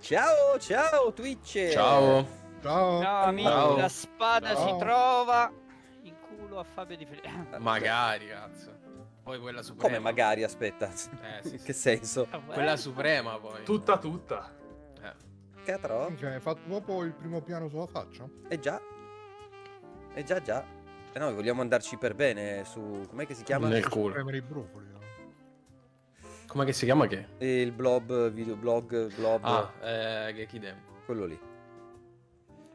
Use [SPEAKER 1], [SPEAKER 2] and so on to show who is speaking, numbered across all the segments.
[SPEAKER 1] Ciao, ciao Twitch.
[SPEAKER 2] Ciao.
[SPEAKER 3] Ciao.
[SPEAKER 4] No, amici,
[SPEAKER 2] Ciao.
[SPEAKER 4] la spada
[SPEAKER 3] Ciao.
[SPEAKER 4] si trova in culo a Fabio Di Felice.
[SPEAKER 2] Magari, cazzo. Poi quella suprema.
[SPEAKER 1] Come magari, aspetta.
[SPEAKER 2] Eh, sì,
[SPEAKER 1] In
[SPEAKER 2] sì.
[SPEAKER 1] che eh? senso?
[SPEAKER 2] Quella suprema poi.
[SPEAKER 5] Tutta, tutta.
[SPEAKER 2] Eh.
[SPEAKER 1] Che atroce.
[SPEAKER 3] Minchia, hai fatto proprio il primo piano sulla faccia?
[SPEAKER 1] E Eh già. E già già. E noi vogliamo andarci per bene su... Com'è che si chiama?
[SPEAKER 2] Nel
[SPEAKER 3] Posso
[SPEAKER 2] culo.
[SPEAKER 3] Premere i brufoli. no?
[SPEAKER 2] Com'è che si chiama che?
[SPEAKER 1] Il blob, videoblog, blob,
[SPEAKER 2] Ah, eh, che chi demo.
[SPEAKER 1] quello lì.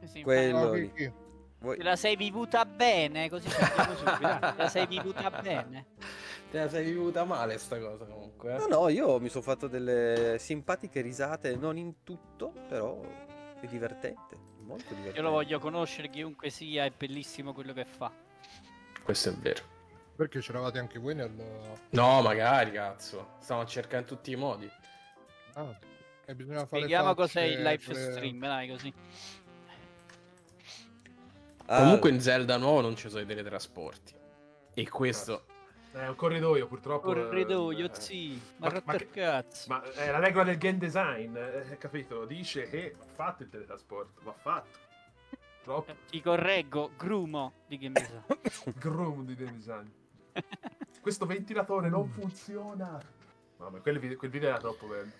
[SPEAKER 4] Sì,
[SPEAKER 1] quello-
[SPEAKER 3] Ah,
[SPEAKER 4] infatti.
[SPEAKER 3] che-
[SPEAKER 1] lì.
[SPEAKER 3] che-
[SPEAKER 1] Voi-
[SPEAKER 4] Te la sei vivuta bene, così sappiamo subito. Te la sei vivuta bene.
[SPEAKER 2] Te la sei vivuta male sta cosa comunque. eh.
[SPEAKER 1] No, no, io mi sono fatto delle simpatiche risate, non in tutto, però è divertente, molto divertente.
[SPEAKER 4] Io lo voglio conoscere chiunque sia, è bellissimo quello che fa.
[SPEAKER 2] Questo è vero.
[SPEAKER 3] Perché c'eravate anche voi nel...
[SPEAKER 2] No, magari, cazzo. Stiamo cercando in tutti i modi.
[SPEAKER 3] Ah, e bisogna fare
[SPEAKER 4] Spieghiamo
[SPEAKER 3] facce
[SPEAKER 4] cos'è il live
[SPEAKER 3] per-
[SPEAKER 4] stream, dai, così.
[SPEAKER 1] Ah,
[SPEAKER 2] Comunque in Zelda nuovo non ci sono i teletrasporti. E
[SPEAKER 1] Ah,
[SPEAKER 2] questo...
[SPEAKER 5] È Eh, un corridoio, purtroppo.
[SPEAKER 4] Corridoio,
[SPEAKER 5] eh,
[SPEAKER 4] sì,
[SPEAKER 5] ma-
[SPEAKER 4] ma
[SPEAKER 5] ma
[SPEAKER 4] rotta
[SPEAKER 5] che-
[SPEAKER 4] il cazzo.
[SPEAKER 5] Ma è la regola del game design, eh, capito? Dice che va fatto il teletrasporto, va fatto. Troppo
[SPEAKER 4] Eh, Ti correggo, grumo di che mi sa.
[SPEAKER 5] groom di game design. Questo ventilatore
[SPEAKER 4] Mm.
[SPEAKER 5] non funziona. No, ma quel video, quel video era troppo bello.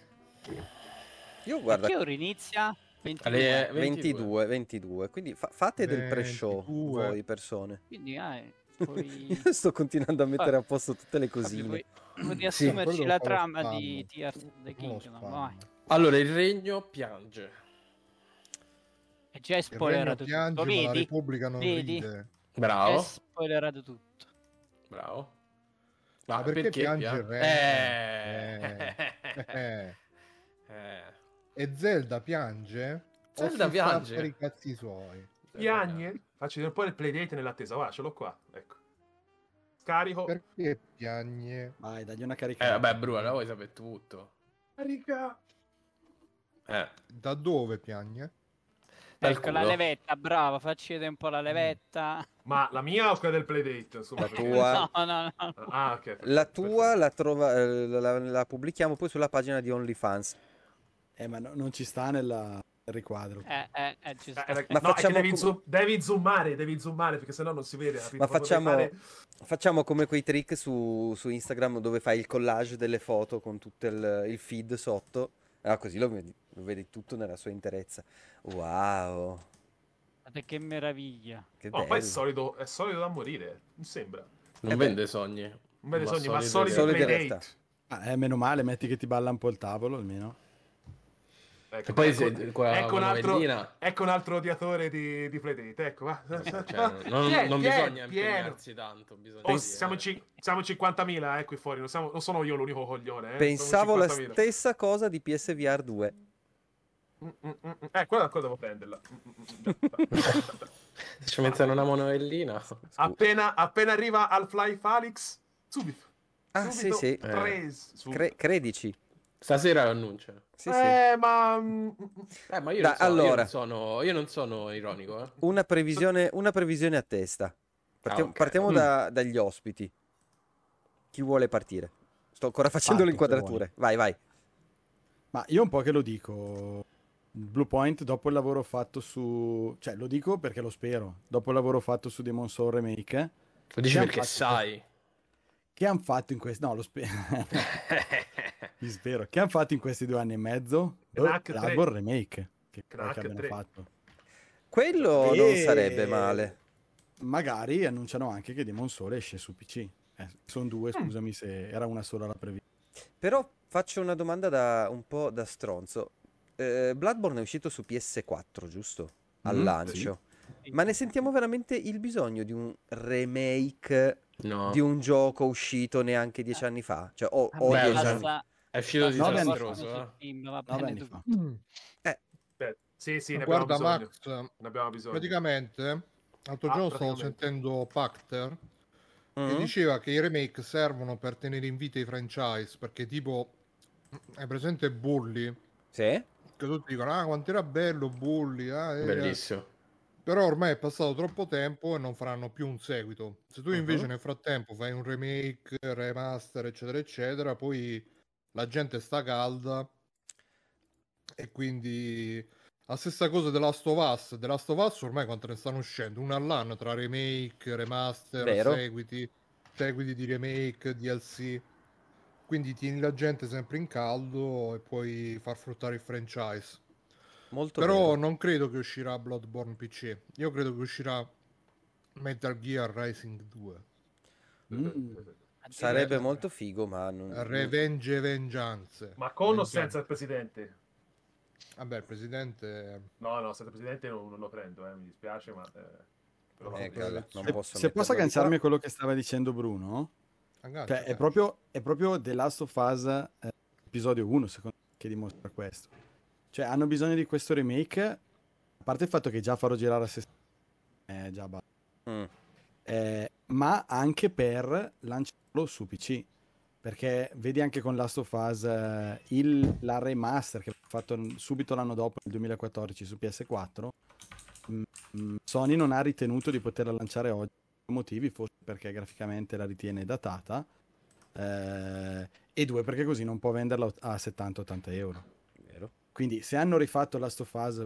[SPEAKER 1] Io
[SPEAKER 4] Guarda.
[SPEAKER 1] guarda,
[SPEAKER 4] Che ora inizia? 22.
[SPEAKER 2] Alle 22.
[SPEAKER 1] 22, 22, eh, quindi fa- fate del pre-show
[SPEAKER 3] 22.
[SPEAKER 1] voi persone.
[SPEAKER 4] Quindi, ah, eh, poi...
[SPEAKER 1] Io sto continuando a mettere a posto tutte le
[SPEAKER 4] Fabio,
[SPEAKER 1] cosine.
[SPEAKER 4] puoi, puoi riassumerci
[SPEAKER 3] quello
[SPEAKER 4] la
[SPEAKER 3] fa lo
[SPEAKER 4] trama
[SPEAKER 3] spam.
[SPEAKER 4] di Tears of the
[SPEAKER 3] Uno
[SPEAKER 4] Kingdom.
[SPEAKER 3] spam.
[SPEAKER 4] Vai.
[SPEAKER 2] Allora, il regno piange.
[SPEAKER 4] È già
[SPEAKER 3] Il regno
[SPEAKER 4] spoilerato tutto.
[SPEAKER 3] piange, ma la
[SPEAKER 4] Vedi?
[SPEAKER 3] Repubblica non
[SPEAKER 4] Vedi?
[SPEAKER 3] ride.
[SPEAKER 4] È
[SPEAKER 2] Bravo.
[SPEAKER 4] spoilerato tutto.
[SPEAKER 2] Bravo. Ma
[SPEAKER 3] Ma perché piange
[SPEAKER 2] pia-
[SPEAKER 3] il re?
[SPEAKER 2] Eh.
[SPEAKER 3] Eh.
[SPEAKER 2] Eh.
[SPEAKER 3] E Zelda piange? O
[SPEAKER 2] Zelda
[SPEAKER 3] si
[SPEAKER 2] piange?
[SPEAKER 3] fa Per i cazzi suoi.
[SPEAKER 5] Cioè,
[SPEAKER 2] Eh,
[SPEAKER 5] Piagne? Faccio vedere un po' il playdate nell'attesa. Va, ce l'ho qua. Ecco. Scarico.
[SPEAKER 3] Perché piagne?
[SPEAKER 6] Vai, dagli una
[SPEAKER 2] Eh,
[SPEAKER 6] caricata.
[SPEAKER 2] vabbè, Bruno, la vuoi sapere tutto.
[SPEAKER 5] Carica.
[SPEAKER 2] Eh.
[SPEAKER 3] Da dove piagne?
[SPEAKER 2] Dal
[SPEAKER 4] ecco la
[SPEAKER 2] culo.
[SPEAKER 4] levetta, brava, facci vedere un po' la levetta.
[SPEAKER 5] Ma la mia o quella del playdate? Insomma,
[SPEAKER 1] La
[SPEAKER 5] perché-
[SPEAKER 1] tua.
[SPEAKER 4] No, no, no.
[SPEAKER 5] Ah, ok.
[SPEAKER 1] La tua
[SPEAKER 5] Perfetto.
[SPEAKER 1] la, trova, eh, la- la- la pubblichiamo poi sulla pagina di OnlyFans.
[SPEAKER 6] Eh, ma no- non ci sta nella- nel riquadro.
[SPEAKER 4] Eh, eh, eh, ci sta.
[SPEAKER 5] Eh, eh,
[SPEAKER 1] Ma
[SPEAKER 5] no, è che
[SPEAKER 1] facciamo
[SPEAKER 5] devi,
[SPEAKER 1] com-
[SPEAKER 5] zoom- devi zoomare, devi zoomare perché sennò non si vede. capito?
[SPEAKER 1] Ma
[SPEAKER 5] Proprio devi
[SPEAKER 1] facciamo,
[SPEAKER 5] fare-
[SPEAKER 1] facciamo come quei trick su, su Instagram dove fai il collage delle foto con tutto il, il feed sotto. Ah, così lo vedi, lo vedi tutto nella sua interezza. Wow,
[SPEAKER 4] Guardate Che meraviglia.
[SPEAKER 1] che
[SPEAKER 5] No,
[SPEAKER 1] bello.
[SPEAKER 5] poi eh, è solido, è solido da morire. Mi sembra.
[SPEAKER 2] Non
[SPEAKER 1] Eh beh.
[SPEAKER 2] vende sogni.
[SPEAKER 5] Un bel
[SPEAKER 2] Ma
[SPEAKER 5] sogno, ma
[SPEAKER 2] solido
[SPEAKER 5] solido
[SPEAKER 1] in
[SPEAKER 5] il
[SPEAKER 1] realtà.
[SPEAKER 5] playdate.
[SPEAKER 6] Ah, eh, meno male, metti che ti balla un po' il tavolo almeno.
[SPEAKER 5] Ecco,
[SPEAKER 2] E poi
[SPEAKER 5] ecco-
[SPEAKER 2] se- qua-
[SPEAKER 5] ecco un
[SPEAKER 2] una
[SPEAKER 5] altro,
[SPEAKER 2] novellina.
[SPEAKER 5] ecco un altro odiatore di, di Playdate. Ecco, va.
[SPEAKER 2] Cioè, non
[SPEAKER 5] Pieno,
[SPEAKER 2] non
[SPEAKER 5] pieno,
[SPEAKER 2] bisogna
[SPEAKER 5] pieno.
[SPEAKER 2] impegnarsi tanto. Bisogna
[SPEAKER 5] Oh,
[SPEAKER 2] dire.
[SPEAKER 5] siamo, cin- siamo 50.000 eh, qui fuori, non, siamo- non sono io l'unico coglione. Eh.
[SPEAKER 1] Pensavo la
[SPEAKER 5] Siamo 50.000.
[SPEAKER 1] stessa cosa di PSVR 2.
[SPEAKER 5] Mm, mm, mm, mm. Eh, quella ancora devo prenderla. Mm, mm, mm, già, già, già, già, già.
[SPEAKER 2] Ci mettono una monovellina.
[SPEAKER 5] appena, appena arriva al Fly Falix, subito.
[SPEAKER 1] Ah, sì,
[SPEAKER 5] subito,
[SPEAKER 1] sì.
[SPEAKER 2] Eh.
[SPEAKER 5] presi, subito.
[SPEAKER 1] Cre- credici.
[SPEAKER 2] Stasera lo annunciano.
[SPEAKER 1] Sì, sì.
[SPEAKER 5] eh, ma mm, mm, mm.
[SPEAKER 2] Eh, ma io,
[SPEAKER 1] Dai,
[SPEAKER 2] non, so- io,
[SPEAKER 1] allora.
[SPEAKER 2] non sono, io non sono ironico. Eh.
[SPEAKER 1] Una previsione, una previsione a testa. Partiamo,
[SPEAKER 2] Ah, ok.
[SPEAKER 1] partiamo da- dagli ospiti. Chi vuole partire? Sto ancora facendo
[SPEAKER 6] Parto,
[SPEAKER 1] le inquadrature. Vai, vai.
[SPEAKER 6] Ma io un po' che lo dico. Blue Point dopo il lavoro fatto su... Cioè, lo dico perché lo spero. Dopo il lavoro fatto su Demon Soul Remake,
[SPEAKER 2] Lo dici
[SPEAKER 6] Siamo
[SPEAKER 2] perché
[SPEAKER 6] fatti-
[SPEAKER 2] sai.
[SPEAKER 6] che hanno fatto in questi... No, lo spero. Mi spero. Che hanno fatto in questi due anni e mezzo?
[SPEAKER 5] Crack tre.
[SPEAKER 6] Bloodborne Remake. Che,
[SPEAKER 5] Crack
[SPEAKER 6] che abbiano
[SPEAKER 5] tre.
[SPEAKER 6] fatto.
[SPEAKER 1] Quello Oh, non
[SPEAKER 2] Eh.
[SPEAKER 6] E-
[SPEAKER 1] sarebbe male.
[SPEAKER 6] Magari annunciano anche che Demon Soul esce su PC. Eh, sono due,
[SPEAKER 5] Mm.
[SPEAKER 6] scusami se era una sola la previsione.
[SPEAKER 1] Però faccio una domanda da un po' da stronzo. Eh, Bloodborne è uscito su PS4, giusto? Al
[SPEAKER 2] Mm,
[SPEAKER 6] Mhm,
[SPEAKER 1] lancio. Ma ne sentiamo veramente il bisogno di un remake
[SPEAKER 2] No.
[SPEAKER 1] di un gioco uscito neanche dieci anni fa? Cioè, o,
[SPEAKER 4] Ah,
[SPEAKER 1] o
[SPEAKER 2] beh,
[SPEAKER 1] dieci
[SPEAKER 2] basta-
[SPEAKER 1] anni.
[SPEAKER 2] È uscito
[SPEAKER 6] No, nove anni
[SPEAKER 2] disastroso. eh.
[SPEAKER 4] Va
[SPEAKER 6] Nove
[SPEAKER 4] bene
[SPEAKER 6] anni
[SPEAKER 4] tutto.
[SPEAKER 6] fa.
[SPEAKER 3] Mm.
[SPEAKER 5] Beh, sì, sì, ne abbiamo
[SPEAKER 3] Guarda
[SPEAKER 5] bisogno.
[SPEAKER 3] Max,
[SPEAKER 5] Ne abbiamo bisogno.
[SPEAKER 3] praticamente l'altro
[SPEAKER 5] Ah,
[SPEAKER 3] giorno stavo
[SPEAKER 5] praticamente.
[SPEAKER 3] sentendo Pacter che
[SPEAKER 1] Mhm.
[SPEAKER 3] diceva che i remake servono per tenere in vita i franchise perché tipo è presente Bully
[SPEAKER 1] Sì?
[SPEAKER 3] che tutti dicono ah quanto era bello Bully ah, eh, eh".
[SPEAKER 2] Bellissimo.
[SPEAKER 3] però ormai è passato troppo tempo e non faranno più un seguito se tu invece
[SPEAKER 1] Mhm.
[SPEAKER 3] nel frattempo fai un remake remaster eccetera eccetera poi la gente sta calda E quindi la stessa cosa della Last of Us. The Last of Us ormai quanto ne stanno uscendo? Una all'anno tra remake, remaster,
[SPEAKER 1] Vero.
[SPEAKER 3] seguiti, seguiti di remake, DLC. Quindi tieni la gente sempre in caldo e puoi far fruttare il franchise.
[SPEAKER 1] Molto
[SPEAKER 3] Però
[SPEAKER 1] vero.
[SPEAKER 3] non credo che uscirà Bloodborne PC. Io credo che uscirà Metal Gear Rising 2.
[SPEAKER 6] Mm.
[SPEAKER 1] Sarebbe molto figo, ma non...
[SPEAKER 3] Revenge e Vengeance.
[SPEAKER 5] Ma con o
[SPEAKER 3] Vengeance.
[SPEAKER 5] senza il presidente?
[SPEAKER 3] Vabbè, il presidente...
[SPEAKER 5] No, no, senza il presidente non, non lo prendo, eh, mi dispiace, ma... eh, però
[SPEAKER 1] Eh,
[SPEAKER 5] vabbè.
[SPEAKER 1] cala, non posso
[SPEAKER 6] Se- se posso
[SPEAKER 1] metterlo.
[SPEAKER 6] agganciarmi a quello che stava dicendo Bruno,
[SPEAKER 3] Aggancia,
[SPEAKER 1] Ah,
[SPEAKER 6] cioè, è,
[SPEAKER 3] dai.
[SPEAKER 6] proprio, è proprio The Last of Us eh, episodio 1 secondo me, che dimostra questo. Cioè hanno bisogno di questo remake, a parte il fatto che già farò girare a 60 eh, già basta.
[SPEAKER 1] Mm.
[SPEAKER 6] Eh, ma anche per lanciarlo su PC. Perché vedi anche con Last of Us eh, il- la remaster che ha fatto n- subito l'anno dopo, nel 2014, su PS4. mm, mm, Sony non ha ritenuto di poterla lanciare oggi per due motivi, forse perché graficamente la ritiene datata, eh, e due perché così non può venderla a 70-80 euro.
[SPEAKER 1] Vero.
[SPEAKER 6] Quindi se hanno rifatto Last of Us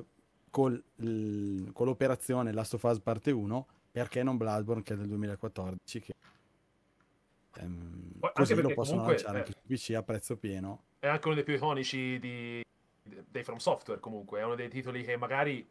[SPEAKER 6] col- l- con l'operazione Last of Us parte 1, perché non Bloodborne che è del 2014? Che, ehm,
[SPEAKER 5] Poi, anche
[SPEAKER 6] così lo
[SPEAKER 5] perché
[SPEAKER 6] possono
[SPEAKER 5] comunque,
[SPEAKER 6] lanciare
[SPEAKER 5] eh,
[SPEAKER 6] anche su PC a prezzo pieno.
[SPEAKER 5] È anche uno dei più iconici di, dei From Software, comunque. È uno dei titoli che magari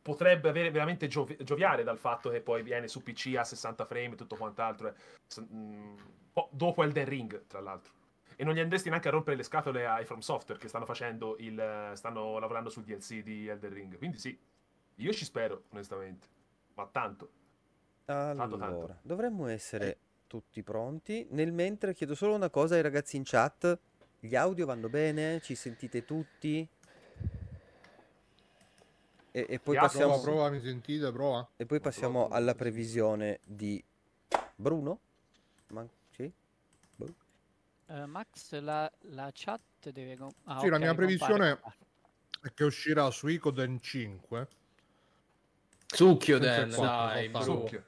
[SPEAKER 5] potrebbe avere veramente giovi- gioviare dal fatto che poi viene su PC a 60 frame e tutto quant'altro. eh. S- mm, po- dopo Elden Ring, tra l'altro. E non gli andresti neanche a rompere le scatole ai From Software che stanno facendo il... eh, stanno lavorando sul DLC di Elden Ring. Quindi sì, io ci spero, onestamente. Ma tanto. tanto. Eh.
[SPEAKER 1] Allora, dovremmo essere tutti pronti. Nel mentre chiedo solo una cosa ai ragazzi in chat. Gli audio vanno bene? Ci sentite tutti? E, e poi
[SPEAKER 5] Gli audio-
[SPEAKER 1] passiamo,
[SPEAKER 3] Prova, prova, mi sentite, prova.
[SPEAKER 4] Ah,
[SPEAKER 1] e poi passiamo alla previsione di Bruno? Ma- sì? Boh.
[SPEAKER 4] Eh, Max, la, la chat deve... com- ah,
[SPEAKER 3] Sì, la
[SPEAKER 4] ok,
[SPEAKER 3] mia
[SPEAKER 4] ricompare,
[SPEAKER 3] previsione-
[SPEAKER 4] compare.
[SPEAKER 3] È che uscirà su Icoden 5.
[SPEAKER 2] Succhio,
[SPEAKER 3] Senza
[SPEAKER 2] Dan,
[SPEAKER 3] il quattro,
[SPEAKER 2] dai,
[SPEAKER 3] soltanto.
[SPEAKER 2] bro.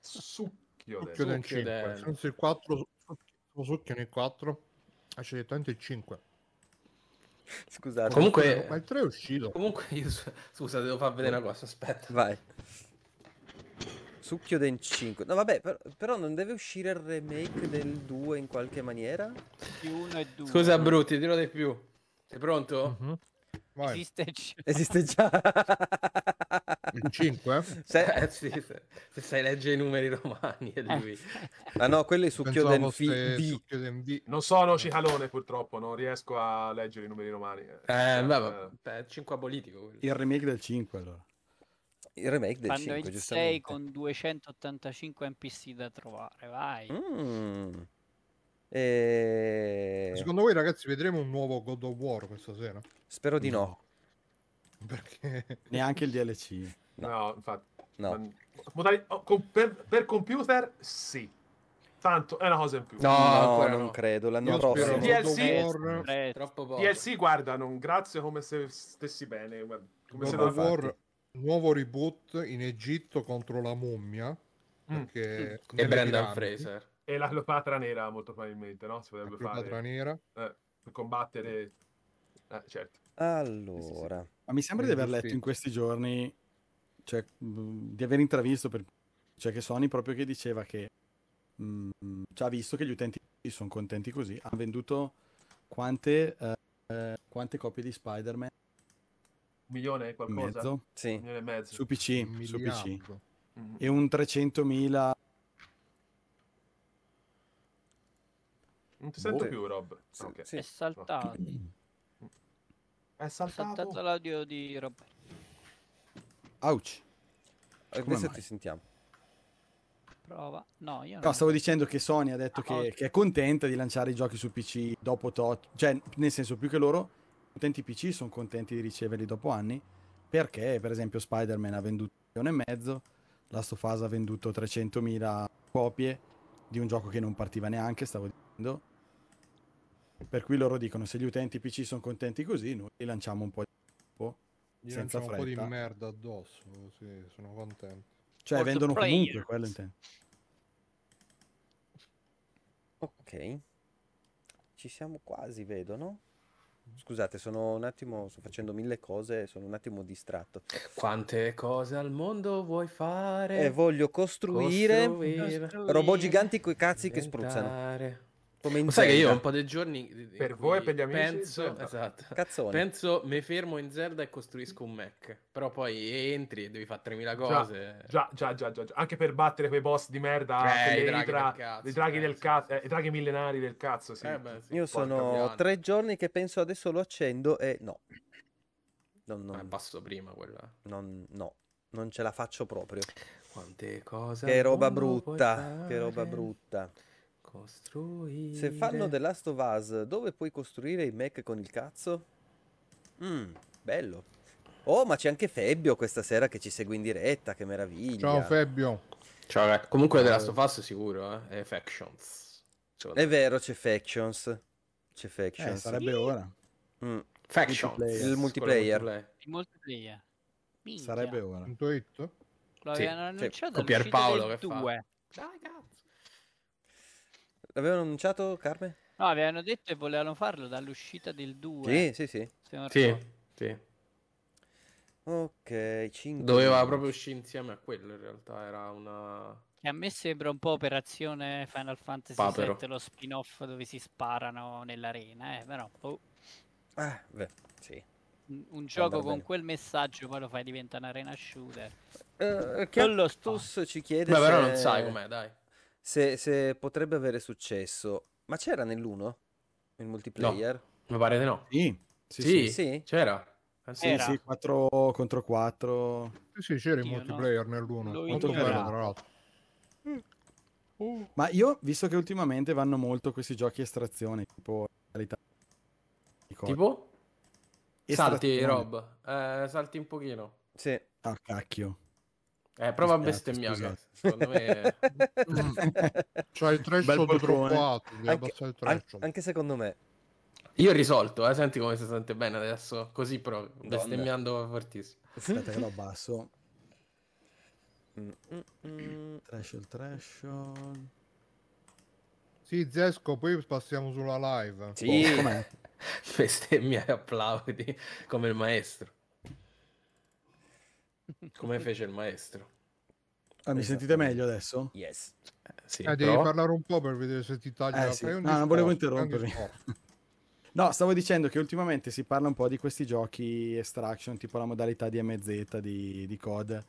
[SPEAKER 5] Succhio. Succhio adesso.
[SPEAKER 3] Succhio del
[SPEAKER 2] Succhio
[SPEAKER 3] 5.
[SPEAKER 2] del-
[SPEAKER 3] Senza il 4, succhio nel 4. Ah, c'è direttamente il 5.
[SPEAKER 1] Scusate.
[SPEAKER 6] Eh.
[SPEAKER 2] Comunque-
[SPEAKER 3] Ma il 3 è uscito.
[SPEAKER 2] Comunque, io, s- scusa, devo far vedere una cosa, aspetta.
[SPEAKER 1] Vai. Succhio Den 5. No, vabbè, per- però non deve uscire il remake del 2 in qualche maniera?
[SPEAKER 4] Di uno e due.
[SPEAKER 2] Scusa, Bru, ti dirò di più. Sei pronto?
[SPEAKER 3] Mhm. Vai.
[SPEAKER 4] Esiste il c-
[SPEAKER 1] Esiste già.
[SPEAKER 3] Il 5?
[SPEAKER 1] Se-
[SPEAKER 2] Eh, sì, se, se sai leggere i numeri romani è lui. Eh,
[SPEAKER 4] Eh.
[SPEAKER 1] Ah no, quello è Succhio Den
[SPEAKER 3] Pensavo
[SPEAKER 1] fi-
[SPEAKER 3] fosse
[SPEAKER 1] di-
[SPEAKER 3] succhio del V.
[SPEAKER 5] Non sono cicalone purtroppo, non riesco a leggere i numeri romani. Eh,
[SPEAKER 2] Eh,
[SPEAKER 5] eh,
[SPEAKER 2] vabbè, è 5 abolitico quello.
[SPEAKER 6] Il remake del 5 allora.
[SPEAKER 1] Il remake del
[SPEAKER 4] Quando
[SPEAKER 1] 5,
[SPEAKER 4] il 6
[SPEAKER 1] giustamente.
[SPEAKER 4] con 285 NPC da trovare, vai.
[SPEAKER 1] Mm. Eh,
[SPEAKER 3] Secondo voi, ragazzi, vedremo un nuovo God of War questa sera?
[SPEAKER 1] Spero di no.
[SPEAKER 3] Perché
[SPEAKER 6] Neanche il DLC.
[SPEAKER 5] no. infatti.
[SPEAKER 1] No.
[SPEAKER 5] Ma- modali- oh, con- per, per computer sì. Tanto è una cosa in più.
[SPEAKER 2] No, ancora
[SPEAKER 1] non
[SPEAKER 2] no.
[SPEAKER 1] credo. L'anno
[SPEAKER 3] io spero
[SPEAKER 1] prossimo.
[SPEAKER 5] Via-
[SPEAKER 3] God of
[SPEAKER 5] DLC.
[SPEAKER 3] War-
[SPEAKER 4] Eh,
[SPEAKER 2] Troppo poco.
[SPEAKER 5] DLC guarda, non grazie come se stessi bene, guarda, come se
[SPEAKER 3] God
[SPEAKER 1] No,
[SPEAKER 5] non
[SPEAKER 3] of
[SPEAKER 1] infatti.
[SPEAKER 3] War nuovo reboot in Egitto contro la mummia.
[SPEAKER 6] Mm.
[SPEAKER 3] Perché
[SPEAKER 2] e
[SPEAKER 3] nelle
[SPEAKER 2] Brendan
[SPEAKER 3] piramidi,
[SPEAKER 2] Fraser.
[SPEAKER 5] e la Cleopatra nera molto probabilmente, no? Si
[SPEAKER 3] la
[SPEAKER 5] potrebbe
[SPEAKER 3] Cleopatra
[SPEAKER 5] fare
[SPEAKER 3] nera.
[SPEAKER 5] eh, per combattere eh, certo.
[SPEAKER 1] Allora.
[SPEAKER 6] Ma mi sembra
[SPEAKER 3] Quindi
[SPEAKER 6] di aver letto
[SPEAKER 3] giusto.
[SPEAKER 6] in questi giorni, cioè, mh, di aver intravisto, per- cioè che Sony proprio che diceva che mh, cioè, ha visto che gli utenti sono contenti così, ha venduto quante, eh, eh, quante copie di Spider-Man?
[SPEAKER 5] Un milione e
[SPEAKER 6] E
[SPEAKER 5] qualcosa?
[SPEAKER 6] mezzo?
[SPEAKER 5] Un
[SPEAKER 1] Sì.
[SPEAKER 5] milione e mezzo.
[SPEAKER 6] Su PC,
[SPEAKER 3] un
[SPEAKER 6] su PC.
[SPEAKER 3] miliardo.
[SPEAKER 5] Mhm.
[SPEAKER 6] E un 300.000...
[SPEAKER 5] Non ti sento
[SPEAKER 1] Boh.
[SPEAKER 5] più, Rob.
[SPEAKER 1] Sì,
[SPEAKER 5] Ah, ok.
[SPEAKER 1] sì.
[SPEAKER 4] È saltato.
[SPEAKER 5] È
[SPEAKER 4] Ho saltato
[SPEAKER 5] saltato.
[SPEAKER 4] l'audio di Roberto.
[SPEAKER 6] Ouch! Come
[SPEAKER 1] Adesso
[SPEAKER 6] mai?
[SPEAKER 1] ti sentiamo.
[SPEAKER 4] Prova. No, io
[SPEAKER 6] No,
[SPEAKER 4] non-
[SPEAKER 6] stavo dicendo che Sony ha detto
[SPEAKER 4] Ah,
[SPEAKER 6] che,
[SPEAKER 4] ok.
[SPEAKER 6] che è contenta di lanciare i giochi su PC dopo tot, cioè nel senso più che loro, gli utenti PC sono contenti di riceverli dopo anni, perché per esempio Spider-Man ha venduto un milione e mezzo, Last of Us ha venduto 300.000 copie di un gioco che non partiva neanche, stavo dicendo. Per cui loro dicono se gli utenti PC sono contenti così, noi li lanciamo un po' di tempo,
[SPEAKER 3] Gli
[SPEAKER 6] senza
[SPEAKER 3] lanciano un po' di
[SPEAKER 6] fretta.
[SPEAKER 3] merda addosso, così sono contento.
[SPEAKER 6] Cioè
[SPEAKER 4] For the
[SPEAKER 6] vendono comunque,
[SPEAKER 4] players.
[SPEAKER 6] quello intendo.
[SPEAKER 1] Ok. Ci siamo quasi, vedo, no? Scusate, sono un attimo, sto facendo mille cose, sono un attimo distratto.
[SPEAKER 2] Quante cose al mondo vuoi fare?
[SPEAKER 1] E Eh, voglio costruire, robot giganti coi cazzi che spruzzano.
[SPEAKER 2] spruzzano.
[SPEAKER 1] Come in
[SPEAKER 2] Lo sai che io ho
[SPEAKER 1] Zelda.
[SPEAKER 2] un po' di giorni in
[SPEAKER 5] Per
[SPEAKER 2] cui
[SPEAKER 5] voi e per gli amici,
[SPEAKER 2] Penso,
[SPEAKER 5] Zelda.
[SPEAKER 2] esatto.
[SPEAKER 1] Cazzone.
[SPEAKER 2] Penso, mi fermo in Zelda e costruisco un Mac. Però poi entri e devi fare 3000
[SPEAKER 5] Già,
[SPEAKER 2] cose.
[SPEAKER 5] Già, già, già, già, già. Anche per battere quei boss di
[SPEAKER 2] Eh,
[SPEAKER 5] merda, quelle
[SPEAKER 2] i draghi
[SPEAKER 5] idra-
[SPEAKER 2] del cazzo,
[SPEAKER 5] i draghi del
[SPEAKER 2] eh, sì,
[SPEAKER 5] cazzo,
[SPEAKER 2] sì,
[SPEAKER 5] eh, i draghi millenari del cazzo, sì.
[SPEAKER 2] Eh, beh, sì.
[SPEAKER 1] Io
[SPEAKER 5] porca
[SPEAKER 1] sono
[SPEAKER 2] Milano.
[SPEAKER 1] tre giorni che penso adesso lo accendo e no. Non,
[SPEAKER 2] Eh,
[SPEAKER 1] non-
[SPEAKER 2] passo prima quella.
[SPEAKER 1] non- no, non ce la faccio proprio.
[SPEAKER 2] Quante cose.
[SPEAKER 1] Che
[SPEAKER 2] al
[SPEAKER 1] roba
[SPEAKER 2] mondo puoi
[SPEAKER 1] brutta, che roba
[SPEAKER 2] fare,
[SPEAKER 1] brutta.
[SPEAKER 2] Costruire.
[SPEAKER 1] Se fanno The Last of Us, dove puoi costruire i Mac con il cazzo? Mmm, bello. Oh, ma c'è anche Febbio questa sera che ci segue in diretta, che meraviglia.
[SPEAKER 3] Ciao Febbio.
[SPEAKER 2] Cioè, vabbè, comunque The Last of Us sicuro, eh? E Factions. Cioè, Secondo
[SPEAKER 1] È
[SPEAKER 2] me.
[SPEAKER 1] vero, c'è Factions. C'è
[SPEAKER 6] Eh,
[SPEAKER 1] Factions.
[SPEAKER 6] sarebbe ora.
[SPEAKER 1] Mm.
[SPEAKER 2] Factions.
[SPEAKER 6] multiplayer.
[SPEAKER 2] quello
[SPEAKER 1] multiplayer.
[SPEAKER 4] in multiplayer. Minchia,
[SPEAKER 6] Sarebbe ora.
[SPEAKER 3] Punto it.
[SPEAKER 4] Lo
[SPEAKER 2] sì,
[SPEAKER 4] avevano
[SPEAKER 1] sì,
[SPEAKER 4] annunciato
[SPEAKER 2] con
[SPEAKER 4] all'uscita
[SPEAKER 2] Pierpaolo
[SPEAKER 4] del
[SPEAKER 2] che fa.
[SPEAKER 4] 2.
[SPEAKER 2] Dai, cazzo.
[SPEAKER 1] L'avevano annunciato, Carmen?
[SPEAKER 4] No, avevano detto che volevano farlo dall'uscita del 2.
[SPEAKER 1] Sì, sì, sì.
[SPEAKER 4] se non ricordo.
[SPEAKER 2] Sì, sì.
[SPEAKER 1] Ok, 5
[SPEAKER 2] Doveva proprio uscire insieme a quello, in realtà era una...
[SPEAKER 4] Che a me sembra un po' operazione Final Fantasy
[SPEAKER 2] Papero.
[SPEAKER 4] VII, lo spin-off dove si sparano nell'arena, eh, però boh,
[SPEAKER 1] Ah, beh, sì.
[SPEAKER 4] un, un gioco con
[SPEAKER 1] bene.
[SPEAKER 4] quel messaggio poi lo fai diventa un'arena shooter.
[SPEAKER 1] Eh,
[SPEAKER 4] Quello
[SPEAKER 1] Chiattus ci chiede
[SPEAKER 2] Beh, però
[SPEAKER 1] se...
[SPEAKER 2] non sai com'è, dai.
[SPEAKER 1] Se, se potrebbe avere successo. Ma c'era nell'1? Il multiplayer?
[SPEAKER 2] Mi pare di no.
[SPEAKER 6] Sì, sì,
[SPEAKER 2] Sì,
[SPEAKER 6] sì.
[SPEAKER 1] sì. Sì?
[SPEAKER 2] c'era. Eh, sì.
[SPEAKER 6] Sì,
[SPEAKER 4] Era.
[SPEAKER 6] sì, 4 contro 4.
[SPEAKER 3] Sì, sì, c'era il
[SPEAKER 4] Io no.
[SPEAKER 3] multiplayer nell'uno.
[SPEAKER 4] Lo
[SPEAKER 3] Molto bello,
[SPEAKER 6] ignoravo.
[SPEAKER 3] tra l'altro.
[SPEAKER 6] Ma io, visto che ultimamente vanno molto questi giochi estrazione, tipo... Realtà...
[SPEAKER 2] Tipo? Salti,
[SPEAKER 6] Estrazione.
[SPEAKER 2] Rob. Eh, salti un pochino.
[SPEAKER 1] Sì.
[SPEAKER 6] Ah, cacchio.
[SPEAKER 2] Eh, prova a
[SPEAKER 6] Mi spiace,
[SPEAKER 2] bestemmiare.
[SPEAKER 6] scusate.
[SPEAKER 2] Secondo me...
[SPEAKER 3] C'ha il threshold
[SPEAKER 6] poltrone.
[SPEAKER 3] troppo alto, devi
[SPEAKER 1] Anche,
[SPEAKER 3] abbassare
[SPEAKER 1] an-
[SPEAKER 3] il threshold.
[SPEAKER 1] anche secondo me.
[SPEAKER 2] Io ho risolto, eh. Senti come si sente bene adesso. Così però, bestemmiando fortissimo.
[SPEAKER 6] Aspetta che lo abbasso.
[SPEAKER 1] Mm, mm, mm.
[SPEAKER 6] Threshold, threshold...
[SPEAKER 3] Sì, Zesco, poi passiamo sulla live.
[SPEAKER 1] Sì.
[SPEAKER 6] Oh, com'è?
[SPEAKER 2] Bestemmiare applaudi, come il maestro. Come fece il maestro.
[SPEAKER 6] Ah,
[SPEAKER 2] Esatto.
[SPEAKER 6] mi sentite meglio adesso?
[SPEAKER 1] Yes.
[SPEAKER 2] Eh, sì,
[SPEAKER 3] Eh, devi
[SPEAKER 2] però-
[SPEAKER 3] parlare un po' per vedere se ti taglia
[SPEAKER 6] Eh,
[SPEAKER 3] la
[SPEAKER 6] sì.
[SPEAKER 3] fai un
[SPEAKER 6] No, non volevo
[SPEAKER 3] discorso, fai un
[SPEAKER 6] interrompervi.
[SPEAKER 3] discorso.
[SPEAKER 6] No, stavo dicendo che ultimamente si parla un po' di questi giochi extraction, tipo la modalità di MZ di, di COD.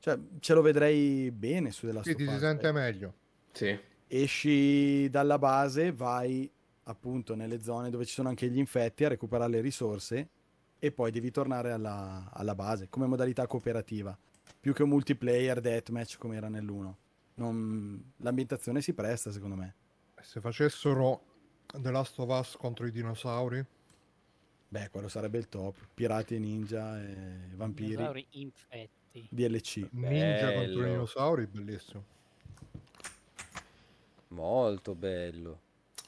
[SPEAKER 6] Cioè, ce lo vedrei bene su della
[SPEAKER 3] Sì, ti si sente meglio.
[SPEAKER 2] Sì.
[SPEAKER 6] Esci dalla base, vai appunto nelle zone dove ci sono anche gli infetti a recuperare le risorse e poi devi tornare alla, alla base come modalità cooperativa, più che un multiplayer deathmatch come era nell'1. Non- L'ambientazione si presta, secondo me.
[SPEAKER 3] Eh, Se facessero The Last of Us contro i dinosauri,
[SPEAKER 6] Beh, quello sarebbe il top. Pirati, ninja e vampiri.
[SPEAKER 4] Dinosauri infetti.
[SPEAKER 6] DLC.
[SPEAKER 3] ninja contro
[SPEAKER 1] Bello.
[SPEAKER 3] i dinosauri, bellissimo.
[SPEAKER 1] Molto bello.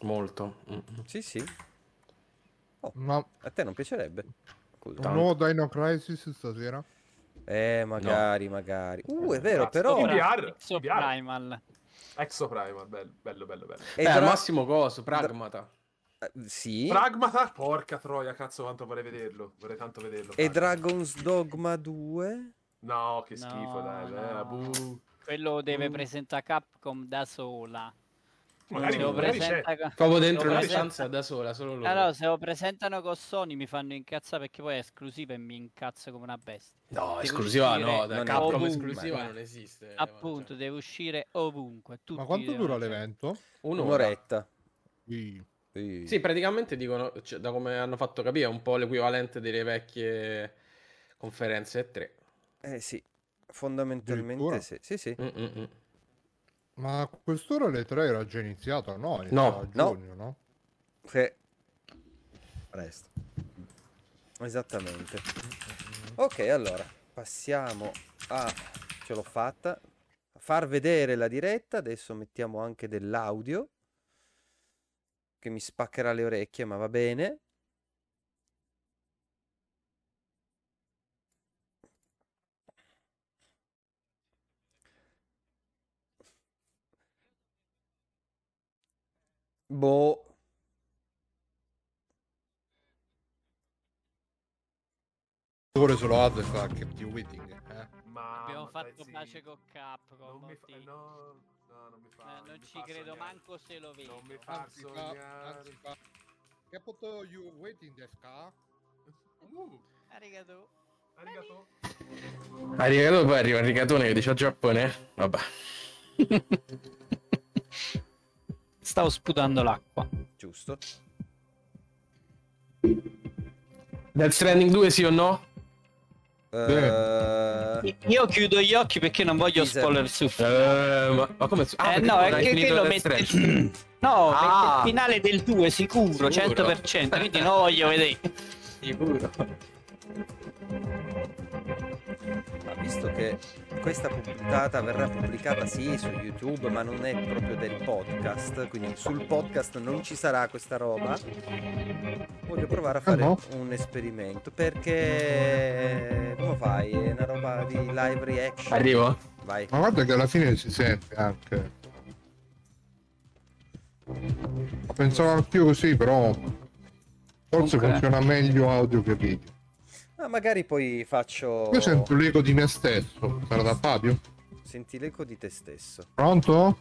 [SPEAKER 2] Molto. Mm.
[SPEAKER 1] Sì, sì.
[SPEAKER 3] Ma
[SPEAKER 1] A te non piacerebbe? Scusa.
[SPEAKER 3] un nuovo Dino Crisis stasera?
[SPEAKER 1] Eh, magari, magari.
[SPEAKER 2] Eh,
[SPEAKER 1] Uh, è vero,
[SPEAKER 5] Cazzo,
[SPEAKER 1] però...
[SPEAKER 5] in
[SPEAKER 1] È
[SPEAKER 5] VR,
[SPEAKER 4] Exo
[SPEAKER 5] in VR.
[SPEAKER 4] Primal.
[SPEAKER 5] Exoprimal, bello, bello, bello, bello.
[SPEAKER 2] Beh,
[SPEAKER 1] dra-
[SPEAKER 2] Eh, al massimo coso, pragmata.
[SPEAKER 1] eh, Sì.
[SPEAKER 5] Pragmata, porca troia, cazzo, quanto vorrei vederlo. Vorrei tanto vederlo.
[SPEAKER 1] E
[SPEAKER 5] Pragmata.
[SPEAKER 1] Dragon's Dogma 2?
[SPEAKER 5] No, che schifo,
[SPEAKER 4] No,
[SPEAKER 5] dai. dai,
[SPEAKER 4] no.
[SPEAKER 5] buh.
[SPEAKER 4] Quello deve
[SPEAKER 5] Mm.
[SPEAKER 4] presentare Capcom da sola.
[SPEAKER 5] Magari,
[SPEAKER 4] Se lo
[SPEAKER 5] magari c'è.
[SPEAKER 4] presenta con-
[SPEAKER 2] Proprio
[SPEAKER 4] se
[SPEAKER 2] dentro
[SPEAKER 4] lo
[SPEAKER 2] una
[SPEAKER 4] presenta-
[SPEAKER 2] stanza da sola, solo loro.
[SPEAKER 4] Ah, no, se lo presentano con Sony mi fanno incazzare perché poi è esclusiva e mi incazzo come una bestia.
[SPEAKER 7] Eh,
[SPEAKER 2] No,
[SPEAKER 4] Devo
[SPEAKER 2] esclusiva
[SPEAKER 4] uscire
[SPEAKER 2] no, da
[SPEAKER 1] non
[SPEAKER 2] Capcom
[SPEAKER 1] ovunque.
[SPEAKER 2] esclusiva non esiste. eh,
[SPEAKER 7] certo.
[SPEAKER 2] cioè,
[SPEAKER 4] Appunto, deve uscire ovunque.
[SPEAKER 3] Ma
[SPEAKER 4] tutti
[SPEAKER 3] quanto
[SPEAKER 4] devono
[SPEAKER 3] dura
[SPEAKER 4] uscire.
[SPEAKER 3] l'evento?
[SPEAKER 2] Un'ora.
[SPEAKER 1] Un'oretta.
[SPEAKER 3] Sì.
[SPEAKER 1] Sì.
[SPEAKER 2] Sì, praticamente dicono, cioè, da come hanno fatto capire, è un po' l'equivalente delle vecchie conferenze 3.
[SPEAKER 1] Eh sì, fondamentalmente
[SPEAKER 3] Addirittura?
[SPEAKER 1] sì. Sì, sì.
[SPEAKER 2] Mm,
[SPEAKER 3] Ma a quest'ora alle 3 era già iniziato, no?
[SPEAKER 2] No,
[SPEAKER 3] Iniziava
[SPEAKER 1] no.
[SPEAKER 3] a giugno, no?
[SPEAKER 1] Sì,
[SPEAKER 6] Presto.
[SPEAKER 1] esattamente. Ok, allora, passiamo a... Ce l'ho fatta. Far vedere la diretta. Adesso mettiamo anche dell'audio. Che mi spaccherà le orecchie, ma va bene. Boh.
[SPEAKER 3] Dottore solo Hades fa che di Witting. Eh?
[SPEAKER 5] Ma
[SPEAKER 4] Abbiamo
[SPEAKER 5] ma dai,
[SPEAKER 4] fatto
[SPEAKER 5] sì.
[SPEAKER 4] pace con Capcom.
[SPEAKER 5] Non mi fa...
[SPEAKER 4] Monti.
[SPEAKER 5] No, no, non mi fa...
[SPEAKER 4] Eh, non
[SPEAKER 5] mi
[SPEAKER 4] ci
[SPEAKER 5] fa
[SPEAKER 4] credo
[SPEAKER 7] cioè.
[SPEAKER 5] sognare.
[SPEAKER 4] manco se lo vedo.
[SPEAKER 5] Non mi fa
[SPEAKER 3] Anzi, fa,
[SPEAKER 5] sognare.
[SPEAKER 3] anzi, fa. Caputo, you waiting desu ka?
[SPEAKER 5] Uh,
[SPEAKER 4] Arigato.
[SPEAKER 5] arigato.
[SPEAKER 2] Arigato poi arriva Rigatone che dice a Giappone. Vabbè.
[SPEAKER 7] Stavo sputando l'acqua.
[SPEAKER 1] Giusto.
[SPEAKER 2] Death Stranding 2 sì o no?
[SPEAKER 1] Eh,
[SPEAKER 7] Io chiudo gli occhi perché non voglio
[SPEAKER 1] Teaser.
[SPEAKER 7] spoiler su.
[SPEAKER 2] Eh, ma, ma come... Ah,
[SPEAKER 7] eh
[SPEAKER 2] perché
[SPEAKER 7] no,
[SPEAKER 2] non
[SPEAKER 7] è
[SPEAKER 2] hai
[SPEAKER 7] che
[SPEAKER 2] finito
[SPEAKER 7] quello
[SPEAKER 2] Death
[SPEAKER 7] mette il,
[SPEAKER 2] Stranding.
[SPEAKER 7] no,
[SPEAKER 2] Ah.
[SPEAKER 7] mette il finale del 2 sicuro,
[SPEAKER 2] Sicuro.
[SPEAKER 7] 100%, quindi non voglio vedere.
[SPEAKER 2] Sicuro.
[SPEAKER 1] ma visto che questa puntata verrà pubblicata sì su YouTube, ma non è proprio del podcast, quindi sul podcast non ci sarà questa roba. Voglio provare a fare
[SPEAKER 3] Ah, no?
[SPEAKER 1] un esperimento perché come fai? È una roba di live reaction.
[SPEAKER 2] Arrivo.
[SPEAKER 1] Vai.
[SPEAKER 3] Ma guarda che alla fine si sente anche. Pensavo più così, però forse
[SPEAKER 7] Comunque-
[SPEAKER 3] funziona meglio audio che video.
[SPEAKER 1] Ah, magari poi faccio
[SPEAKER 3] Io sento l'eco di me stesso. Sarà da Fabio?
[SPEAKER 1] senti l'eco di te stesso.
[SPEAKER 3] Pronto?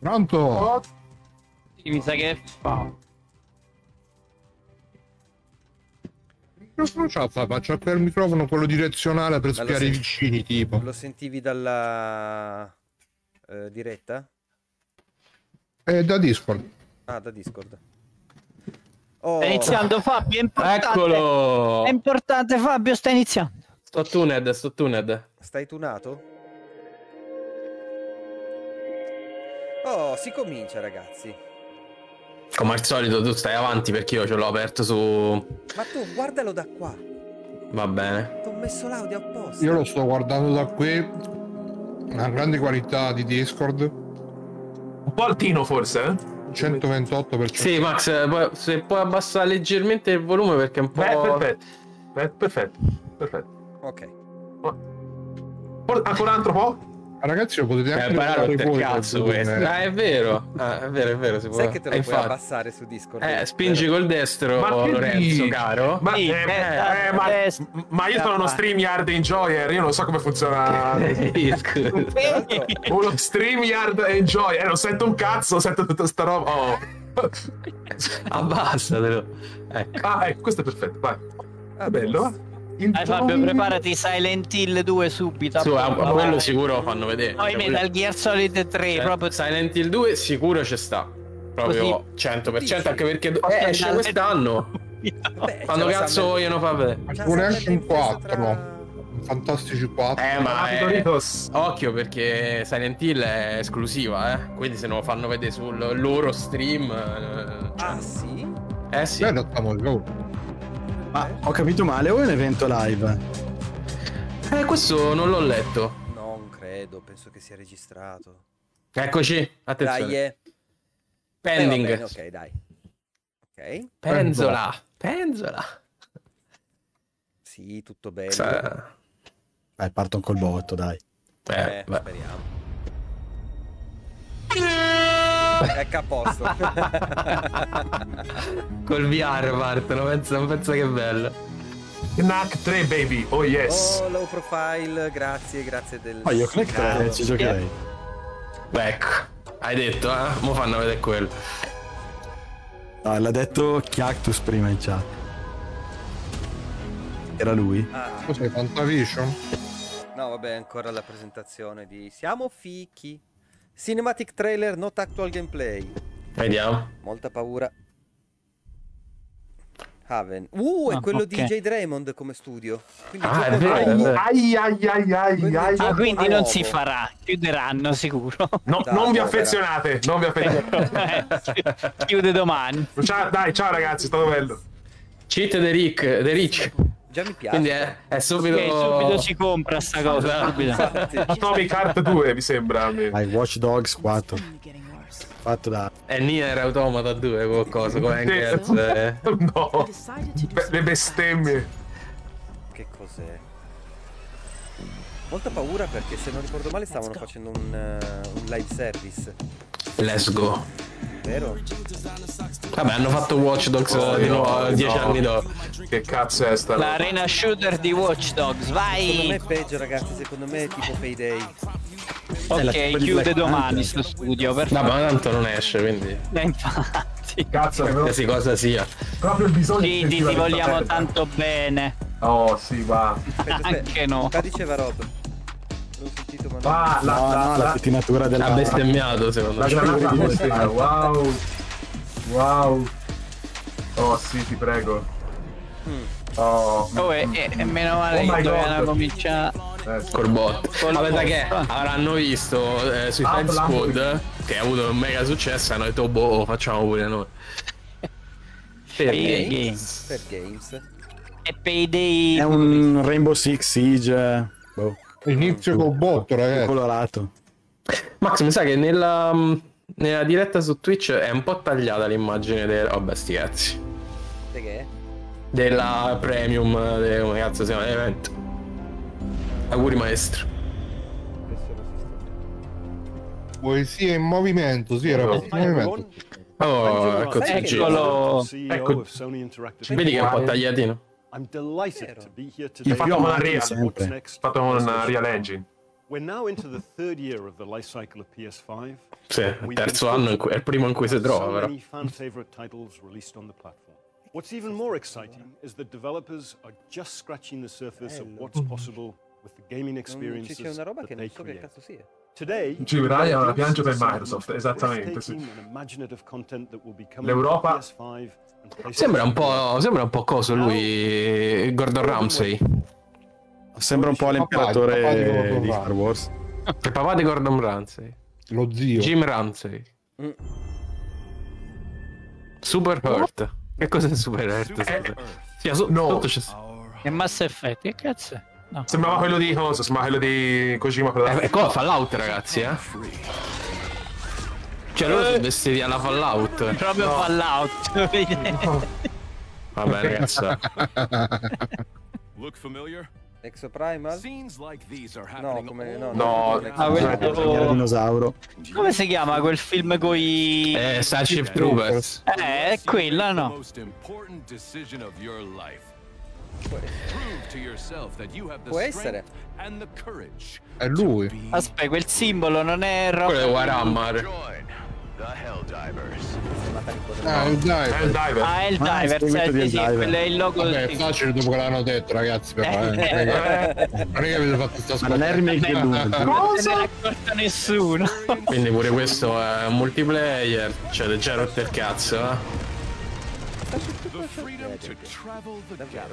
[SPEAKER 3] Pronto?
[SPEAKER 7] Mi sa che fa.
[SPEAKER 3] Non so c'ha fa, ma c'ha quel microfono quello direzionale per
[SPEAKER 1] lo
[SPEAKER 3] spiare i
[SPEAKER 1] senti.
[SPEAKER 3] vicini, tipo.
[SPEAKER 1] Lo sentivi dalla eh, diretta?
[SPEAKER 3] È Eh, da Discord.
[SPEAKER 1] Ah, da Discord. Oh,
[SPEAKER 7] Sta iniziando Fabio, è importante.
[SPEAKER 2] Eccolo.
[SPEAKER 7] È importante Fabio, sta iniziando.
[SPEAKER 2] Sto tuned, sto tuned.
[SPEAKER 1] stai tunato? Oh, si comincia, ragazzi.
[SPEAKER 2] Come al solito tu stai avanti perché io ce l'ho aperto su...
[SPEAKER 1] Ma tu guardalo da qua.
[SPEAKER 2] Va bene.
[SPEAKER 1] Ti ho messo l'audio apposta.
[SPEAKER 3] Io lo sto guardando da qui. Una grande qualità di Discord.
[SPEAKER 5] Un po' altino forse, eh?
[SPEAKER 3] 128%.
[SPEAKER 2] Sì, Max, eh, poi- se puoi abbassare leggermente il volume perché è un po'...
[SPEAKER 5] Beh, Eh, perfetto. Beh, perfetto. Perfetto.
[SPEAKER 1] Ok.
[SPEAKER 5] Por- Ancora un altro po'?
[SPEAKER 3] Ragazzi, lo potete
[SPEAKER 2] Eh,
[SPEAKER 3] anche
[SPEAKER 2] paralo
[SPEAKER 3] guardare
[SPEAKER 2] per
[SPEAKER 3] voi
[SPEAKER 2] cazzo
[SPEAKER 3] quel
[SPEAKER 2] questo.
[SPEAKER 3] volume.
[SPEAKER 2] Ah, è vero. Ah, è vero, è vero. Si può...
[SPEAKER 1] Sai che te lo
[SPEAKER 2] Eh,
[SPEAKER 1] puoi
[SPEAKER 2] infatti.
[SPEAKER 1] abbassare su Discord?
[SPEAKER 2] Eh, spingi col destro,
[SPEAKER 5] Ma che
[SPEAKER 2] Oh, Lorenzo,
[SPEAKER 5] dici?
[SPEAKER 2] caro.
[SPEAKER 5] Ma,
[SPEAKER 7] Sì,
[SPEAKER 5] eh,
[SPEAKER 7] eh,
[SPEAKER 5] eh, ma-
[SPEAKER 7] test-
[SPEAKER 5] ma io sono uno StreamYard Enjoyer, io non so come funziona
[SPEAKER 2] Sì, scusa.
[SPEAKER 1] Tra l'altro,
[SPEAKER 5] uno StreamYard Enjoyer, eh, non sento un cazzo, sento tutta sta roba. Oh.
[SPEAKER 2] Ah, Abbassatelo. Ecco.
[SPEAKER 5] Ah, ecco, questo è perfetto, vai.
[SPEAKER 1] ah,
[SPEAKER 5] bello,
[SPEAKER 1] posto.
[SPEAKER 3] Eh,
[SPEAKER 7] Dai Fabio, preparati Silent Hill 2 subito.
[SPEAKER 2] Su, a,
[SPEAKER 7] appunto,
[SPEAKER 2] a ah, quello
[SPEAKER 7] vai.
[SPEAKER 2] sicuro lo fanno vedere.
[SPEAKER 7] Poi
[SPEAKER 2] Cioè,
[SPEAKER 7] Metal Gear Solid 3,
[SPEAKER 2] quello-
[SPEAKER 7] proprio
[SPEAKER 2] Silent Hill 2 sicuro ci sta. Proprio 100%, anche perché do-
[SPEAKER 7] Eh,
[SPEAKER 2] esce
[SPEAKER 7] dal-
[SPEAKER 2] quest'anno.
[SPEAKER 1] Vabbè,
[SPEAKER 2] Quando
[SPEAKER 1] Eh, ce la
[SPEAKER 2] cazzo
[SPEAKER 1] siamo-
[SPEAKER 2] vogliono far vedere.
[SPEAKER 1] ce la
[SPEAKER 3] Pure
[SPEAKER 1] siamo
[SPEAKER 3] anche in
[SPEAKER 1] messa
[SPEAKER 3] 4. Fantastici 4.
[SPEAKER 2] Eh, ma
[SPEAKER 5] Avanti,
[SPEAKER 2] è...
[SPEAKER 5] Doritos.
[SPEAKER 2] Occhio perché Silent Hill è esclusiva, eh. Quindi se non lo fanno vedere sul loro stream... eh,
[SPEAKER 1] Ah, sì?
[SPEAKER 2] cioè- Eh sì.
[SPEAKER 3] Beh, lo stiamo giù.
[SPEAKER 6] Ma
[SPEAKER 1] Eh,
[SPEAKER 6] ho capito male, o è un evento live?
[SPEAKER 2] Eh, questo non l'ho letto.
[SPEAKER 1] Non credo, penso che sia registrato.
[SPEAKER 2] Eccoci, attenzione.
[SPEAKER 1] Dai, eh. Eh, va
[SPEAKER 2] Pending.
[SPEAKER 1] bene, ok, dai. Ok.
[SPEAKER 2] Penzola. Penzola.
[SPEAKER 1] Sì, tutto Eh, bello.
[SPEAKER 2] Sa-
[SPEAKER 6] Dai, parto col botto, dai.
[SPEAKER 2] Eh,
[SPEAKER 1] Eh,
[SPEAKER 2] beh.
[SPEAKER 1] speriamo. Ecco a posto.
[SPEAKER 2] Col VR partono, pensa, pensa che bello.
[SPEAKER 5] Knack 3, baby, oh yes.
[SPEAKER 1] oh, low profile, grazie, grazie del...
[SPEAKER 2] Ah,
[SPEAKER 6] Ma Ah, io Knack 3 ci giocherei.
[SPEAKER 2] Beh, ecco, hai detto, eh? Mo fanno vedere quello.
[SPEAKER 6] No, l'ha detto Chiactus prima in chat. Era lui?
[SPEAKER 1] Ah,
[SPEAKER 3] Cos'è? Fantavision?
[SPEAKER 1] no, vabbè, ancora la presentazione di... Siamo fichi. Cinematic trailer, not actual gameplay.
[SPEAKER 2] Vediamo.
[SPEAKER 1] Molta paura. Haven. Uh, è
[SPEAKER 7] Ah,
[SPEAKER 1] quello
[SPEAKER 7] ok.
[SPEAKER 1] di J. Draymond come studio. Quindi
[SPEAKER 2] Ah, è
[SPEAKER 1] gioco
[SPEAKER 2] vero,
[SPEAKER 1] nuovo.
[SPEAKER 2] è vero.
[SPEAKER 5] Ai, ai, ai, ai, ai.
[SPEAKER 7] Ah,
[SPEAKER 1] nuovo.
[SPEAKER 7] quindi non si farà, chiuderanno sicuro. Eh,
[SPEAKER 5] No,
[SPEAKER 1] Dai,
[SPEAKER 5] non vi
[SPEAKER 1] povera.
[SPEAKER 5] affezionate, non vi affezionate.
[SPEAKER 7] Chiude domani.
[SPEAKER 5] Ciao, dai, ciao ragazzi, è stato bello.
[SPEAKER 2] Cheat the Rick, the Rich.
[SPEAKER 1] Già mi piace.
[SPEAKER 2] Quindi è, è subito...
[SPEAKER 7] Ok, subito si compra sta cosa. Subito.
[SPEAKER 1] Infatti.
[SPEAKER 5] Atomic Heart 2, mi sembra. a me.
[SPEAKER 6] Dai, Watch Dogs 4. Fatto da...
[SPEAKER 2] È Nier Automata 2 qualcosa, come
[SPEAKER 5] Sì.
[SPEAKER 2] anche... eh.
[SPEAKER 5] No. Beh, le Oh, bestemmie.
[SPEAKER 1] Che cos'è? Molta paura perché se non ricordo male stavano facendo un, eh, un live service.
[SPEAKER 2] Let's go.
[SPEAKER 1] vero?
[SPEAKER 2] Vabbè, hanno fatto Watch Dogs eh,
[SPEAKER 5] Oh,
[SPEAKER 2] di
[SPEAKER 5] no,
[SPEAKER 2] nuovo
[SPEAKER 5] no.
[SPEAKER 2] dieci anni dopo.
[SPEAKER 5] Che cazzo è sta roba?
[SPEAKER 7] L'arena shooter di Watch Dogs,
[SPEAKER 1] Secondo me è
[SPEAKER 7] vai!
[SPEAKER 1] peggio, ragazzi. Secondo me è tipo payday.
[SPEAKER 6] È
[SPEAKER 7] Ok,
[SPEAKER 6] la tipo di
[SPEAKER 7] chiude
[SPEAKER 6] Black
[SPEAKER 7] domani
[SPEAKER 6] Panther.
[SPEAKER 7] sto studio,
[SPEAKER 2] Vabbè,
[SPEAKER 7] perfetto.
[SPEAKER 2] ma tanto non esce, quindi
[SPEAKER 7] Eh, Infatti,
[SPEAKER 5] Cazzo, avevo
[SPEAKER 2] qualsiasi cosa sia.
[SPEAKER 5] proprio il bisogno
[SPEAKER 7] Gigi, ti
[SPEAKER 5] sentiva questa
[SPEAKER 7] vogliamo
[SPEAKER 5] merda.
[SPEAKER 7] tanto bene.
[SPEAKER 5] Oh, sì, va.
[SPEAKER 1] Aspetta, aspetta.
[SPEAKER 7] Anche no.
[SPEAKER 1] Qua diceva Rob. L'ho sentito, ma non-
[SPEAKER 2] Ah.
[SPEAKER 5] Va, la,
[SPEAKER 6] No,
[SPEAKER 5] la,
[SPEAKER 6] no,
[SPEAKER 5] la,
[SPEAKER 6] la pettinatura
[SPEAKER 2] Ha
[SPEAKER 6] della
[SPEAKER 2] bestemmiato, secondo
[SPEAKER 5] la
[SPEAKER 2] me.
[SPEAKER 5] granata ammontata, wow. Wow. Oh, sì, ti prego. Oh,
[SPEAKER 7] Mm. Oh, e, e- e meno
[SPEAKER 5] Oh
[SPEAKER 7] male
[SPEAKER 5] my
[SPEAKER 7] che dovevano
[SPEAKER 5] God.
[SPEAKER 7] cominciare.
[SPEAKER 5] eh, sì.
[SPEAKER 2] Corbot. Ma pensa che avranno visto eh, sui
[SPEAKER 5] Ah,
[SPEAKER 2] Friends
[SPEAKER 5] Blanco.
[SPEAKER 2] Squad che ha avuto un mega successo e hanno detto boh, lo facciamo pure noi. Eh, Perché?
[SPEAKER 7] Payday.
[SPEAKER 1] Per games.
[SPEAKER 7] E Payday.
[SPEAKER 6] è un Rainbow Six Siege boh,
[SPEAKER 3] Inizio col botto,
[SPEAKER 5] Ecco.
[SPEAKER 3] ragazzi.
[SPEAKER 6] colorato.
[SPEAKER 2] Max, mi sa che nella, nella diretta su Twitch è un po' tagliata l'immagine del... Vabbè, sti cazzi.
[SPEAKER 1] Perché?
[SPEAKER 2] Della premium, de- come cazzo si chiama, dell'evento. Auguri maestro.
[SPEAKER 1] Adesso lo sistemo.
[SPEAKER 3] Poesia in movimento, sì, era
[SPEAKER 2] No.
[SPEAKER 3] poesia in movimento.
[SPEAKER 2] Oh, ecco
[SPEAKER 1] Sai che
[SPEAKER 2] il
[SPEAKER 1] cosa-
[SPEAKER 2] giro.
[SPEAKER 7] Eccolo.
[SPEAKER 2] Ecco.
[SPEAKER 8] CEO of Sony Interactive.
[SPEAKER 2] Vedi che è un po' tagliatino.
[SPEAKER 8] I'm delighted
[SPEAKER 1] Vero.
[SPEAKER 8] to be here
[SPEAKER 6] Il
[SPEAKER 8] today.
[SPEAKER 5] fatto con la Real.
[SPEAKER 6] Sempre.
[SPEAKER 8] What's next?
[SPEAKER 5] Fatto con una Real Engine.
[SPEAKER 8] We're now into the third year of the life cycle of PS5.
[SPEAKER 2] Sì, è il terzo anno, in cui- è il primo in cui si trova,
[SPEAKER 8] So
[SPEAKER 2] però.
[SPEAKER 8] many fan favorite titles released on the platform. What's even more exciting is that developers are just scratching the surface of what's possible with the gaming
[SPEAKER 1] Non ci
[SPEAKER 8] experiences
[SPEAKER 1] c'è una roba che
[SPEAKER 8] that
[SPEAKER 1] non
[SPEAKER 8] they
[SPEAKER 1] so che
[SPEAKER 8] create.
[SPEAKER 1] cazzo sia.
[SPEAKER 8] Today,
[SPEAKER 5] Ci vedrai, allora,
[SPEAKER 8] we've got
[SPEAKER 5] piange per
[SPEAKER 8] some
[SPEAKER 5] Microsoft,
[SPEAKER 8] breathtaking
[SPEAKER 5] esattamente, sì.
[SPEAKER 8] and imaginative content that will be coming to
[SPEAKER 5] L'Europa-
[SPEAKER 8] PS5 and PlayStation
[SPEAKER 2] Sembra un po', sembra un po' coso lui, Gordon Ramsay.
[SPEAKER 6] Sembra un po'
[SPEAKER 3] Papà, papà di
[SPEAKER 6] l'imperatore
[SPEAKER 3] Gordon
[SPEAKER 6] di Star
[SPEAKER 3] Ramsay.
[SPEAKER 6] Wars.
[SPEAKER 2] Il papà di Gordon Ramsay.
[SPEAKER 3] Lo zio.
[SPEAKER 2] Jim Ramsay.
[SPEAKER 1] Mm.
[SPEAKER 2] Super Hurt. Che cos'è Super Hurt? scusa? Sì, so-
[SPEAKER 5] No.
[SPEAKER 2] sotto c'è...
[SPEAKER 7] E Mass Effect, che cazzo è? No.
[SPEAKER 5] Sembrava quello di Cosos, ma quello di Kojima. quello
[SPEAKER 2] Eh,
[SPEAKER 5] da-
[SPEAKER 2] beh, qua Fallout, ragazzi, eh. Cioè, loro sono vestiti alla Fallout.
[SPEAKER 7] Proprio Fallout.
[SPEAKER 2] Vabbè, ragazzi.
[SPEAKER 9] Look familiar?
[SPEAKER 1] Exo Primal?
[SPEAKER 9] Scenes like these are
[SPEAKER 1] No,
[SPEAKER 9] happening
[SPEAKER 1] come
[SPEAKER 9] all
[SPEAKER 1] no.
[SPEAKER 5] No,
[SPEAKER 1] non è
[SPEAKER 7] ah,
[SPEAKER 1] Exo
[SPEAKER 7] quello-
[SPEAKER 1] Primal.
[SPEAKER 7] Oh.
[SPEAKER 6] Cioè, Era dinosauro.
[SPEAKER 7] Come si chiama quel film con i... Eh,
[SPEAKER 2] Eh, Starship Troopers.
[SPEAKER 7] è quella,
[SPEAKER 9] the
[SPEAKER 7] no?
[SPEAKER 9] most important decision of your life. Prove to yourself that you have the
[SPEAKER 1] Può essere.
[SPEAKER 9] strength and the courage
[SPEAKER 3] È lui.
[SPEAKER 9] to be
[SPEAKER 7] Aspetta, quel simbolo non è
[SPEAKER 2] Quello è
[SPEAKER 7] roba...
[SPEAKER 2] Warhammer.
[SPEAKER 3] Ah, il
[SPEAKER 5] È il
[SPEAKER 3] diver.
[SPEAKER 5] diver.
[SPEAKER 7] Ah, è il
[SPEAKER 6] Ah, è il
[SPEAKER 7] diver,
[SPEAKER 6] seguito
[SPEAKER 7] sì,
[SPEAKER 6] del
[SPEAKER 7] sì,
[SPEAKER 6] diver.
[SPEAKER 7] quello è il logo
[SPEAKER 3] Vabbè, è
[SPEAKER 7] sì.
[SPEAKER 3] facile dopo che l'hanno detto, ragazzi. Però, eh.
[SPEAKER 7] Eh.
[SPEAKER 3] Non è che- non è che avete fatto sta
[SPEAKER 6] Ma non è il
[SPEAKER 3] scuola.
[SPEAKER 6] remake dell'ultimo.
[SPEAKER 7] Non se n'è accorto nessuno.
[SPEAKER 2] Quindi pure questo è un multiplayer. Cioè, già rotto il cazzo, eh.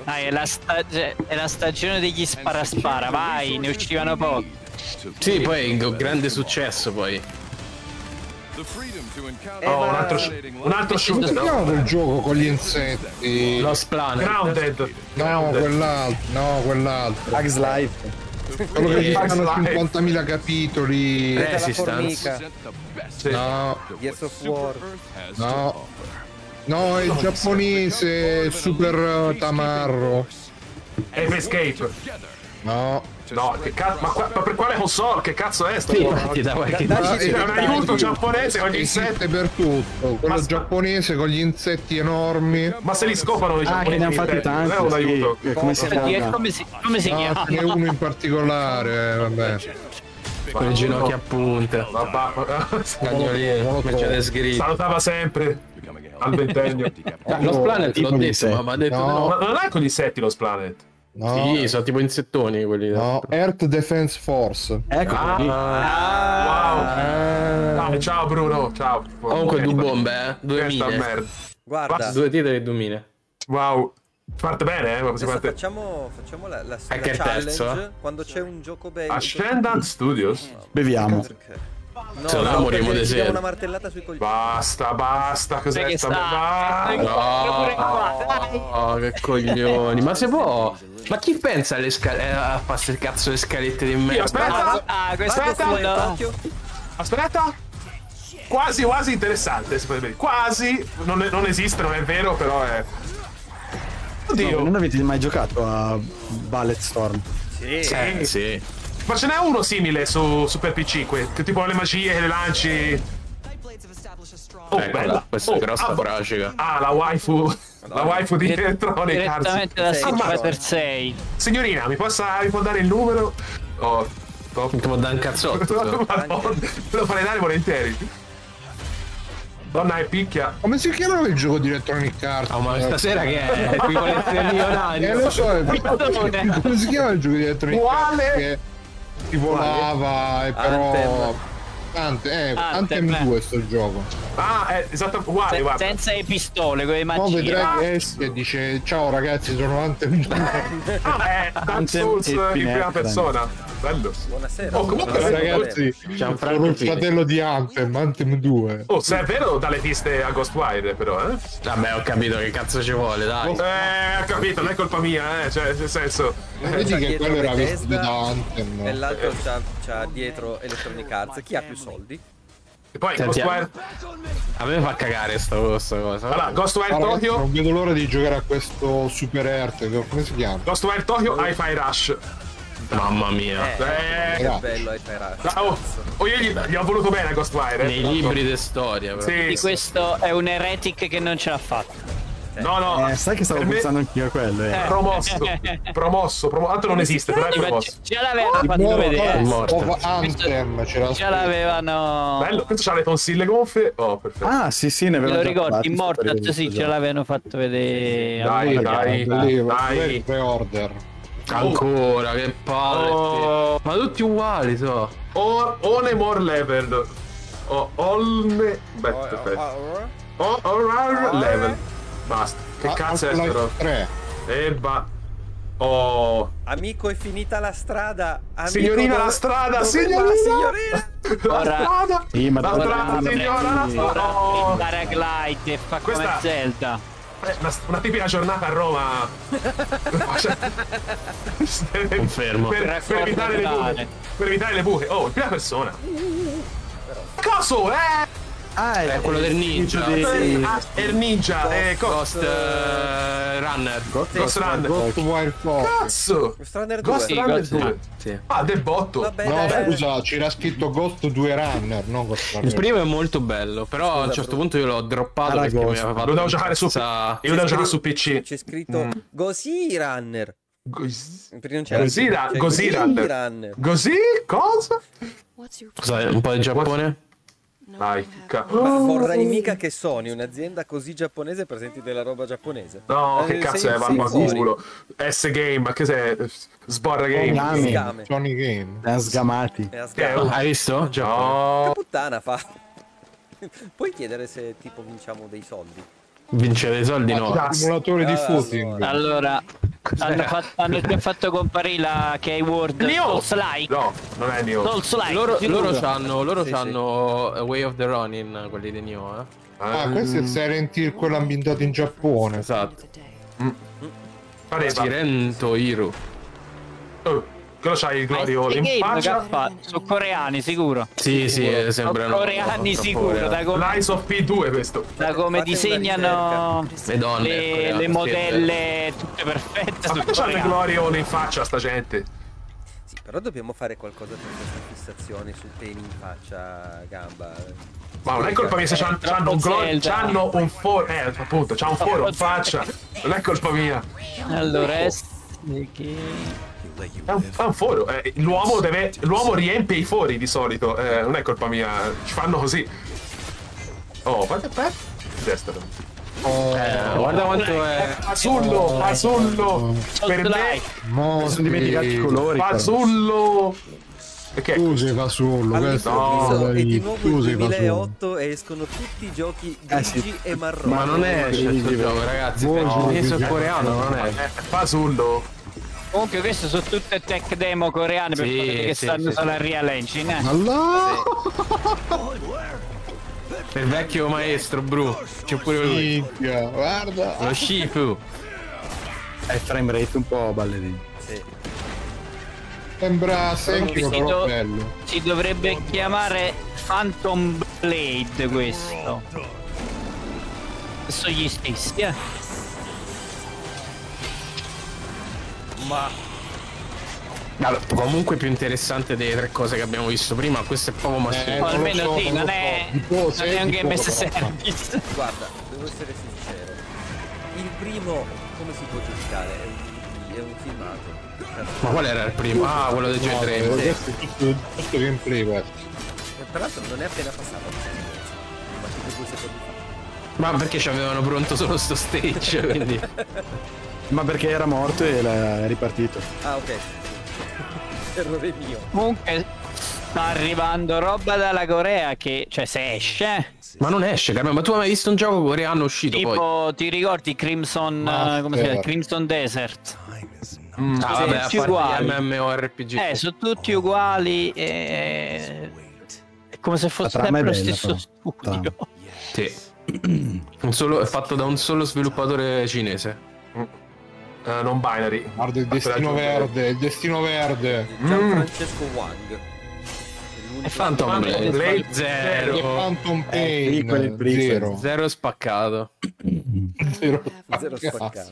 [SPEAKER 7] Dai, è la, sta- cioè, è la stagione degli spara-spara, vai, ne uscivano pochi.
[SPEAKER 2] Sì, poi g- grande successo poi.
[SPEAKER 5] Oh, un altro, un
[SPEAKER 3] Come
[SPEAKER 5] altro
[SPEAKER 3] si
[SPEAKER 5] shooter.
[SPEAKER 3] chiama quel gioco con gli insetti?
[SPEAKER 2] Lost Planet.
[SPEAKER 5] Grounded.
[SPEAKER 3] No, quell'altro, no, quell'altro.
[SPEAKER 6] Bugs Life.
[SPEAKER 3] Quello che
[SPEAKER 5] Eh,
[SPEAKER 3] fanno
[SPEAKER 5] Life.
[SPEAKER 3] 50.000 capitoli.
[SPEAKER 2] Eh,
[SPEAKER 1] Della
[SPEAKER 2] Resistance.
[SPEAKER 1] formica.
[SPEAKER 3] No,
[SPEAKER 1] Gears of War.
[SPEAKER 3] no. No, è giapponese, è super eh, tamarro.
[SPEAKER 5] Ape Escape.
[SPEAKER 3] No.
[SPEAKER 5] No, che cazzo, ma, qua- ma per quale console? Che cazzo è sta
[SPEAKER 2] Sì,
[SPEAKER 5] roba?
[SPEAKER 2] infatti da qualche
[SPEAKER 1] Da-
[SPEAKER 2] parte.
[SPEAKER 1] dacci
[SPEAKER 5] C'è
[SPEAKER 1] dei
[SPEAKER 5] un
[SPEAKER 1] dettagli.
[SPEAKER 5] aiuto giapponese con gli insetti.
[SPEAKER 3] Insette per tutto. Quello
[SPEAKER 5] Ma-
[SPEAKER 3] giapponese con gli insetti enormi. No,
[SPEAKER 5] Ma se li scopano i
[SPEAKER 6] Ah, che
[SPEAKER 5] giapponesi?
[SPEAKER 6] ne hanno fatti
[SPEAKER 5] Nintendo, non è un
[SPEAKER 6] tanti.
[SPEAKER 5] aiuto. Ecco.
[SPEAKER 6] sì. Eh, Come si
[SPEAKER 7] Oddio, e
[SPEAKER 6] chiama?
[SPEAKER 7] come si, come si chiama?
[SPEAKER 3] Ah, ce n'è uno in particolare, eh, vabbè.
[SPEAKER 2] Con le ginocchia a punta.
[SPEAKER 5] Vabbè,
[SPEAKER 2] Cagnolino, Mercedes Gris.
[SPEAKER 5] salutava sempre al ventennio.
[SPEAKER 2] Lost Planet l'ho
[SPEAKER 6] Tipo di
[SPEAKER 2] detto,
[SPEAKER 6] sé.
[SPEAKER 2] ma mi ha detto di
[SPEAKER 3] No.
[SPEAKER 6] Oh.
[SPEAKER 5] Ma
[SPEAKER 2] no.
[SPEAKER 5] non è con gli insetti lo Splanet?
[SPEAKER 3] No,
[SPEAKER 2] Sì, sono tipo insettoni quelli. là.
[SPEAKER 3] no, Earth Defense Force.
[SPEAKER 6] Ecco, lì.
[SPEAKER 5] Wow. Ah, ciao Bruno, ciao.
[SPEAKER 2] Comunque due bombe, eh. Due
[SPEAKER 5] Questa
[SPEAKER 2] mine.
[SPEAKER 5] merda.
[SPEAKER 1] Guarda,
[SPEAKER 2] Due titoli e due mine.
[SPEAKER 5] Wow. Parte bene, eh, ma si
[SPEAKER 1] adesso
[SPEAKER 5] parte.
[SPEAKER 1] facciamo, facciamo la, la, la
[SPEAKER 2] Anche il
[SPEAKER 1] challenge.
[SPEAKER 2] terzo, Ah, eh?
[SPEAKER 1] Quando c'è un gioco bello.
[SPEAKER 5] Ascendant Studios.
[SPEAKER 6] beviamo.
[SPEAKER 1] Perché? No,
[SPEAKER 2] Se no,
[SPEAKER 1] perché
[SPEAKER 2] moriamo
[SPEAKER 1] gli diamo
[SPEAKER 2] di sera.
[SPEAKER 1] una martellata sui coglioni.
[SPEAKER 5] Basta, basta,
[SPEAKER 7] Sai
[SPEAKER 5] cos'è
[SPEAKER 7] che
[SPEAKER 5] sta
[SPEAKER 7] sta-
[SPEAKER 5] merda?
[SPEAKER 7] sta- pure
[SPEAKER 2] Oh,
[SPEAKER 7] qua, dai.
[SPEAKER 2] oh, che coglioni. Ma se può. Ma chi pensa alle scale. eh, a fare ste cazzo le scalette di merda?
[SPEAKER 5] aspetta.
[SPEAKER 7] Ah, ah, questo è
[SPEAKER 1] Guarda su
[SPEAKER 7] quello.
[SPEAKER 1] Tokyo.
[SPEAKER 5] Aspetta. Quasi, quasi interessante, si potrebbe dire. Quasi. Non, non esiste, non è vero, però è...
[SPEAKER 6] No,
[SPEAKER 5] Oddio.
[SPEAKER 6] non avete mai giocato a Ballet Storm?
[SPEAKER 2] Eh, sì.
[SPEAKER 5] Ma ce n'è uno simile su Super PC, que- che tipo le magie, le lanci. Oh,
[SPEAKER 10] Eccola,
[SPEAKER 5] bella.
[SPEAKER 10] questa
[SPEAKER 5] Oh,
[SPEAKER 10] è grossa
[SPEAKER 5] ah,
[SPEAKER 10] bracica.
[SPEAKER 5] Ah, la waifu, la waifu di
[SPEAKER 10] Dirett-
[SPEAKER 5] Electronic Arts.
[SPEAKER 10] direttamente da
[SPEAKER 5] Ah,
[SPEAKER 10] Street
[SPEAKER 5] ma-
[SPEAKER 10] Fighter
[SPEAKER 7] 6.
[SPEAKER 5] Signorina, mi, possa, mi può dare il numero? Oh, top.
[SPEAKER 10] Ti può dare un cazzotto, però.
[SPEAKER 5] Madonna, te lo farei dare volentieri. Donna e picchia.
[SPEAKER 3] Come si chiamava il gioco di Electronic Arts?
[SPEAKER 5] Oh, ma
[SPEAKER 10] stasera che è? Qui volete milionario?
[SPEAKER 3] Eh, lo so, è-
[SPEAKER 10] Madonna.
[SPEAKER 3] come si chiama il gioco di Electronic
[SPEAKER 10] Quale?
[SPEAKER 3] Arts? Che si volava e però...
[SPEAKER 5] Anthem.
[SPEAKER 3] Ante- eh,
[SPEAKER 7] Anthem.
[SPEAKER 3] Anthem 2 sto gioco.
[SPEAKER 5] Ah, è esattamente uguale,
[SPEAKER 7] Se-
[SPEAKER 5] guarda.
[SPEAKER 7] senza le pistole, con le
[SPEAKER 3] Poi
[SPEAKER 7] magie.
[SPEAKER 3] vedrai che esce e dice ciao ragazzi sono Anthem 2.
[SPEAKER 5] Ah, è Dark
[SPEAKER 3] Anthem
[SPEAKER 5] Souls
[SPEAKER 3] e
[SPEAKER 5] in prima
[SPEAKER 3] Pinhead,
[SPEAKER 5] persona. Bello.
[SPEAKER 1] Buonasera.
[SPEAKER 5] Oh, comunque,
[SPEAKER 3] Eh, ragazzi sono il fratello di Anthem, Anthem 2.
[SPEAKER 5] Oh, se è vero, dalle piste a Ghostwire, però, eh?
[SPEAKER 10] Vabbè, ho capito che cazzo ci vuole, dai.
[SPEAKER 5] Eh, ho capito, non è colpa mia, eh. Cioè, nel senso.
[SPEAKER 3] Ma Eh, vedi che
[SPEAKER 1] dietro
[SPEAKER 3] quello era
[SPEAKER 1] Bethesda,
[SPEAKER 3] vestito da Anthem.
[SPEAKER 1] Nell'altro c'ha, c'ha dietro Electronic Arts. Chi ha più soldi?
[SPEAKER 5] E poi
[SPEAKER 10] Senti, eh.
[SPEAKER 5] Ghostwire.
[SPEAKER 10] A me fa cagare sto, sto cosa.
[SPEAKER 5] Allora, Ghostwire
[SPEAKER 3] Ah, ragazzi,
[SPEAKER 5] Tokyo.
[SPEAKER 3] non vedo l'ora di giocare a questo Super Earth, come si chiama?
[SPEAKER 5] Ghostwire Tokyo, Hi-Fi Rush.
[SPEAKER 10] Mamma mia.
[SPEAKER 5] Eh,
[SPEAKER 1] Che bello è
[SPEAKER 5] Ah, oh, oh, io gli, gli ho voluto bene a Ghostwire. eh,
[SPEAKER 10] Nei
[SPEAKER 5] tanto.
[SPEAKER 10] libri di storia, però.
[SPEAKER 5] Sì.
[SPEAKER 7] Quindi questo è un eretic che non ce l'ha fatta.
[SPEAKER 5] No, no.
[SPEAKER 6] Eh, sai che stavo
[SPEAKER 5] per me-
[SPEAKER 6] pensando anch'io a quello, eh.
[SPEAKER 5] Promosso, promosso, promosso. Tanto non esiste, però è
[SPEAKER 7] Ma
[SPEAKER 5] promosso.
[SPEAKER 7] gi- già l'avevano
[SPEAKER 3] Il
[SPEAKER 7] fatto
[SPEAKER 3] nuovo
[SPEAKER 7] vedere.
[SPEAKER 3] Lords of Anthem c'era
[SPEAKER 7] Già l'avevano.
[SPEAKER 5] Bello, questo c'ha le tonsille gonfie. Oh, perfetto.
[SPEAKER 6] Ah, sì, sì, ne
[SPEAKER 7] Me
[SPEAKER 6] avevo
[SPEAKER 7] lo
[SPEAKER 6] già parlato,
[SPEAKER 7] ricordi?
[SPEAKER 6] sto per
[SPEAKER 7] Immortal
[SPEAKER 6] vedere
[SPEAKER 7] sì,
[SPEAKER 6] questo
[SPEAKER 7] ce
[SPEAKER 6] gioco.
[SPEAKER 7] l'avevano fatto vedere.
[SPEAKER 5] Dai,
[SPEAKER 7] allora.
[SPEAKER 5] dai,
[SPEAKER 3] Quello
[SPEAKER 5] dai.
[SPEAKER 3] è il pre-order.
[SPEAKER 10] Ancora, che
[SPEAKER 6] Ah.
[SPEAKER 10] palle.
[SPEAKER 5] Oh.
[SPEAKER 10] sì. Ma tutti uguali, so.
[SPEAKER 5] O- Oh, one more level. O olne. Beh, perfetto. O
[SPEAKER 6] Oh,
[SPEAKER 5] orar
[SPEAKER 6] eh.
[SPEAKER 5] level. Basta.
[SPEAKER 6] Ah,
[SPEAKER 5] Che cazzo è
[SPEAKER 3] Ah, Half-Life
[SPEAKER 5] sto
[SPEAKER 3] 3.
[SPEAKER 5] E ba. Oh.
[SPEAKER 1] Amico, è finita la strada. Amico,
[SPEAKER 5] Signorina
[SPEAKER 1] dove-
[SPEAKER 5] la strada,
[SPEAKER 1] dove va,
[SPEAKER 5] signorina!
[SPEAKER 1] signorina!
[SPEAKER 5] La
[SPEAKER 7] Ora-
[SPEAKER 5] strada!
[SPEAKER 6] Sì, ma
[SPEAKER 5] la
[SPEAKER 6] dove-
[SPEAKER 5] strada,
[SPEAKER 6] dove-
[SPEAKER 5] signora, la strada!
[SPEAKER 7] Ora, il
[SPEAKER 5] Oh.
[SPEAKER 7] paraglide fa
[SPEAKER 5] Questa-
[SPEAKER 7] come Zelda.
[SPEAKER 5] Eh, Una, una tipica giornata a Roma.
[SPEAKER 10] Confermo.
[SPEAKER 5] Per, per evitare le buche. Per evitare le buche. Oh, in prima persona. Coso, eh!
[SPEAKER 6] Ah, è
[SPEAKER 10] quello del ninja.
[SPEAKER 6] Sì, sì.
[SPEAKER 5] Ah, Air Ninja, eh,
[SPEAKER 10] Ghost
[SPEAKER 5] Ghost.
[SPEAKER 10] eh, Runner.
[SPEAKER 5] Ghost Run.
[SPEAKER 3] Ghostwire Tokyo.
[SPEAKER 5] Cazzo!
[SPEAKER 1] Ghost Runner 2.
[SPEAKER 5] Ghost Runner 2.
[SPEAKER 10] Sì.
[SPEAKER 5] Ah, del botto.
[SPEAKER 1] Vabbè,
[SPEAKER 3] No,
[SPEAKER 1] eh, dai,
[SPEAKER 3] scusa, c'era scritto Ghost 2 Runner, non Ghost
[SPEAKER 10] Il
[SPEAKER 3] Runner.
[SPEAKER 10] primo è molto bello, però a un certo punto io l'ho droppato
[SPEAKER 6] Alla
[SPEAKER 10] perché mi
[SPEAKER 6] Ghost.
[SPEAKER 10] aveva fatto
[SPEAKER 5] Lo devo giocare su.
[SPEAKER 10] incazzare.
[SPEAKER 5] Io lo devo giocare su PC.
[SPEAKER 1] C'è scritto Così Runner. Perché non c'era
[SPEAKER 5] Così,
[SPEAKER 1] c'è
[SPEAKER 5] così Runner.
[SPEAKER 1] Runner.
[SPEAKER 5] Così? Cosa?
[SPEAKER 10] Cosa, un po' di Giappone?
[SPEAKER 5] Vai, ficca.
[SPEAKER 1] Ma vorrei mica che Sony, un'azienda così giapponese, presenti della roba giapponese.
[SPEAKER 5] No,
[SPEAKER 1] Eh,
[SPEAKER 5] che cazzo
[SPEAKER 1] sei-
[SPEAKER 5] è?
[SPEAKER 1] sei
[SPEAKER 5] Mamma
[SPEAKER 1] fuori.
[SPEAKER 5] culo. S Game, ma che sei? Sborra Game.
[SPEAKER 6] Ogni-
[SPEAKER 1] Sgame.
[SPEAKER 6] Game.
[SPEAKER 3] Sony Game.
[SPEAKER 6] Ne ha sgamati.
[SPEAKER 1] È a
[SPEAKER 5] Eh,
[SPEAKER 1] sgame.
[SPEAKER 5] oh,
[SPEAKER 10] Hai visto? Giappone.
[SPEAKER 1] Che
[SPEAKER 5] No.
[SPEAKER 1] puttana fa. Puoi chiedere se tipo vinciamo dei soldi.
[SPEAKER 10] Vincere dei soldi no.
[SPEAKER 5] Dai.
[SPEAKER 3] Simulatore di
[SPEAKER 1] Allora,
[SPEAKER 3] footing.
[SPEAKER 7] Allora, hanno, fatto- hanno già fatto comparire la keyword
[SPEAKER 5] Neo!
[SPEAKER 7] Souls-like.
[SPEAKER 5] No, non è Neo.
[SPEAKER 7] Souls-like.
[SPEAKER 10] Loro, loro
[SPEAKER 7] sicuro.
[SPEAKER 10] c'hanno, loro
[SPEAKER 1] Sì, sì.
[SPEAKER 10] c'hanno eh, Way of the Ronin, quelli di Neo, eh.
[SPEAKER 3] Ah,
[SPEAKER 5] Eh,
[SPEAKER 3] questo è Silent Hill, quello ambientato in Giappone.
[SPEAKER 10] Esatto.
[SPEAKER 5] pareva.
[SPEAKER 10] Sirento Hiro.
[SPEAKER 5] Oh, quello c'hai il
[SPEAKER 7] Ma
[SPEAKER 5] Glorio
[SPEAKER 7] è
[SPEAKER 5] in
[SPEAKER 7] Game che ha
[SPEAKER 5] faccia.
[SPEAKER 7] fatto? Sono coreani sicuro.
[SPEAKER 10] Sì, sì, eh, sembrano
[SPEAKER 7] coreani
[SPEAKER 10] troppo
[SPEAKER 7] sicuro,
[SPEAKER 10] coreani.
[SPEAKER 7] da come,
[SPEAKER 5] Lies of P2 questo.
[SPEAKER 7] da come
[SPEAKER 1] Fate una
[SPEAKER 7] disegnano
[SPEAKER 10] Le donne
[SPEAKER 7] le,
[SPEAKER 10] coreane,
[SPEAKER 7] le
[SPEAKER 10] sì, è
[SPEAKER 7] modelle tutte perfette.
[SPEAKER 5] Ma
[SPEAKER 7] sono
[SPEAKER 5] perché c'hanno il
[SPEAKER 7] coreane.
[SPEAKER 5] Glorio in faccia sta gente?
[SPEAKER 1] Sì, però dobbiamo fare qualcosa per questa fissazione su peni in faccia, gamba.
[SPEAKER 5] Ma non è colpa mia se c'hanno, c'hanno un Glorio,
[SPEAKER 7] eh, Zelda.
[SPEAKER 5] c'hanno un foro, eh appunto, c'ha un foro in faccia. Non è colpa mia.
[SPEAKER 7] Allora, eh, sì, che-
[SPEAKER 5] È un, è un foro. eh, l'uomo, deve, l'uomo riempie i fori di solito. eh, non è colpa mia. Ci fanno così. Oh, fate per. Destra.
[SPEAKER 10] Eh, guarda quanto è.
[SPEAKER 2] Oh,
[SPEAKER 5] Fasullo, fasullo. Per me,
[SPEAKER 3] No,
[SPEAKER 6] Mi sono dimenticato i colori. però.
[SPEAKER 5] fasullo. Perché?
[SPEAKER 2] Uh,
[SPEAKER 3] Scusi, Fasullo, questo
[SPEAKER 5] no,
[SPEAKER 1] All'improvviso
[SPEAKER 3] è
[SPEAKER 1] è di nuovo il
[SPEAKER 3] Scusi, Fasullo.
[SPEAKER 1] 2008 e escono tutti i giochi
[SPEAKER 6] Eh sì.
[SPEAKER 1] grigi e marroni.
[SPEAKER 10] Ma non è questo gioco, ragazzi.
[SPEAKER 3] Voi
[SPEAKER 10] No,
[SPEAKER 3] siete
[SPEAKER 10] io sono
[SPEAKER 3] più-
[SPEAKER 10] coreano, non è.
[SPEAKER 5] Eh, fasullo.
[SPEAKER 7] Comunque queste sono tutte tech demo coreane per
[SPEAKER 10] Sì,
[SPEAKER 7] quelli che
[SPEAKER 10] sì,
[SPEAKER 7] stanno
[SPEAKER 10] sì,
[SPEAKER 7] sulla Real Engine. eh.
[SPEAKER 3] Allora,
[SPEAKER 10] Il vecchio maestro, bru. C'è pure lui.
[SPEAKER 3] minchia, guarda.
[SPEAKER 10] Lo Shifu.
[SPEAKER 6] È Eh, frame rate un po' ballerino.
[SPEAKER 1] Sì.
[SPEAKER 3] Sembra semplice,
[SPEAKER 7] vestito-
[SPEAKER 3] però bello.
[SPEAKER 7] Si dovrebbe chiamare Phantom Blade questo. Sono gli stessi, eh.
[SPEAKER 10] Ma
[SPEAKER 2] Allora, comunque più interessante delle tre cose che abbiamo visto prima, questo è poco ma
[SPEAKER 7] Eh, non lo almeno so, sì, non non lo è- so. Di pose, non è un di game poco, as a però. service.
[SPEAKER 1] Guarda, devo essere sincero. Il primo, come si può giudicare? È un, è un filmato.
[SPEAKER 2] Ma qual era il primo? Ah, quello del Gen
[SPEAKER 3] No,
[SPEAKER 2] 3.
[SPEAKER 3] eh, Questo questo- questo gameplay, guarda.
[SPEAKER 1] E Tra l'altro non è appena passato. Ma tipo due secondi fa.
[SPEAKER 2] Ma perché ci avevano pronto solo sto stage, quindi...
[SPEAKER 6] Ma perché era morto e l'ha- è ripartito.
[SPEAKER 1] Ah, ok. Errore mio.
[SPEAKER 7] Comunque sta arrivando roba dalla Corea che, cioè, se esce...
[SPEAKER 2] Ma non esce, Carmen, ma tu hai mai visto un gioco coreano uscito poi?
[SPEAKER 7] Tipo, ti ricordi Crimson,
[SPEAKER 2] Ma
[SPEAKER 7] eh, come si chiama?
[SPEAKER 2] certo.
[SPEAKER 7] Crimson Desert?
[SPEAKER 2] Mm, ah,
[SPEAKER 7] Sì,
[SPEAKER 2] vabbè, a
[SPEAKER 7] tutti
[SPEAKER 2] parte
[SPEAKER 7] uguali.
[SPEAKER 2] gli MMORPG.
[SPEAKER 7] Eh, sono tutti uguali e... È come se fosse sempre lo stesso studio.
[SPEAKER 2] Sì. Un solo- è fatto da un solo sviluppatore cinese.
[SPEAKER 5] Eh, non binary.
[SPEAKER 3] Guarda il destino verde, il destino verde.
[SPEAKER 1] Gianfrancesco Wang.
[SPEAKER 2] E Phantom
[SPEAKER 3] Phantom
[SPEAKER 2] Blade
[SPEAKER 3] Blade
[SPEAKER 2] zero.
[SPEAKER 3] E Phantom
[SPEAKER 2] Eh,
[SPEAKER 3] Pain,
[SPEAKER 2] sì, quello è il primo.
[SPEAKER 3] zero.
[SPEAKER 2] Zero spaccato.
[SPEAKER 3] Zero
[SPEAKER 1] Zero spaccato.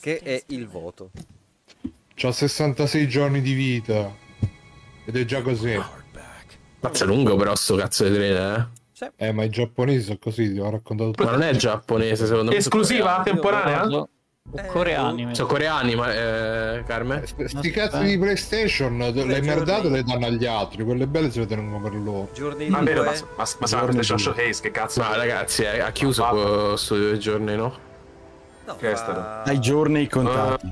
[SPEAKER 1] Che è il voto.
[SPEAKER 3] C'ha 66 giorni di vita. Ed è già così.
[SPEAKER 2] Cazzo è lungo però sto cazzo di treno, eh.
[SPEAKER 1] Cioè,
[SPEAKER 3] Eh, ma i giapponesi sono così, ti ho raccontato tutto.
[SPEAKER 2] Ma non è giapponese, secondo me.
[SPEAKER 5] Esclusiva?
[SPEAKER 2] sono
[SPEAKER 5] Temporanea?
[SPEAKER 2] coreani.
[SPEAKER 7] Coreani.
[SPEAKER 2] Sono coreani, ma eh, Carmen.
[SPEAKER 3] Sti cazzi di PlayStation, le merdate le danno agli altri, quelle belle se le tengono per loro.
[SPEAKER 1] Giorni
[SPEAKER 5] Ma vero, ma, ma, ma, ma sarà un showcase, che cazzo.
[SPEAKER 2] Ma ragazzi, eh, ha chiuso questo due giorni, no?
[SPEAKER 5] Che è stato?
[SPEAKER 6] Ai giorni contati.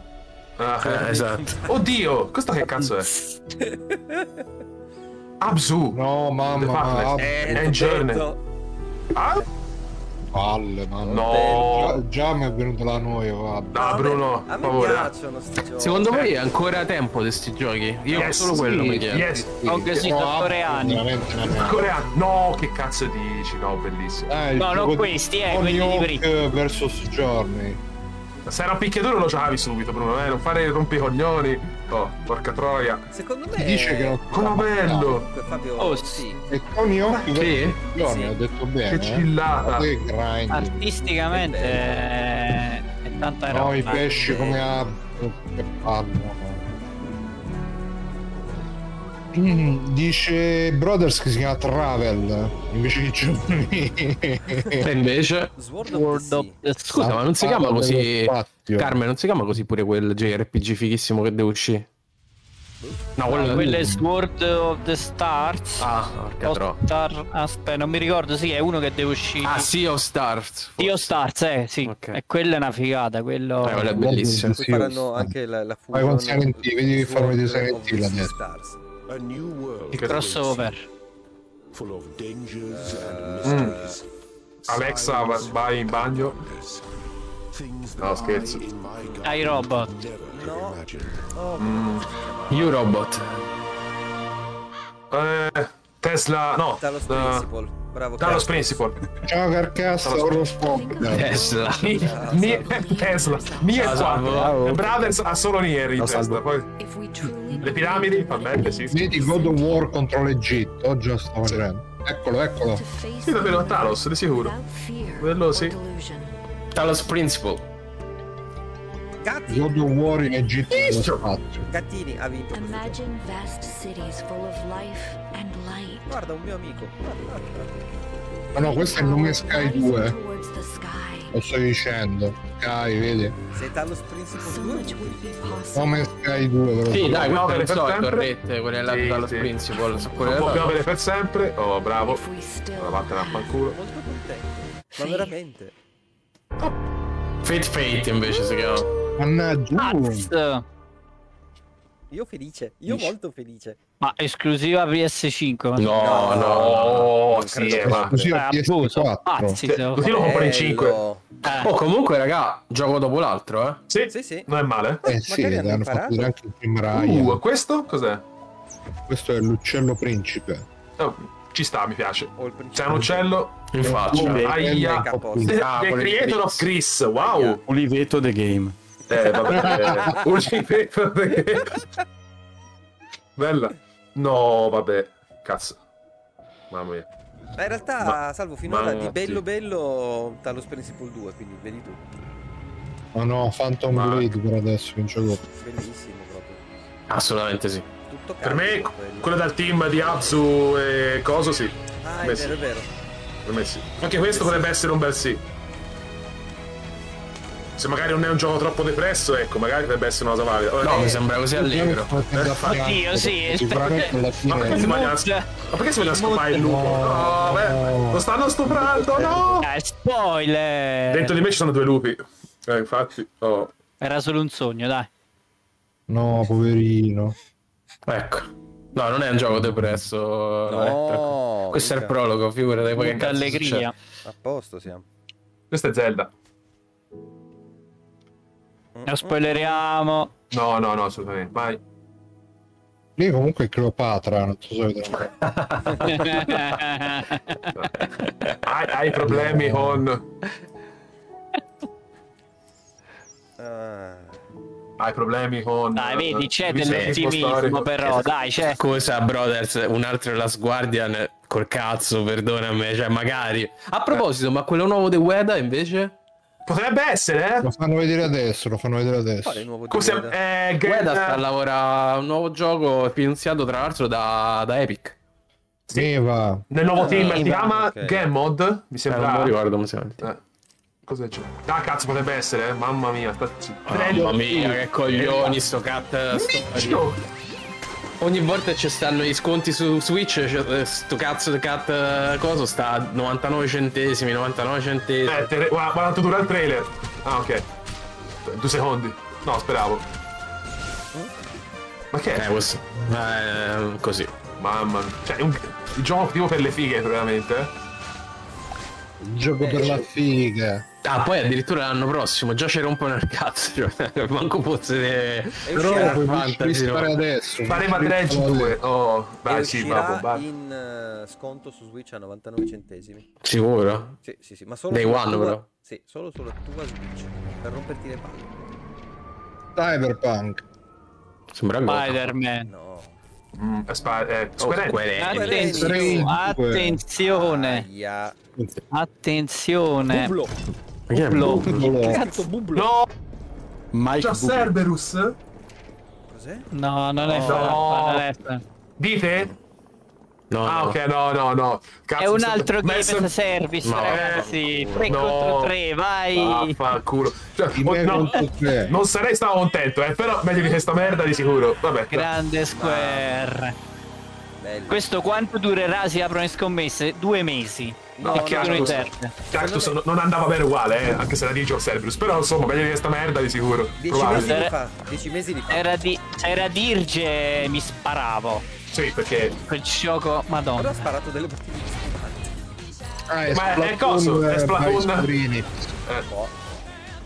[SPEAKER 5] Ah,
[SPEAKER 2] Eh, esatto.
[SPEAKER 5] Oddio, questo che cazzo è? Ah, Abzu.
[SPEAKER 3] No, mamma,
[SPEAKER 5] ma
[SPEAKER 3] ma-
[SPEAKER 1] Eh,
[SPEAKER 5] è, è
[SPEAKER 3] Abzu.
[SPEAKER 5] in journey.
[SPEAKER 1] No,
[SPEAKER 5] Ah?
[SPEAKER 3] Palle, mamma.
[SPEAKER 5] No.
[SPEAKER 3] Già, già mi è venuta la noia, vabbè.
[SPEAKER 5] No, Ah, Bruno,
[SPEAKER 1] a
[SPEAKER 5] per
[SPEAKER 1] me
[SPEAKER 5] favore.
[SPEAKER 1] piacciono sti giochi.
[SPEAKER 2] Secondo voi è ancora tempo di questi giochi? Io
[SPEAKER 5] Yes,
[SPEAKER 2] solo quello
[SPEAKER 5] sì,
[SPEAKER 2] mi chiedo.
[SPEAKER 5] yes.
[SPEAKER 7] Anche sì, sono coreani.
[SPEAKER 3] Veramente una merda.
[SPEAKER 5] Coreano. Ah. No, che cazzo dici? No, bellissimo.
[SPEAKER 3] Eh, il
[SPEAKER 7] No, non
[SPEAKER 3] gioco di
[SPEAKER 7] questi, eh,
[SPEAKER 3] Tony
[SPEAKER 7] quelli di
[SPEAKER 3] Hawk
[SPEAKER 7] prima.
[SPEAKER 3] versus Journey.
[SPEAKER 5] Se era un picchiaduro lo ciavi subito, Bruno, eh, non fare rompicoglioni. Oh, porca troia.
[SPEAKER 1] Secondo me...
[SPEAKER 3] Ti dice che non...
[SPEAKER 5] Come bello!
[SPEAKER 1] Comunque, Fabio,
[SPEAKER 7] Oh,
[SPEAKER 1] sì.
[SPEAKER 3] E Tony Hawk versus Journey,
[SPEAKER 1] Sì.
[SPEAKER 3] ho detto bene.
[SPEAKER 5] Che chillata.
[SPEAKER 3] eh. Che grind.
[SPEAKER 7] Artisticamente eh, è tanta roba.
[SPEAKER 3] No, i pesci come a... che palle. Mm, Dice Brothers che si chiama Travel invece che Journey.
[SPEAKER 2] E invece...
[SPEAKER 1] Sword of
[SPEAKER 7] World
[SPEAKER 1] the
[SPEAKER 7] of
[SPEAKER 1] Sea.
[SPEAKER 7] the Sea.
[SPEAKER 2] Scusa, ma non si chiama
[SPEAKER 3] Parla
[SPEAKER 2] così...
[SPEAKER 3] dello spazio.
[SPEAKER 2] Carmen, non si chiama così pure quel JRPG fighissimo che deve uscire? No, Ah, quello...
[SPEAKER 7] No, Ah, quello è Sword of the Stars.
[SPEAKER 2] Ah, porca
[SPEAKER 7] O
[SPEAKER 2] tro.
[SPEAKER 7] Star- Aspetta, non mi ricordo, sì, è uno che deve uscire.
[SPEAKER 2] Ah, Sea of Stars. forse.
[SPEAKER 7] Dio Stars, eh, sì.
[SPEAKER 2] Ok.
[SPEAKER 7] E quella è una figata, quello...
[SPEAKER 2] Eh, quello è bellissimo.
[SPEAKER 1] Poi
[SPEAKER 3] Sì,
[SPEAKER 1] faranno
[SPEAKER 3] sì.
[SPEAKER 1] anche la, la
[SPEAKER 3] Vai con Silent Hill, vedi che fanno vedere Silent Hill adesso.
[SPEAKER 1] Stars.
[SPEAKER 7] il crossover.
[SPEAKER 5] Mm. Alexa, va- vai in bagno. No, scherzo.
[SPEAKER 7] Ai robot.
[SPEAKER 2] You Robot.
[SPEAKER 5] Eh, Tesla, no.
[SPEAKER 1] Talos
[SPEAKER 5] eh,
[SPEAKER 1] Principle. Bravo. Carlo.
[SPEAKER 5] Talos Principle.
[SPEAKER 3] Ciao carcassa, ora spocca.
[SPEAKER 2] Tesla.
[SPEAKER 5] Ni- Ni- Tesla. Nier 4.
[SPEAKER 6] salvo.
[SPEAKER 5] Brothers ha solo Nier in
[SPEAKER 6] Lo
[SPEAKER 5] testa.
[SPEAKER 6] salvo.
[SPEAKER 5] Poi le piramidi, va bene, sì. Sì,
[SPEAKER 3] Vedi God of War contro l'Egitto, oggi lo sto facendo. Eccolo, eccolo.
[SPEAKER 5] davvero a Talos, di sicuro. Quello sì.
[SPEAKER 2] Talos Principle.
[SPEAKER 1] Gatti.
[SPEAKER 3] God of War in Egitto nello spazio.
[SPEAKER 1] Gattini ha vinto questo gioco. Guarda, un mio amico. Guarda, guarda, guarda.
[SPEAKER 3] Ma Ah, no, questo è il nome Sky 2, lo sto dicendo. Sky, vedi?
[SPEAKER 1] Se è Talos Principle 2,
[SPEAKER 3] Nome Sky 2, ve lo
[SPEAKER 2] Sì,
[SPEAKER 3] dico.
[SPEAKER 2] dai,
[SPEAKER 5] Piove
[SPEAKER 2] quelle
[SPEAKER 5] per
[SPEAKER 2] non so,
[SPEAKER 5] sempre.
[SPEAKER 2] torrette, quelle là
[SPEAKER 5] Sì,
[SPEAKER 2] Talos
[SPEAKER 5] sì.
[SPEAKER 2] Principle. so quelle
[SPEAKER 5] Non può
[SPEAKER 2] là.
[SPEAKER 5] piovere per sempre. Oh, bravo. La vattene a fanculo.
[SPEAKER 1] molto contento. Ma veramente.
[SPEAKER 2] Fate Fate invece si chiama.
[SPEAKER 3] Mannaggia.
[SPEAKER 2] Mm. Ah,
[SPEAKER 7] Azz.
[SPEAKER 1] Io felice, io molto felice.
[SPEAKER 7] Ma esclusiva PS5. ma-
[SPEAKER 2] No, no, no.
[SPEAKER 5] Oh,
[SPEAKER 1] non
[SPEAKER 5] sì,
[SPEAKER 1] credo.
[SPEAKER 5] eh, va.
[SPEAKER 3] Così ho
[SPEAKER 7] Eh, abuso,
[SPEAKER 3] PS4.
[SPEAKER 7] pazzi, se-
[SPEAKER 5] Così lo compro in 5.
[SPEAKER 1] Bello.
[SPEAKER 7] eh.
[SPEAKER 2] Oh, comunque, raga, gioco dopo l'altro, eh.
[SPEAKER 5] Sì,
[SPEAKER 1] Sì, sì.
[SPEAKER 5] Non è male.
[SPEAKER 3] Eh sì,
[SPEAKER 1] Magari hanno
[SPEAKER 3] hanno fatto
[SPEAKER 1] imparato.
[SPEAKER 3] vedere anche il primo Ryan.
[SPEAKER 5] Uh, questo cos'è?
[SPEAKER 3] Questo è l'uccello principe.
[SPEAKER 5] Oh, ci sta, mi piace.
[SPEAKER 1] Ho il
[SPEAKER 5] C'è un
[SPEAKER 1] principale.
[SPEAKER 5] uccello. Uh,
[SPEAKER 2] In faccia.
[SPEAKER 5] Ah, Aia.
[SPEAKER 1] Sì.
[SPEAKER 5] The,
[SPEAKER 2] Ah,
[SPEAKER 5] the
[SPEAKER 2] quello di
[SPEAKER 5] creator of Chris, wow!
[SPEAKER 6] Oliveto the game.
[SPEAKER 5] Eh, vabbè. Un ripeto de- Bella. No, vabbè. Cazzo. Mamma mia.
[SPEAKER 1] Ma in realtà,
[SPEAKER 5] Ma-
[SPEAKER 1] salvo finora
[SPEAKER 5] ma-
[SPEAKER 1] di bello
[SPEAKER 5] sì.
[SPEAKER 1] bello Talos Principle 2, quindi vedi tu.
[SPEAKER 3] Ma no, Phantom
[SPEAKER 5] Ma-
[SPEAKER 3] Blade per adesso, che un gioco.
[SPEAKER 1] Bellissimo proprio.
[SPEAKER 2] Assolutamente sì.
[SPEAKER 1] Tutto
[SPEAKER 5] Per me,
[SPEAKER 1] caldo, quello.
[SPEAKER 5] quello dal team di Abzu e Coso, sì.
[SPEAKER 1] Ah,
[SPEAKER 5] Per
[SPEAKER 1] è
[SPEAKER 5] me sì.
[SPEAKER 1] vero, è vero.
[SPEAKER 5] Per me sì. Anche questo potrebbe essere un bel sì. Se magari non è un gioco troppo depresso, ecco, magari potrebbe essere una cosa valida. Ora-
[SPEAKER 2] No, mi sembra così allegro.
[SPEAKER 7] Oddio, sì.
[SPEAKER 3] Sicuramente alla
[SPEAKER 5] Ma
[SPEAKER 3] fine
[SPEAKER 5] perché si vogliono- ma perché si vogliono scopare il lupo? No, Eh. beh, lo stanno stuprando, no!
[SPEAKER 7] Ah, spoiler!
[SPEAKER 5] Dentro di me ci sono due lupi. Eh, infatti, oh.
[SPEAKER 7] Era solo un sogno, dai.
[SPEAKER 3] No, poverino.
[SPEAKER 2] Ecco. No, non è un gioco depresso. Loretta.
[SPEAKER 1] No,
[SPEAKER 2] Questo è il
[SPEAKER 1] mica.
[SPEAKER 2] prologo, figurati. Poi che
[SPEAKER 7] Tutta
[SPEAKER 2] cazzo
[SPEAKER 7] allegria.
[SPEAKER 2] succede.
[SPEAKER 1] A posto siamo.
[SPEAKER 5] Questa è Zelda.
[SPEAKER 7] Lo spoileriamo.
[SPEAKER 5] No, no, no, assolutamente. Vai.
[SPEAKER 3] Lei comunque è Cleopatra, non so se avete notato.
[SPEAKER 5] Hai, hai problemi con...
[SPEAKER 1] Ah,
[SPEAKER 5] Hai problemi con... eh,
[SPEAKER 7] Dai, vedi, c'è
[SPEAKER 5] Mi sento spostare.
[SPEAKER 7] dell'ottimismo però, dai, c'è.
[SPEAKER 2] Scusa, brothers, un altro Last Guardian col cazzo, perdonami, cioè magari. A proposito, ma quello nuovo di Weda invece?
[SPEAKER 5] Potrebbe essere, eh?
[SPEAKER 3] Lo fanno vedere adesso, lo fanno vedere adesso.
[SPEAKER 1] quale nuovo
[SPEAKER 5] Cos'è?
[SPEAKER 1] Zelda?
[SPEAKER 5] Eh, Gen-
[SPEAKER 2] Weda sta a lavorare a un nuovo gioco finanziato tra l'altro da, da Epic.
[SPEAKER 5] sì.
[SPEAKER 3] Neva.
[SPEAKER 5] Nel
[SPEAKER 7] eh,
[SPEAKER 5] nuovo team
[SPEAKER 1] Game-
[SPEAKER 5] si chiama
[SPEAKER 1] ok.
[SPEAKER 5] Game Mod, mi
[SPEAKER 2] Eh,
[SPEAKER 5] sembra.
[SPEAKER 2] non mi ricordo come si chiama.
[SPEAKER 5] Eh, Cosa c'è? Ah, cazzo, potrebbe essere, eh? Mamma mia. sta- Prendi-
[SPEAKER 2] Mamma mia, che coglioni sto cat. Sto...
[SPEAKER 5] Miccio!
[SPEAKER 2] Ogni volta ci stanno gli sconti su Switch, c'è- eh, sto cazzo di cat eh, coso sta a 99 centesimi, 99 centesimi.
[SPEAKER 5] Eh, te re- guarda, guarda quanto dura il trailer. Ah, ok. Due secondi. No, speravo. Ma che
[SPEAKER 2] Eh,
[SPEAKER 5] è?
[SPEAKER 2] questo. Eh, così.
[SPEAKER 5] Mamma mia. Cioè, è un il gioco tipo per le fighe, veramente. eh.
[SPEAKER 3] Il gioco per la figa.
[SPEAKER 2] Ah, poi addirittura l'anno prossimo, già ci rompono il cazzo. Cioè, manco fosse eh,
[SPEAKER 1] uscirà-
[SPEAKER 3] Però
[SPEAKER 2] Final
[SPEAKER 3] puoi
[SPEAKER 2] Fantasy, no?
[SPEAKER 3] fare adesso.
[SPEAKER 5] Faremo Red Dead 2. Oh,
[SPEAKER 1] E
[SPEAKER 5] dai, sì,
[SPEAKER 1] uscirà
[SPEAKER 5] vabbè, vai.
[SPEAKER 1] in eh, sconto su Switch a 99 centesimi.
[SPEAKER 2] Sicuro?
[SPEAKER 1] Sì, sì, sì, ma solo
[SPEAKER 2] Day
[SPEAKER 1] sulla
[SPEAKER 2] one,
[SPEAKER 1] tua-
[SPEAKER 2] però.
[SPEAKER 1] Sì, solo sulla tua Switch per romperti le palle.
[SPEAKER 3] Cyberpunk.
[SPEAKER 2] Sembra gola.
[SPEAKER 7] Spider-Man.
[SPEAKER 1] No.
[SPEAKER 5] Mm, spa- eh,
[SPEAKER 2] Oh,
[SPEAKER 5] Square Enix.
[SPEAKER 2] Square Enix.
[SPEAKER 7] Attenzione, attenzione,
[SPEAKER 1] Aia.
[SPEAKER 7] attenzione.
[SPEAKER 2] Ma chi è?
[SPEAKER 7] Cazzo,
[SPEAKER 5] No,
[SPEAKER 6] Mike
[SPEAKER 5] già
[SPEAKER 6] Bublé.
[SPEAKER 5] Cerberus.
[SPEAKER 1] Cos'è?
[SPEAKER 7] No, non è
[SPEAKER 1] No.
[SPEAKER 7] Farappa, non è Farappa.
[SPEAKER 5] Dite?
[SPEAKER 2] No,
[SPEAKER 5] Ah,
[SPEAKER 2] no.
[SPEAKER 5] ok, no, no, no. Cazzo,
[SPEAKER 7] È un
[SPEAKER 5] mi sta-
[SPEAKER 7] altro game
[SPEAKER 5] messo-
[SPEAKER 7] as a service,
[SPEAKER 2] Ma-
[SPEAKER 7] ragazzi. 3
[SPEAKER 5] No. Ah,
[SPEAKER 7] contro 3, vai.
[SPEAKER 5] Vaffanculo. Cioè,
[SPEAKER 3] Di
[SPEAKER 5] oh,
[SPEAKER 3] me
[SPEAKER 5] no,
[SPEAKER 3] contro te.
[SPEAKER 5] non sarei stato contento, eh, però meglio di questa merda di sicuro. Vabbè.
[SPEAKER 7] Grande Square.
[SPEAKER 1] Bello.
[SPEAKER 7] Questo quanto durerà? Si aprono le scommesse? Due mesi.
[SPEAKER 5] No,
[SPEAKER 7] e chiudono i
[SPEAKER 5] cazzo.
[SPEAKER 7] terzi.
[SPEAKER 5] Cactus Cioè, non- non andava bene uguale, eh, anche se era di Joe Cerberus. Però insomma, meglio di questa merda di sicuro.
[SPEAKER 1] Dieci
[SPEAKER 5] Provate.
[SPEAKER 1] mesi,
[SPEAKER 7] Era-
[SPEAKER 1] li fa, dieci mesi li fa.
[SPEAKER 7] Era di, era dirge, mi sparavo.
[SPEAKER 5] Sì, perché.
[SPEAKER 7] Quel gioco,
[SPEAKER 1] Però ha
[SPEAKER 7] madonna.
[SPEAKER 1] sparato delle bottiglie di spumante.
[SPEAKER 3] Ah, è
[SPEAKER 5] Ma è
[SPEAKER 3] Splatoon,
[SPEAKER 5] coso, è
[SPEAKER 3] eh,
[SPEAKER 5] Splatoon.
[SPEAKER 3] fai scurini.
[SPEAKER 2] Mamma mia.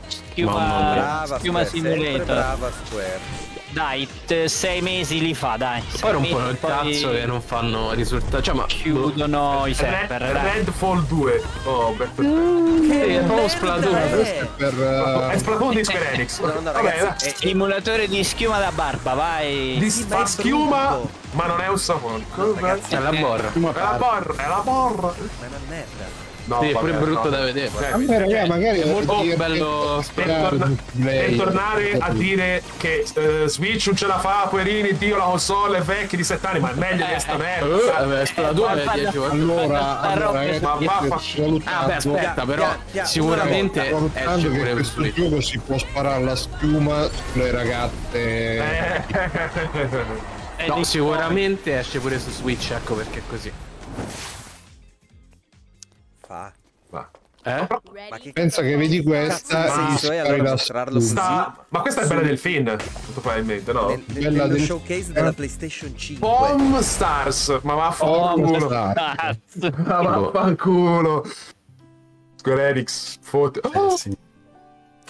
[SPEAKER 7] Schiuma,
[SPEAKER 1] Brava
[SPEAKER 7] schiuma
[SPEAKER 1] Square, sempre
[SPEAKER 7] simulator.
[SPEAKER 1] brava Square.
[SPEAKER 7] Dai, t- sei mesi li fa, dai.
[SPEAKER 2] Poi
[SPEAKER 7] Sei
[SPEAKER 2] rompono
[SPEAKER 7] mesi,
[SPEAKER 2] il cazzo
[SPEAKER 7] poi
[SPEAKER 2] e non fanno risultati. Cioè, ma.
[SPEAKER 7] Chiudono i
[SPEAKER 5] Red,
[SPEAKER 7] server, dai. Uh.
[SPEAKER 5] Redfall 2. Oh, Berto.
[SPEAKER 2] Sì, è proprio Splatoon.
[SPEAKER 3] Questo è per... eh,
[SPEAKER 5] È Splatoon di Square Enix.
[SPEAKER 1] No, no,
[SPEAKER 5] Vabbè,
[SPEAKER 1] ragazzi,
[SPEAKER 5] eh,
[SPEAKER 1] è-
[SPEAKER 7] Simulatore di schiuma da barba, vai.
[SPEAKER 5] di-
[SPEAKER 1] sì, ma
[SPEAKER 5] fa
[SPEAKER 1] è
[SPEAKER 5] schiuma,
[SPEAKER 1] brutto.
[SPEAKER 5] ma non è un sapone.
[SPEAKER 1] ragazzi,
[SPEAKER 2] È la borra.
[SPEAKER 5] È la borra, è la borra.
[SPEAKER 1] ma è una merda.
[SPEAKER 5] No,
[SPEAKER 2] Sì, è pure
[SPEAKER 5] vabbè,
[SPEAKER 2] brutto
[SPEAKER 5] no.
[SPEAKER 2] da vedere.
[SPEAKER 5] Eh,
[SPEAKER 3] a me, raga, magari
[SPEAKER 2] È molto
[SPEAKER 3] dire-
[SPEAKER 2] bello.
[SPEAKER 5] Per,
[SPEAKER 3] Chiaro,
[SPEAKER 5] torna-
[SPEAKER 3] lei-
[SPEAKER 5] per tornare a dire che eh, Switch non ce la fa, poverini, Dio, la console è vecchia di 7 anni, ma è meglio di questa
[SPEAKER 2] Eh,
[SPEAKER 5] merda.
[SPEAKER 2] vabbè, Splatoon è 10 volte.
[SPEAKER 3] Allora,
[SPEAKER 7] Ma no,
[SPEAKER 3] allora eh,
[SPEAKER 5] ma
[SPEAKER 3] io
[SPEAKER 5] vaffa-
[SPEAKER 3] ti ho salutato.
[SPEAKER 2] Ah, beh, aspetta,
[SPEAKER 1] Pia-
[SPEAKER 2] però
[SPEAKER 1] pia- pia-
[SPEAKER 2] sicuramente
[SPEAKER 3] Stavo
[SPEAKER 5] Eh,
[SPEAKER 2] esce
[SPEAKER 3] notando che
[SPEAKER 2] pure per
[SPEAKER 3] questo
[SPEAKER 2] Switch.
[SPEAKER 3] gioco si può sparare la schiuma sulle ragazze.
[SPEAKER 5] Eh.
[SPEAKER 7] Eh,
[SPEAKER 2] No,
[SPEAKER 7] di-
[SPEAKER 2] sicuramente esce pure su Switch, ecco perché è così.
[SPEAKER 1] Fa.
[SPEAKER 5] Ma-
[SPEAKER 2] Eh?
[SPEAKER 1] Ma che
[SPEAKER 3] Pensa che vedi questa
[SPEAKER 1] Cazzo,
[SPEAKER 3] e gli
[SPEAKER 1] sì, cioè,
[SPEAKER 3] spari
[SPEAKER 1] allora
[SPEAKER 3] la
[SPEAKER 1] mostrarlo
[SPEAKER 3] schiuma.
[SPEAKER 5] sta- ma questa è bella del film, molto probabilmente, no?
[SPEAKER 1] nel, nel-
[SPEAKER 3] Bella
[SPEAKER 1] nello
[SPEAKER 3] del-
[SPEAKER 1] showcase della PlayStation 5.
[SPEAKER 5] Bomb Stars, ma
[SPEAKER 2] Oh,
[SPEAKER 5] vaffanculo.
[SPEAKER 3] Sta-
[SPEAKER 7] Cazzo.
[SPEAKER 5] Ma vaffanculo. Square Enix, foto.
[SPEAKER 6] Eh,
[SPEAKER 5] Oh,
[SPEAKER 6] sì.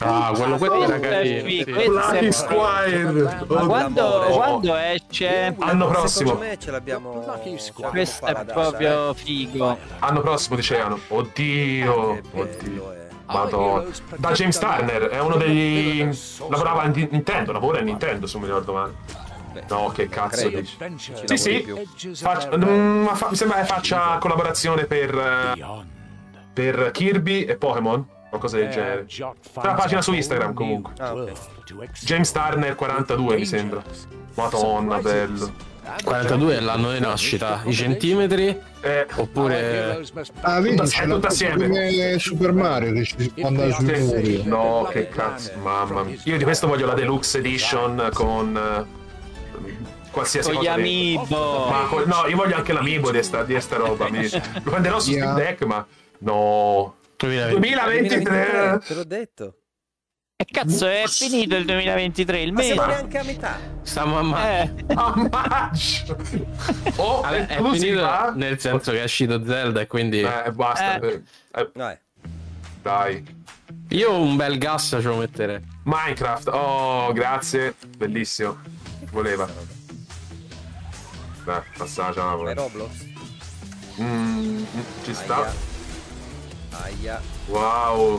[SPEAKER 2] Ah, quello, quello era
[SPEAKER 7] Questo è
[SPEAKER 2] carino.
[SPEAKER 7] figo,
[SPEAKER 2] sì.
[SPEAKER 7] questo è
[SPEAKER 5] Black
[SPEAKER 7] figo.
[SPEAKER 5] Squire.
[SPEAKER 7] Ma
[SPEAKER 5] Oh,
[SPEAKER 7] quando,
[SPEAKER 1] l'amore.
[SPEAKER 7] quando esce? Ah,
[SPEAKER 5] Anno prossimo.
[SPEAKER 1] Secondo me ce l'abbiamo.
[SPEAKER 9] Lucky
[SPEAKER 1] ce
[SPEAKER 9] Squad.
[SPEAKER 1] l'abbiamo
[SPEAKER 7] Questo
[SPEAKER 1] qua la
[SPEAKER 7] è
[SPEAKER 1] data,
[SPEAKER 7] proprio figo.
[SPEAKER 5] Anno prossimo dicevano. Oddio,
[SPEAKER 1] eh. Che
[SPEAKER 5] oddio.
[SPEAKER 1] bello, eh.
[SPEAKER 5] Madonna. Da James Turner, è uno degli... Lavorava a Nintendo, lavora a Nintendo, se non mi ricordo male.
[SPEAKER 1] Beh,
[SPEAKER 5] No, che cazzo
[SPEAKER 1] credo.
[SPEAKER 5] dici?
[SPEAKER 1] ci
[SPEAKER 5] Sì,
[SPEAKER 1] lavori
[SPEAKER 5] sì.
[SPEAKER 1] più.
[SPEAKER 5] Faccia- mm, ma fa- mi sembra che faccia collaborazione per, eh, per Kirby e Pokémon. qualcosa del genere. C'è una pagina su Instagram comunque.
[SPEAKER 8] Ah,
[SPEAKER 5] James Turner 42 mi sembra. Madonna, bello.
[SPEAKER 2] 42 è l'anno di nascita, i centimetri
[SPEAKER 5] Eh,
[SPEAKER 2] oppure
[SPEAKER 3] Ah, vedi,
[SPEAKER 5] Tutto-
[SPEAKER 3] c'è
[SPEAKER 5] è
[SPEAKER 3] la
[SPEAKER 5] tutto
[SPEAKER 3] cosa
[SPEAKER 5] assieme.
[SPEAKER 3] come Super Mario che ci si può andare sul
[SPEAKER 5] Sì.
[SPEAKER 3] muro.
[SPEAKER 5] No, che cazzo, mamma mia. Io di questo voglio la deluxe edition con eh, qualsiasi
[SPEAKER 7] Con gli
[SPEAKER 5] cosa. dentro.
[SPEAKER 7] amiibo.
[SPEAKER 5] Ma co- no, io voglio anche l'amiibo di sta, di sta roba. Mi... Lo prenderò su
[SPEAKER 3] Yeah.
[SPEAKER 5] Steam Deck, ma no. 2023.
[SPEAKER 1] Te l'ho detto.
[SPEAKER 7] E cazzo, è finito il 2023, il
[SPEAKER 1] Ma
[SPEAKER 7] mese.
[SPEAKER 1] siamo neanche a metà.
[SPEAKER 2] stiamo a ma-
[SPEAKER 7] Eh,
[SPEAKER 5] Ammaggio. Oh,
[SPEAKER 2] Vabbè, è
[SPEAKER 5] esclusiva.
[SPEAKER 2] finito nel senso che è uscito Zelda e quindi
[SPEAKER 5] Eh, basta.
[SPEAKER 7] Eh.
[SPEAKER 5] eh, eh,
[SPEAKER 1] No, eh.
[SPEAKER 5] dai.
[SPEAKER 2] io un bel gas ce lo metterei.
[SPEAKER 5] Minecraft. Oh, grazie. Bellissimo. Voleva. Beh,
[SPEAKER 1] È
[SPEAKER 5] passaggio.
[SPEAKER 1] Roblox.
[SPEAKER 5] Mm, ci sta.
[SPEAKER 1] Aia. Aia.
[SPEAKER 5] Wow.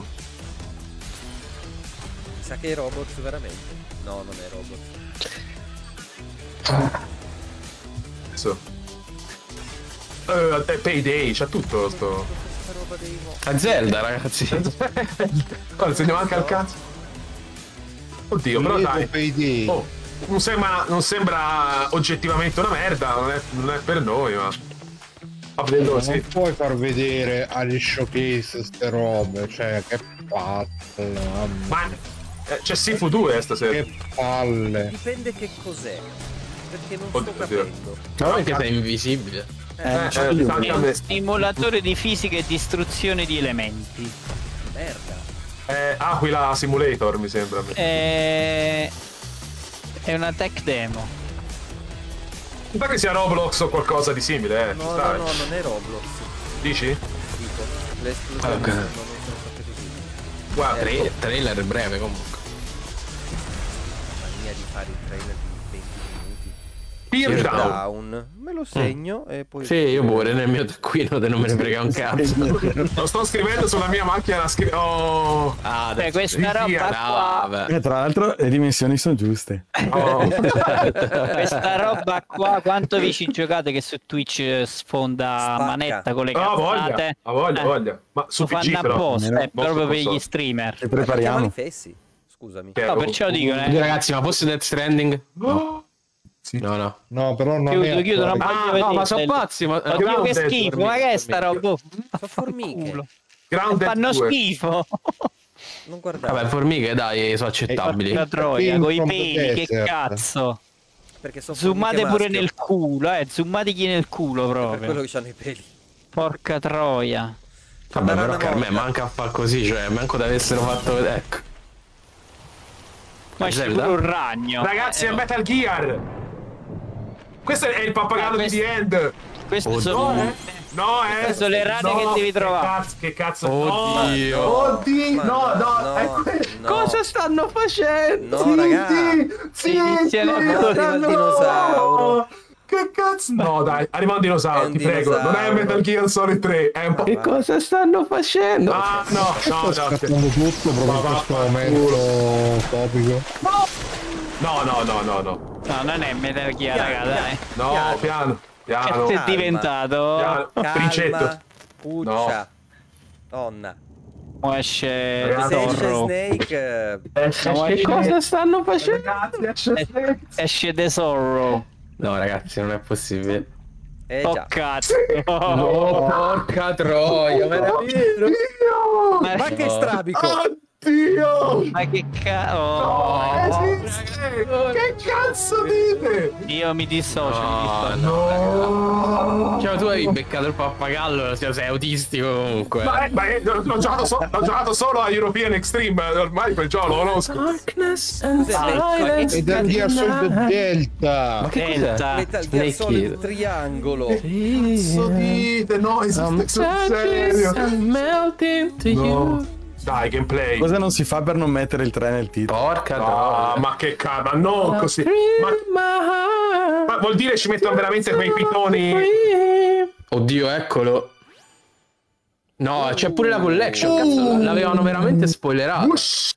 [SPEAKER 1] Mi sa che è Roblox veramente. No, non è Roblox.
[SPEAKER 5] Adesso. Eh, eh, payday, c'ha tutto sto.
[SPEAKER 2] A Zelda, ragazzi.
[SPEAKER 5] Guarda, segno anche al cazzo. Oddio, però
[SPEAKER 3] Lego
[SPEAKER 5] dai.
[SPEAKER 3] Payday.
[SPEAKER 5] Oh, non sembra, non sembra oggettivamente una merda, non è, non è per noi, ma. Fa vedere
[SPEAKER 3] Non
[SPEAKER 5] sì.
[SPEAKER 3] puoi far vedere agli showcase ste robe, cioè che palle, mamma,
[SPEAKER 5] Ma. eh, c'è Sifu 2 eh, stasera.
[SPEAKER 3] che palle.
[SPEAKER 1] Dipende che cos'è. Perché non
[SPEAKER 5] Oddio,
[SPEAKER 1] sto
[SPEAKER 5] oddio.
[SPEAKER 1] capendo.
[SPEAKER 2] Ma perché sei invisibile?
[SPEAKER 5] Eh, eh, tanti
[SPEAKER 7] è
[SPEAKER 5] a
[SPEAKER 7] un
[SPEAKER 5] me.
[SPEAKER 7] simulatore di fisica e distruzione di elementi.
[SPEAKER 1] Merda.
[SPEAKER 5] Eh, Aquila Simulator, mi sembra. a me.
[SPEAKER 7] Eh, È una tech demo.
[SPEAKER 5] Mi sa che sia Roblox o qualcosa di simile, eh. ci
[SPEAKER 1] No,
[SPEAKER 5] sta,
[SPEAKER 1] no,
[SPEAKER 5] eh.
[SPEAKER 1] no, non è Roblox.
[SPEAKER 5] Dici?
[SPEAKER 1] Dico. Le esplosioni
[SPEAKER 2] Ah, ok.
[SPEAKER 1] non sono fatte così.
[SPEAKER 5] Guarda,
[SPEAKER 1] Eh,
[SPEAKER 2] Tra- trailer breve comunque.
[SPEAKER 1] Mania di fare il trailer di 20 minuti.
[SPEAKER 5] Teardown.
[SPEAKER 1] Down. Me
[SPEAKER 5] Mm.
[SPEAKER 1] lo segno e poi.
[SPEAKER 2] Sì, io pure nel mio taccuino te non me ne frega un cazzo.
[SPEAKER 5] Lo sto scrivendo sulla mia macchina. la scri- Oh.
[SPEAKER 2] Ah,
[SPEAKER 7] Cioè,
[SPEAKER 2] adesso-
[SPEAKER 7] questa roba
[SPEAKER 5] via,
[SPEAKER 7] qua,
[SPEAKER 2] Ah, vabbè.
[SPEAKER 6] E Eh, tra l'altro le dimensioni sono giuste.
[SPEAKER 5] oh.
[SPEAKER 7] questa roba qua, quanto vi ci giocate che su Twitch eh, sfonda
[SPEAKER 1] Spacca.
[SPEAKER 7] manetta con le
[SPEAKER 5] Ah, voglia,
[SPEAKER 7] cazzate?
[SPEAKER 5] ha voglia,
[SPEAKER 7] Eh,
[SPEAKER 5] voglia. Ma su
[SPEAKER 7] Lo fanno
[SPEAKER 5] PC però.
[SPEAKER 7] apposta, è
[SPEAKER 5] Mostro
[SPEAKER 7] proprio per
[SPEAKER 5] console.
[SPEAKER 7] gli streamer.
[SPEAKER 5] Eh,
[SPEAKER 6] Le
[SPEAKER 1] Siamo
[SPEAKER 6] prepariamo.
[SPEAKER 1] i fessi. Scusami.
[SPEAKER 5] Che è
[SPEAKER 7] No,
[SPEAKER 5] proprio-
[SPEAKER 7] perciò dico, eh.
[SPEAKER 2] Quindi, ragazzi, ma fosse Death Stranding?
[SPEAKER 5] Oh,
[SPEAKER 2] No, no.
[SPEAKER 3] No, però non
[SPEAKER 7] Chiudo,
[SPEAKER 3] è
[SPEAKER 7] chiudo, non
[SPEAKER 3] ancora-
[SPEAKER 7] voglio
[SPEAKER 2] Ah,
[SPEAKER 7] vedere
[SPEAKER 2] no, ma
[SPEAKER 7] il-
[SPEAKER 2] sono pazzi. Ma...
[SPEAKER 7] Oddio, che
[SPEAKER 5] Grounded,
[SPEAKER 7] schifo, ma che è sta roba?
[SPEAKER 1] Sono formiche.
[SPEAKER 7] Culo.
[SPEAKER 5] Grounded
[SPEAKER 7] Fanno
[SPEAKER 5] 2.
[SPEAKER 7] schifo.
[SPEAKER 1] Non guardare.
[SPEAKER 2] Vabbè, formiche, dai, sono accettabili.
[SPEAKER 7] La troia,
[SPEAKER 3] Film
[SPEAKER 7] con i
[SPEAKER 3] from the
[SPEAKER 7] peli, che
[SPEAKER 3] desert.
[SPEAKER 7] cazzo.
[SPEAKER 1] perché sono
[SPEAKER 7] Zoomate
[SPEAKER 1] formiche
[SPEAKER 7] pure
[SPEAKER 1] maschio.
[SPEAKER 7] nel culo, eh, zoomategli nel culo
[SPEAKER 1] Per quello
[SPEAKER 7] proprio.
[SPEAKER 1] che c'hanno i peli.
[SPEAKER 7] Porca troia.
[SPEAKER 2] Vabbè,
[SPEAKER 1] Banana
[SPEAKER 2] però che a me
[SPEAKER 1] morta.
[SPEAKER 2] manca a far così, cioè, manco da avessero fatto vedere. Ecco.
[SPEAKER 7] Ma c'è
[SPEAKER 2] Zelda?
[SPEAKER 7] pure un ragno.
[SPEAKER 5] Ragazzi,
[SPEAKER 7] Eh,
[SPEAKER 5] è Metal Gear. Questo è il pappagallo
[SPEAKER 7] Ah, questo-
[SPEAKER 5] di The End.
[SPEAKER 7] queste
[SPEAKER 1] Oh,
[SPEAKER 2] Oddio.
[SPEAKER 7] sono...
[SPEAKER 5] No, eh.
[SPEAKER 7] Queste sono le rane
[SPEAKER 5] No,
[SPEAKER 7] che devi trovare.
[SPEAKER 5] Cazzo, che cazzo.
[SPEAKER 2] Oddio.
[SPEAKER 5] No, Oddio.
[SPEAKER 1] Ma
[SPEAKER 5] No, no.
[SPEAKER 1] no,
[SPEAKER 5] è que-
[SPEAKER 1] no.
[SPEAKER 2] stanno facendo?
[SPEAKER 1] No, raga.
[SPEAKER 5] Zitti,
[SPEAKER 7] Inizia la-
[SPEAKER 5] zitti,
[SPEAKER 1] Arriva il
[SPEAKER 5] no.
[SPEAKER 1] dinosauro.
[SPEAKER 5] Che cazzo? No, dai, arriva un
[SPEAKER 1] È
[SPEAKER 5] dinosauro,
[SPEAKER 1] un
[SPEAKER 5] ti prego. Non è
[SPEAKER 1] dinosauro.
[SPEAKER 5] Metal Gear Solid 3, è un po'.
[SPEAKER 1] Che cosa
[SPEAKER 2] stanno facendo?
[SPEAKER 5] Ah, no, no, no.
[SPEAKER 3] Sto scattando tutto proprio in questo momento topico.
[SPEAKER 5] No, no, no, no, no.
[SPEAKER 7] No, non è Metal Gear, raga, dai.
[SPEAKER 5] No, piano, piano.
[SPEAKER 7] Che
[SPEAKER 1] calma.
[SPEAKER 7] sei diventato?
[SPEAKER 5] piano.
[SPEAKER 1] Calma.
[SPEAKER 5] Princetto.
[SPEAKER 1] Cuccia. Donna.
[SPEAKER 7] Mo esce
[SPEAKER 5] Ragazzi,
[SPEAKER 1] Se
[SPEAKER 5] Adoro.
[SPEAKER 1] esce
[SPEAKER 7] Zorro.
[SPEAKER 1] Snake. eh,
[SPEAKER 7] Che cosa
[SPEAKER 2] stanno
[SPEAKER 7] Esce The Zorro.
[SPEAKER 2] No, ragazzi, non è possibile.
[SPEAKER 1] Eh
[SPEAKER 7] Oh
[SPEAKER 1] già.
[SPEAKER 7] cazzo.
[SPEAKER 2] Oh, porca troia, ma era vero?
[SPEAKER 7] Ma,
[SPEAKER 1] Ma che strabico.
[SPEAKER 5] Oh, Oddio!
[SPEAKER 7] ma che oh. cazzo?
[SPEAKER 5] Esiste! Che cazzo dite?
[SPEAKER 7] Io mi dissocio, mi dissocio.
[SPEAKER 5] No!
[SPEAKER 2] Cioè, tu hai beccato il pappagallo, cioè, sei autistico comunque.
[SPEAKER 5] Ma, eh, ma eh, l'ho, giocato so- l'ho giocato solo a European Extreme, eh, ormai quel gioco lo conosco.
[SPEAKER 1] Silence.
[SPEAKER 3] E Metal Gear Solid Delta!
[SPEAKER 2] che
[SPEAKER 7] Delta.
[SPEAKER 1] Metal Gear
[SPEAKER 2] Snake
[SPEAKER 1] Solid
[SPEAKER 2] Kid.
[SPEAKER 1] triangolo.
[SPEAKER 5] Cazzo dite? No, esiste sul serio. No. Dai, gameplay.
[SPEAKER 6] Cosa non si fa per non mettere il 3 nel titolo?
[SPEAKER 2] Porca
[SPEAKER 5] Ah,
[SPEAKER 2] troia.
[SPEAKER 5] ma che cazzo, ma non così. Ma, ma vuol dire ci mettono veramente quei pitoni.
[SPEAKER 2] Oddio, eccolo. No, c'è pure la collection, cazzo, l'avevano veramente spoilerato.
[SPEAKER 5] Ush.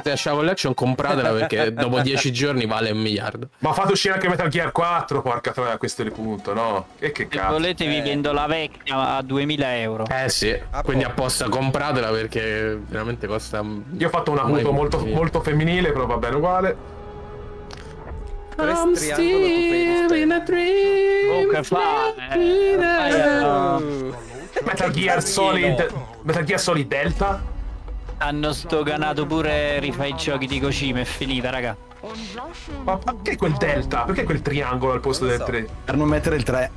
[SPEAKER 2] Trash Collection compratela perché dopo 10 giorni vale un miliardo.
[SPEAKER 5] Ma fate uscire anche Metal Gear 4, porca troia, questo è il punto, no? E che
[SPEAKER 7] Se
[SPEAKER 5] cazzo.
[SPEAKER 7] volete vi
[SPEAKER 5] Eh.
[SPEAKER 7] vendo la vecchia a 2000 euro.
[SPEAKER 2] Eh sì, quindi apposta compratela perché veramente costa...
[SPEAKER 5] Io ho fatto una foto molto, molto femminile, però va bene uguale.
[SPEAKER 1] I'm
[SPEAKER 10] still in a
[SPEAKER 7] Oh,
[SPEAKER 10] dream.
[SPEAKER 7] che fa?
[SPEAKER 1] eh,
[SPEAKER 5] Metal Gear Solid. Metal Gear Solid Delta?
[SPEAKER 7] Hanno stoganato pure rifai i giochi di Kojima, è finita, raga.
[SPEAKER 5] Ma perché quel delta? Perché quel triangolo al posto del 3?
[SPEAKER 6] Per non mettere il 3.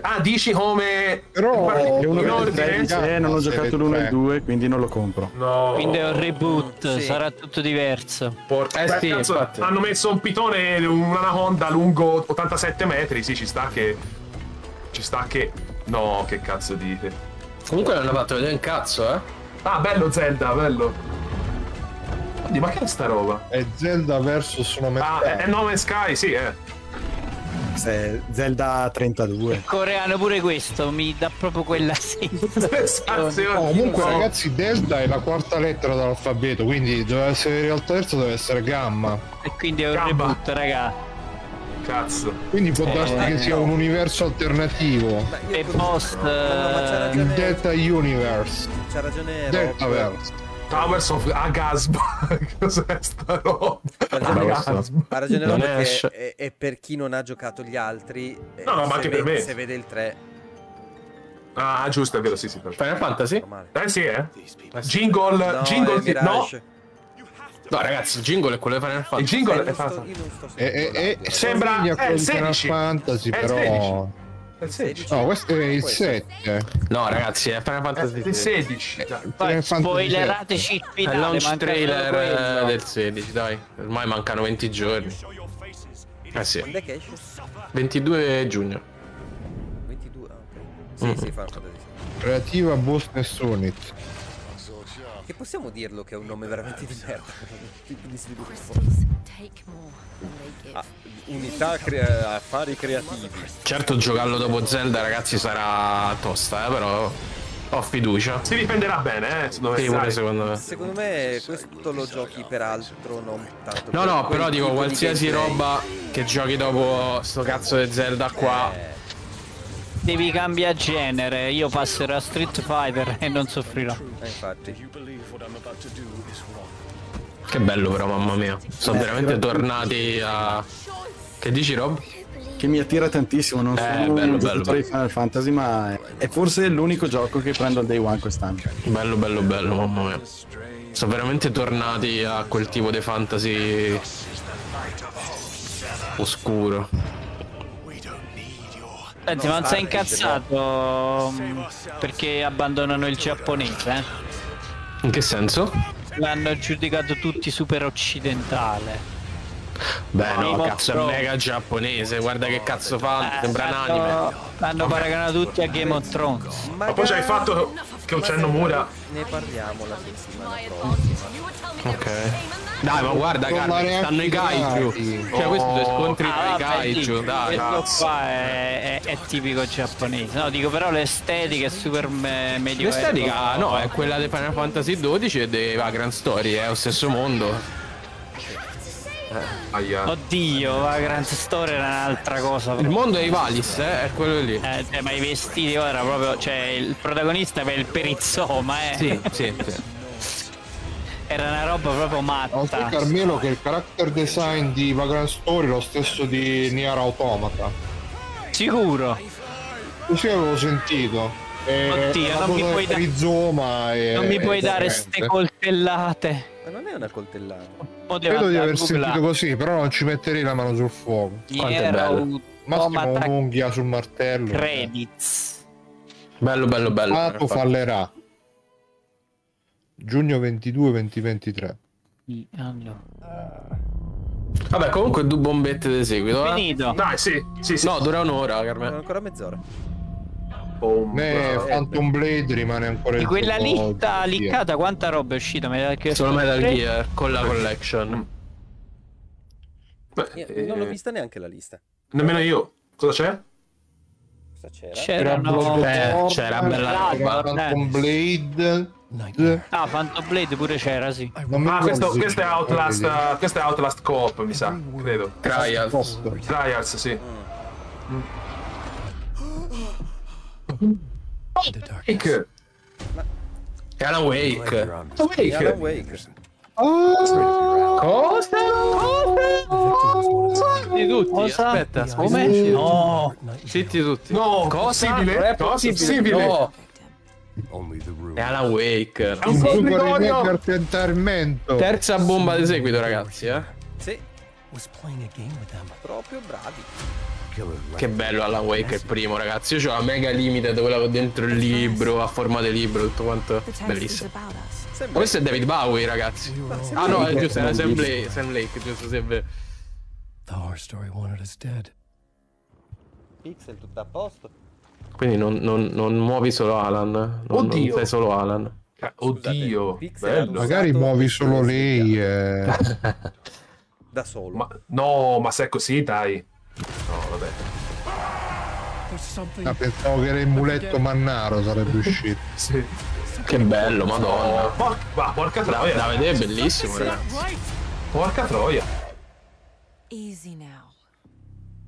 [SPEAKER 5] Ah, dici come.
[SPEAKER 6] È uno
[SPEAKER 5] in
[SPEAKER 6] che il
[SPEAKER 5] ordine?
[SPEAKER 6] 3 dice, eh, non ho giocato l'1 e il 2, quindi non lo compro.
[SPEAKER 5] No.
[SPEAKER 7] Quindi è un reboot,
[SPEAKER 5] Sì.
[SPEAKER 7] sarà tutto diverso.
[SPEAKER 5] Porca
[SPEAKER 7] Eh sì,
[SPEAKER 5] cazzo,
[SPEAKER 7] infatti.
[SPEAKER 5] hanno messo un pitone, un'anaconda lungo 87 metri. Sì, ci sta che. Ci sta che. No, che cazzo dite.
[SPEAKER 2] Comunque non hanno fatto vedere un cazzo, eh.
[SPEAKER 5] Ah, bello Zelda, bello. Oddio, ma che è sta roba?
[SPEAKER 3] È Zelda versus una
[SPEAKER 5] Ah, è, è
[SPEAKER 7] eh,
[SPEAKER 5] No Man's Sky, sì, eh.
[SPEAKER 6] Se- Zelda 32.
[SPEAKER 7] Coreano pure questo, mi dà proprio quella
[SPEAKER 5] Eh,
[SPEAKER 7] sensazione.
[SPEAKER 3] Oh, comunque ragazzi Delta è la quarta lettera dell'alfabeto quindi doveva essere al terzo deve essere gamma
[SPEAKER 7] E quindi è un reboot, raga.
[SPEAKER 5] Cazzo.
[SPEAKER 3] quindi può
[SPEAKER 7] Eh,
[SPEAKER 3] darsi che
[SPEAKER 7] no.
[SPEAKER 3] sia un universo alternativo
[SPEAKER 7] E post...
[SPEAKER 3] il Delta Universe
[SPEAKER 1] C'ha ragione
[SPEAKER 3] Deltaverse
[SPEAKER 5] Towers of Agasb. Cos'è sta roba? Agasb.
[SPEAKER 1] Ha ragione Rob perché è, è per chi non ha giocato gli altri. eh,
[SPEAKER 5] No, no, ma
[SPEAKER 1] se
[SPEAKER 5] anche
[SPEAKER 1] ve-
[SPEAKER 5] per me.
[SPEAKER 1] Se vede il 3.
[SPEAKER 5] Ah, giusto, è vero, sì, sì. Final
[SPEAKER 2] Fantasy?
[SPEAKER 5] Eh sì, eh. Jingle,
[SPEAKER 2] No,
[SPEAKER 5] jingle,
[SPEAKER 2] è
[SPEAKER 5] di- no.
[SPEAKER 2] Mirage. No, ragazzi, il jingle è quello di Final Fantasy.
[SPEAKER 5] Il jingle eh, è fatto.
[SPEAKER 3] Eh,
[SPEAKER 5] Sembra
[SPEAKER 3] Linea
[SPEAKER 5] è
[SPEAKER 3] con
[SPEAKER 5] il 16.
[SPEAKER 3] Final Fantasy
[SPEAKER 5] È il
[SPEAKER 3] però
[SPEAKER 5] 16. È il 16.
[SPEAKER 3] no questo è il 7
[SPEAKER 2] No, ragazzi, è Final Fantasy
[SPEAKER 5] È Eh, il 16. dai.
[SPEAKER 3] Final Fantasy
[SPEAKER 7] Spoilerateci il
[SPEAKER 2] È
[SPEAKER 7] finale,
[SPEAKER 2] il launch
[SPEAKER 7] manca
[SPEAKER 2] trailer
[SPEAKER 7] solo
[SPEAKER 2] eh,
[SPEAKER 7] quello.
[SPEAKER 2] del 16, dai. Ormai mancano 20 giorni. Eh sì,
[SPEAKER 1] Quando è che esce?
[SPEAKER 2] 22 giugno.
[SPEAKER 1] 22. Ah, ok. Sì,
[SPEAKER 2] Mm.
[SPEAKER 1] sì, Final Fantasy.
[SPEAKER 3] relativa a Boston e Sonic
[SPEAKER 1] Che possiamo dirlo che è un nome veramente di merda. Tipo di sviluppo. Ah, unità crea- affari creativi.
[SPEAKER 2] Certo, giocarlo dopo Zelda, ragazzi, sarà tosta, eh, però ho fiducia.
[SPEAKER 5] Si difenderà bene, eh. secondo me.
[SPEAKER 2] Sì, pure secondo me.
[SPEAKER 1] Secondo me questo lo giochi per altro, non tanto
[SPEAKER 2] No,
[SPEAKER 1] per
[SPEAKER 2] no,
[SPEAKER 1] quel
[SPEAKER 2] però dico
[SPEAKER 1] tipo di
[SPEAKER 2] qualsiasi
[SPEAKER 1] gameplay.
[SPEAKER 2] roba che giochi dopo sto cazzo di Zelda qua.
[SPEAKER 7] Devi cambiare genere, io passerò a Street Fighter e non soffrirò.
[SPEAKER 1] Eh, infatti.
[SPEAKER 2] Che bello però, mamma mia. Sono veramente tornati a. Che dici Rob?
[SPEAKER 6] Che mi attira tantissimo, non
[SPEAKER 2] Eh,
[SPEAKER 6] sono
[SPEAKER 2] bello,
[SPEAKER 6] un
[SPEAKER 2] bello,
[SPEAKER 6] giocatore
[SPEAKER 2] bello.
[SPEAKER 6] di Final Fantasy, ma è- è forse l'unico gioco che prendo al day one quest'anno.
[SPEAKER 2] Bello, bello, bello, mamma mia. Sono veramente tornati a quel tipo di fantasy oscuro.
[SPEAKER 7] Senti, ma non sei incazzato mm, perché abbandonano il giapponese? eh?
[SPEAKER 2] In che senso?
[SPEAKER 7] L'hanno giudicato tutti super occidentale.
[SPEAKER 2] Beh, no,
[SPEAKER 7] Primo
[SPEAKER 2] cazzo, è
[SPEAKER 7] pro.
[SPEAKER 2] mega giapponese. Guarda che cazzo fa,
[SPEAKER 7] Eh,
[SPEAKER 2] Ah, sembra un
[SPEAKER 7] l'hanno-
[SPEAKER 2] anime.
[SPEAKER 7] L'hanno paragonato tutti a Game of Thrones.
[SPEAKER 5] Ma poi c'è il fatto che un cenno mura.
[SPEAKER 1] Ne parliamo la settimana prossima.
[SPEAKER 2] Ok. Dai, ma guarda,
[SPEAKER 1] Con
[SPEAKER 2] Carlo,
[SPEAKER 1] Marianne
[SPEAKER 2] stanno i kaiju.
[SPEAKER 1] Draghi.
[SPEAKER 2] Cioè, questi sono scontri tra
[SPEAKER 7] Ah,
[SPEAKER 2] i
[SPEAKER 7] vabbè,
[SPEAKER 2] kaiju,
[SPEAKER 7] dico,
[SPEAKER 2] dai.
[SPEAKER 7] Questo qua è, è- è tipico giapponese. No, dico però l'estetica è super me- medioevo.
[SPEAKER 2] L'estetica, no, ecco. è quella di Final Fantasy XII e dei Vagrant Story, è lo stesso mondo.
[SPEAKER 5] Aia.
[SPEAKER 7] Oddio, Vagrant Story era un'altra cosa.
[SPEAKER 2] Il mondo dei Valis, eh, è quello lì.
[SPEAKER 7] Eh, cioè, ma i vestiti ora proprio. Cioè, il protagonista per il perizoma, eh.
[SPEAKER 2] Sì, sì, sì.
[SPEAKER 7] Era una roba proprio
[SPEAKER 3] Oltre
[SPEAKER 7] matta.
[SPEAKER 3] Carmelo che il character design di Vagrant Story è lo stesso di Nier Automata.
[SPEAKER 7] Sicuro.
[SPEAKER 3] Così avevo sentito. È
[SPEAKER 7] Oddio,
[SPEAKER 3] è una
[SPEAKER 7] non mi
[SPEAKER 3] cosa
[SPEAKER 7] puoi da-
[SPEAKER 3] rizoma e-
[SPEAKER 7] Non mi puoi
[SPEAKER 3] è
[SPEAKER 7] dare
[SPEAKER 3] differente.
[SPEAKER 7] ste coltellate.
[SPEAKER 1] Ma non è una coltellata.
[SPEAKER 7] Poteva
[SPEAKER 3] Credo di
[SPEAKER 7] andare
[SPEAKER 3] aver
[SPEAKER 7] a
[SPEAKER 3] sentito
[SPEAKER 7] Google.
[SPEAKER 3] così, però non ci metterei la mano sul fuoco.
[SPEAKER 2] Quanto è
[SPEAKER 7] Era
[SPEAKER 2] bello.
[SPEAKER 7] un
[SPEAKER 3] Massimo
[SPEAKER 7] Automata
[SPEAKER 3] un'unghia sul martello.
[SPEAKER 7] Credits.
[SPEAKER 2] Bello, bello, bello.
[SPEAKER 3] Fatto fallerà. Giugno 22 2023.
[SPEAKER 7] Allora.
[SPEAKER 2] Vabbè, comunque due bombette di seguito,
[SPEAKER 3] Ah,
[SPEAKER 2] eh.
[SPEAKER 7] Finito.
[SPEAKER 5] Dai, sì, sì, sì.
[SPEAKER 2] No, dura un'ora,
[SPEAKER 1] Sono
[SPEAKER 2] Carmen.
[SPEAKER 1] ancora mezz'ora.
[SPEAKER 5] Oh,
[SPEAKER 3] Me
[SPEAKER 5] Bomba.
[SPEAKER 3] Phantom Blade rimane ancora
[SPEAKER 7] Di
[SPEAKER 3] il
[SPEAKER 7] quella
[SPEAKER 3] gioco di-
[SPEAKER 7] litta liccata, quanta roba è uscita? Metal Gear
[SPEAKER 2] Solo Metal
[SPEAKER 7] tre?
[SPEAKER 2] Gear con la collection.
[SPEAKER 5] Beh,
[SPEAKER 1] Io non l'ho
[SPEAKER 5] eh,
[SPEAKER 1] vista neanche la lista.
[SPEAKER 5] Nemmeno io. Cosa c'è?
[SPEAKER 1] Cosa c'era?
[SPEAKER 7] C'erano- C'era-
[SPEAKER 3] Eh,
[SPEAKER 7] c'era bella roba.
[SPEAKER 3] Phantom Blade.
[SPEAKER 7] eh. Ah, Phantom Blade pure c'era, sì.
[SPEAKER 3] Non mi
[SPEAKER 5] Ah, questo,
[SPEAKER 3] ricordo.
[SPEAKER 5] questo è Outlast, eh, questo è Outlast Co-op, mi sa, credo.
[SPEAKER 2] Trials.
[SPEAKER 5] Trials, sì. Wake.
[SPEAKER 2] Era Wake.
[SPEAKER 1] Alan
[SPEAKER 2] Wake.
[SPEAKER 1] Wake.
[SPEAKER 2] Cosa? Zitti tutti, aspetta, come? No. Zitti tutti.
[SPEAKER 5] No,
[SPEAKER 2] Cosa?
[SPEAKER 5] possibile?
[SPEAKER 2] Non è
[SPEAKER 5] No,
[SPEAKER 2] possibile.
[SPEAKER 5] possibile.
[SPEAKER 2] No. È Alan Wake.
[SPEAKER 5] un
[SPEAKER 3] Un
[SPEAKER 5] po'
[SPEAKER 3] super
[SPEAKER 5] Vittorio.
[SPEAKER 3] divertimento.
[SPEAKER 2] Terza bomba di seguito, ragazzi, eh.
[SPEAKER 1] Sì. Proprio bravi.
[SPEAKER 2] Che bello Alan Wake il primo, ragazzi. Io ho la mega limited, quella con dentro il libro, a forma di libro, tutto quanto. Bellissimo.
[SPEAKER 1] Sembra
[SPEAKER 2] Questo è David Bowie, ragazzi. Ah no, è giusto, era Sam Blake, Sam Lake, giusto, sempre.
[SPEAKER 1] pixel tutto a posto.
[SPEAKER 2] Quindi non, non- non muovi solo Alan. Non,
[SPEAKER 5] Oddio.
[SPEAKER 2] Non sei solo Alan.
[SPEAKER 5] Ah, Oddio,
[SPEAKER 1] Pixel
[SPEAKER 5] bello.
[SPEAKER 3] Magari
[SPEAKER 1] usato-
[SPEAKER 3] muovi solo lei. eh.
[SPEAKER 1] Da solo.
[SPEAKER 5] Ma, no, ma se è così, dai. No, vabbè.
[SPEAKER 3] Ah, pensavo che era il muletto Mannaro sarebbe uscito.
[SPEAKER 5] Sì.
[SPEAKER 2] Che bello, madonna.
[SPEAKER 5] No, por- ma porca
[SPEAKER 2] Da,
[SPEAKER 5] troia.
[SPEAKER 2] da vedere è bellissimo, ragazzi.
[SPEAKER 5] Porca troia.
[SPEAKER 10] Easy now.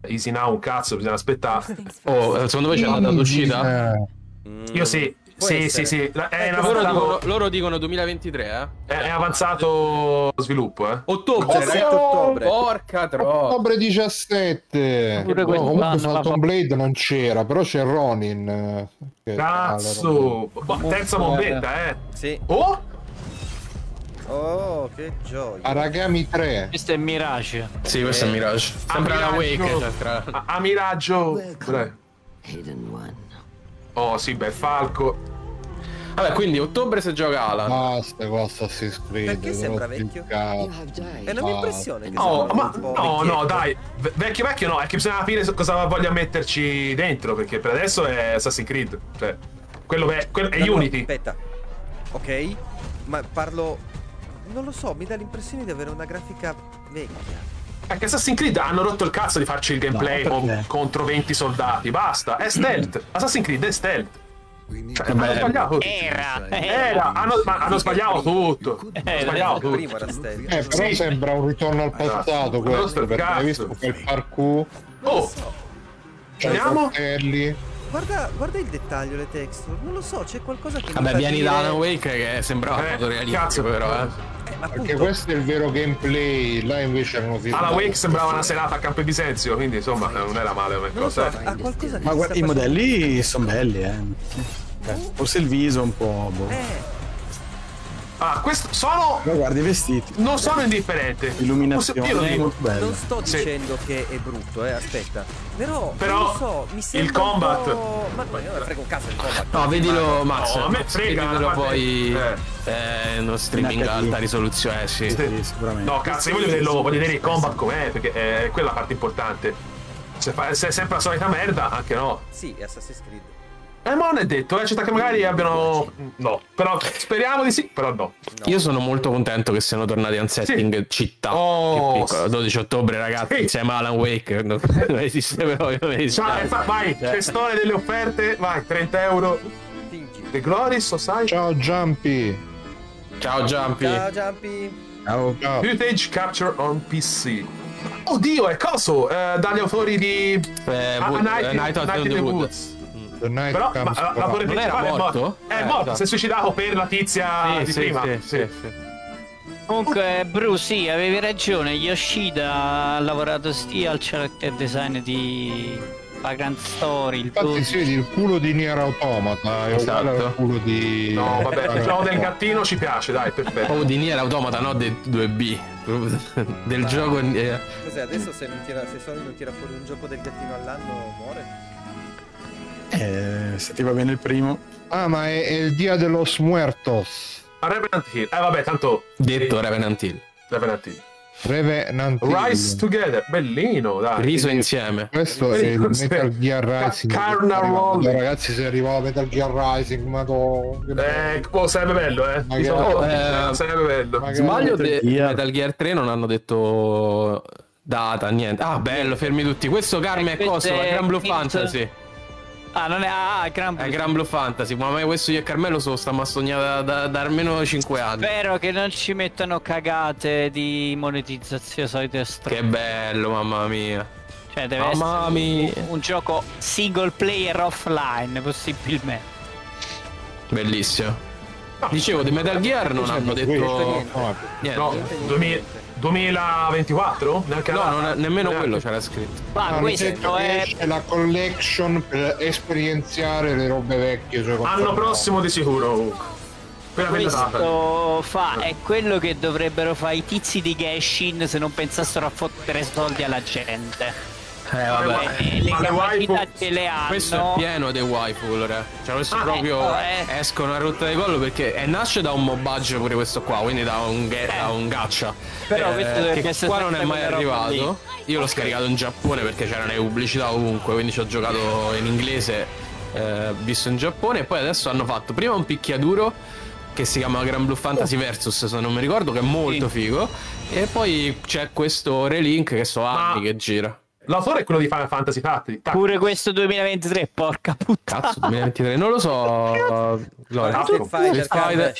[SPEAKER 5] Easy now, un cazzo, bisogna aspettare.
[SPEAKER 2] Oh, secondo voi c'è la data d'uscita?
[SPEAKER 3] Eh,
[SPEAKER 5] Io sì.
[SPEAKER 1] Mm. Può
[SPEAKER 5] Sì,
[SPEAKER 1] essere.
[SPEAKER 5] sì, sì. La- È,
[SPEAKER 1] Ecco,
[SPEAKER 2] Loro
[SPEAKER 5] avanzato-
[SPEAKER 2] dicono, loro dicono 2023,
[SPEAKER 5] è-
[SPEAKER 2] eh?
[SPEAKER 5] è avanzato sviluppo, eh.
[SPEAKER 1] Oh,
[SPEAKER 2] Ottobre,
[SPEAKER 1] Ottobre.
[SPEAKER 2] ragazzi.
[SPEAKER 1] Ottobre.
[SPEAKER 2] Porca troia.
[SPEAKER 3] Ottobre 17.
[SPEAKER 7] Pure
[SPEAKER 3] No,
[SPEAKER 7] quest'anno
[SPEAKER 3] comunque
[SPEAKER 7] la fa-
[SPEAKER 3] Phantom Blade non c'era, però c'è Ronin. eh, che-
[SPEAKER 5] Cazzo. Boh, Terza bombetta, eh.
[SPEAKER 1] Sì.
[SPEAKER 5] Oh!
[SPEAKER 1] Oh, che gioia.
[SPEAKER 3] Ah, Aragami 3.
[SPEAKER 7] Questo è Mirage.
[SPEAKER 2] Sì, questo è Mirage. Sembra Alan Wake.
[SPEAKER 5] Miraggio.
[SPEAKER 2] cioè, tra-
[SPEAKER 5] A, a miraggio. Dai. Oh, sì, beh, Falco.
[SPEAKER 2] Vabbè, quindi ottobre si gioca Alan.
[SPEAKER 3] Basta con Assassin's Creed.
[SPEAKER 1] Perché
[SPEAKER 3] te
[SPEAKER 1] sembra
[SPEAKER 3] lo dico.
[SPEAKER 1] vecchio? E non mi impressione che
[SPEAKER 5] No,
[SPEAKER 1] sembra
[SPEAKER 5] Oh, ma
[SPEAKER 1] Esatto. un po'
[SPEAKER 5] no,
[SPEAKER 1] vecchietto.
[SPEAKER 5] no, dai. Ve- Vecchio, vecchio, no. È che bisogna capire su- cosa voglia metterci dentro. Perché per adesso è Assassin's Creed. Cioè, quello è, quello è
[SPEAKER 1] No, no,
[SPEAKER 5] Unity.
[SPEAKER 1] Aspetta. Ok? Ma parlo non lo so, mi dà l'impressione di avere una grafica vecchia.
[SPEAKER 5] Anche Assassin's Creed hanno rotto il cazzo di farci il gameplay
[SPEAKER 6] No,
[SPEAKER 5] con-
[SPEAKER 6] perché?
[SPEAKER 5] contro 20 soldati. Basta. È stealth. Assassin's Creed è stealth. Cioè, hanno
[SPEAKER 2] bello.
[SPEAKER 5] sbagliato.
[SPEAKER 7] Era.
[SPEAKER 5] Era, hanno, ma hanno sbagliato tutto. Hanno sbagliato
[SPEAKER 1] Il
[SPEAKER 5] tutto.
[SPEAKER 1] primo Cioè, era stealth.
[SPEAKER 3] Eh, però
[SPEAKER 5] Sì.
[SPEAKER 3] sembra un ritorno al passato
[SPEAKER 5] Ma non sto
[SPEAKER 3] questo, perché hai
[SPEAKER 5] cazzo.
[SPEAKER 3] visto quel parkour,
[SPEAKER 5] Oh,
[SPEAKER 3] c'è i
[SPEAKER 5] Andiamo?
[SPEAKER 3] cartelli.
[SPEAKER 1] Guarda, guarda il dettaglio, le texture. Non lo so, c'è qualcosa che mi
[SPEAKER 2] Vabbè,
[SPEAKER 1] fa
[SPEAKER 2] vieni
[SPEAKER 1] dire-
[SPEAKER 2] da Alan Wake che sembrava
[SPEAKER 5] Eh,
[SPEAKER 2] fotorealistico,
[SPEAKER 5] cazzo.
[SPEAKER 2] però, eh.
[SPEAKER 1] Eh, ma
[SPEAKER 3] Perché
[SPEAKER 1] appunto,
[SPEAKER 3] questo è il vero gameplay, là invece erano filmati.
[SPEAKER 5] alla Wake sembrava una serata a Campovisenzio, quindi insomma non era male come
[SPEAKER 1] non lo so,
[SPEAKER 5] cosa. eh.
[SPEAKER 1] ha qualcosa che
[SPEAKER 6] Ma
[SPEAKER 1] mi
[SPEAKER 6] guarda,
[SPEAKER 1] sta facendo-
[SPEAKER 6] i modelli sono belli, eh. Cioè, Forse il viso è un po'. Boh.
[SPEAKER 1] Eh,
[SPEAKER 5] Ah, questo sono.
[SPEAKER 6] Però guarda i vestiti,
[SPEAKER 5] Non sono indifferente.
[SPEAKER 6] l'illuminazione
[SPEAKER 5] Io lo
[SPEAKER 6] è
[SPEAKER 5] dico.
[SPEAKER 6] molto bella.
[SPEAKER 1] non sto
[SPEAKER 5] Sì.
[SPEAKER 1] dicendo che è brutto, eh, aspetta. Però,
[SPEAKER 5] Però
[SPEAKER 1] non lo so, mi sembra
[SPEAKER 5] il combat-
[SPEAKER 1] un po'- Ma no, io ne frego un cazzo il combat.
[SPEAKER 2] No, vedilo, Max.
[SPEAKER 5] no, a me frega,
[SPEAKER 2] Vedilo
[SPEAKER 5] ma-
[SPEAKER 2] poi
[SPEAKER 5] eh.
[SPEAKER 2] eh, uno streaming
[SPEAKER 6] In HD.
[SPEAKER 2] a alta risoluzione, eh, sì.
[SPEAKER 5] Sì.
[SPEAKER 6] Sì, sicuramente.
[SPEAKER 5] No, cazzo, io voglio vederlo, voglio vedere il combat com'è, perché è quella la parte importante. Se, fa- se è sempre la solita merda, anche no.
[SPEAKER 1] Sì, è Assassin's Creed.
[SPEAKER 5] Eh, ma non è detto, eh, c'è da che magari abbiano. No. Però speriamo di sì, però no.
[SPEAKER 2] Io sono molto contento che siano tornati a un setting città.
[SPEAKER 5] Oh,
[SPEAKER 2] che piccolo. 12 ottobre, ragazzi,
[SPEAKER 5] sì.
[SPEAKER 2] insieme a Alan Wake. Non, non esiste, però. Io non esiste.
[SPEAKER 5] Ciao, eh, fa- vai, testone delle offerte, vai, 30 euro.
[SPEAKER 1] Fingi.
[SPEAKER 5] The Glory Society
[SPEAKER 3] Ciao Jumpy!
[SPEAKER 2] Ciao, Giampi.
[SPEAKER 1] Ciao, Jumpy.
[SPEAKER 3] Ciao.
[SPEAKER 5] Footage Capture on PC. Oddio, è coso! eh, dagli autori di
[SPEAKER 2] Eh,
[SPEAKER 5] Ah,
[SPEAKER 2] Wood-
[SPEAKER 5] Night,
[SPEAKER 2] eh,
[SPEAKER 5] in-
[SPEAKER 2] Night Out in the Woods.
[SPEAKER 3] The Night
[SPEAKER 5] Però ma,
[SPEAKER 3] Comes
[SPEAKER 5] la- l'autore
[SPEAKER 3] Around.
[SPEAKER 2] Non era
[SPEAKER 5] principale è
[SPEAKER 2] morto?
[SPEAKER 5] morto. È
[SPEAKER 2] Eh,
[SPEAKER 5] morto,
[SPEAKER 2] esatto.
[SPEAKER 5] si è suicidato per la tizia Ah, di prima.
[SPEAKER 2] Eh, sì, sì,
[SPEAKER 5] Sì.
[SPEAKER 2] sì.
[SPEAKER 7] Comunque, Bruce, sì, avevi ragione. Yoshida ha lavorato sia al character design di Pagan Story. Il
[SPEAKER 3] Infatti sì, il culo di Nier Automata è uguale
[SPEAKER 2] Esatto.
[SPEAKER 3] al culo di...
[SPEAKER 5] No, vabbè,
[SPEAKER 3] Nier
[SPEAKER 5] facciamo del
[SPEAKER 3] Automata.
[SPEAKER 5] gattino, ci piace, dai, perfetto.
[SPEAKER 2] Oh, di Nier Automata, no, del 2B.
[SPEAKER 6] Ah.
[SPEAKER 2] Del gioco. eh,
[SPEAKER 1] Cos'è adesso se, non tira, se Sony non tira fuori un gioco del gattino all'anno muore?
[SPEAKER 6] Eh, se ti va bene il primo,
[SPEAKER 3] Ah, ma è, è il dia de los muertos.
[SPEAKER 5] A Revenant Hill. Eh vabbè, tanto
[SPEAKER 2] detto Revenant Hill.
[SPEAKER 5] Revenant Hill.
[SPEAKER 3] Revenant Hill.
[SPEAKER 5] Rise Together, bellino,
[SPEAKER 6] Ah,
[SPEAKER 5] dai.
[SPEAKER 2] Riso insieme.
[SPEAKER 3] Questo è il
[SPEAKER 5] Cos'è?
[SPEAKER 3] Metal Gear Rising.
[SPEAKER 5] Carnal Roll.
[SPEAKER 3] Ragazzi, se arrivava Metal Gear Rising, ma
[SPEAKER 5] Eh, oh, sarebbe bello, eh.
[SPEAKER 3] Ma
[SPEAKER 5] Mi
[SPEAKER 3] che-
[SPEAKER 5] sono-
[SPEAKER 2] oh, eh,
[SPEAKER 5] sarebbe bello.
[SPEAKER 3] Magari-
[SPEAKER 2] Sbaglio de-
[SPEAKER 6] Metal Gear.
[SPEAKER 2] Metal Gear 3 non hanno detto data, niente. Ah, bello, fermi tutti. Questo Carme è
[SPEAKER 7] Questo
[SPEAKER 2] coso, la
[SPEAKER 7] è
[SPEAKER 2] Gran Blue
[SPEAKER 7] Kings-
[SPEAKER 2] Fantasy.
[SPEAKER 7] Ah, non è. Ah, Gran
[SPEAKER 2] È Gran Blue Fantasy, ma a me questo io e Carmelo sono sta massognata da, da- da almeno 5 anni.
[SPEAKER 7] Spero che non ci mettano cagate di monetizzazione solite str-
[SPEAKER 2] Che bello, mamma mia.
[SPEAKER 7] Cioè, deve
[SPEAKER 2] Mamma
[SPEAKER 7] essere un,
[SPEAKER 2] mia.
[SPEAKER 7] un gioco single player offline, possibilmente.
[SPEAKER 2] Bellissimo. Dicevo, di Metal Gear non hanno detto... Niente.
[SPEAKER 5] No,
[SPEAKER 2] No,
[SPEAKER 5] 2000 2024? Neanche la-
[SPEAKER 2] non è- nemmeno
[SPEAKER 5] neanche.
[SPEAKER 2] quello c'era scritto.
[SPEAKER 7] Ma
[SPEAKER 3] Ah, mi sento
[SPEAKER 7] questo
[SPEAKER 3] che
[SPEAKER 7] è.
[SPEAKER 3] esce la collection per esperienziare le robe vecchie. cioè,
[SPEAKER 5] Anno
[SPEAKER 3] quattro-
[SPEAKER 5] prossimo di sicuro comunque. Quella è la data.
[SPEAKER 7] Questo fa è quello che dovrebbero fare i tizi di Gashin se non pensassero a fottere soldi alla gente.
[SPEAKER 2] Eh, vabbè.
[SPEAKER 7] Eh, le
[SPEAKER 5] Ma le
[SPEAKER 7] capacità
[SPEAKER 5] waifu-
[SPEAKER 7] ce le hanno.
[SPEAKER 2] Questo è pieno dei waifu, allora. Cioè, questo
[SPEAKER 7] Ah,
[SPEAKER 2] proprio
[SPEAKER 7] ecco, eh.
[SPEAKER 2] escono a rotta di collo perché e nasce da un mobbaggio pure questo qua, quindi da un, ga- da un gaccia. Eh,
[SPEAKER 7] Però questo dovrebbe
[SPEAKER 2] che
[SPEAKER 7] essere
[SPEAKER 2] qua non è
[SPEAKER 7] sempre
[SPEAKER 2] mai
[SPEAKER 7] quella roba
[SPEAKER 2] arrivato.
[SPEAKER 7] lì.
[SPEAKER 2] Io l'ho scaricato in Giappone perché c'erano le pubblicità ovunque, quindi ci ho giocato in inglese, eh, visto in Giappone, e poi adesso hanno fatto prima un picchiaduro che si chiama Gran Blue
[SPEAKER 7] Oh.
[SPEAKER 2] Fantasy Versus, se non mi ricordo, che è molto figo, e poi c'è questo relink che so anni che gira.
[SPEAKER 5] L'autore è quello di Final Fantasy Tatti.
[SPEAKER 7] Pure questo 2023, porca puttana.
[SPEAKER 2] Cazzo, 2023, non lo so. Gloria.
[SPEAKER 5] Ah,
[SPEAKER 2] Street
[SPEAKER 1] Fighter,
[SPEAKER 2] Fighter.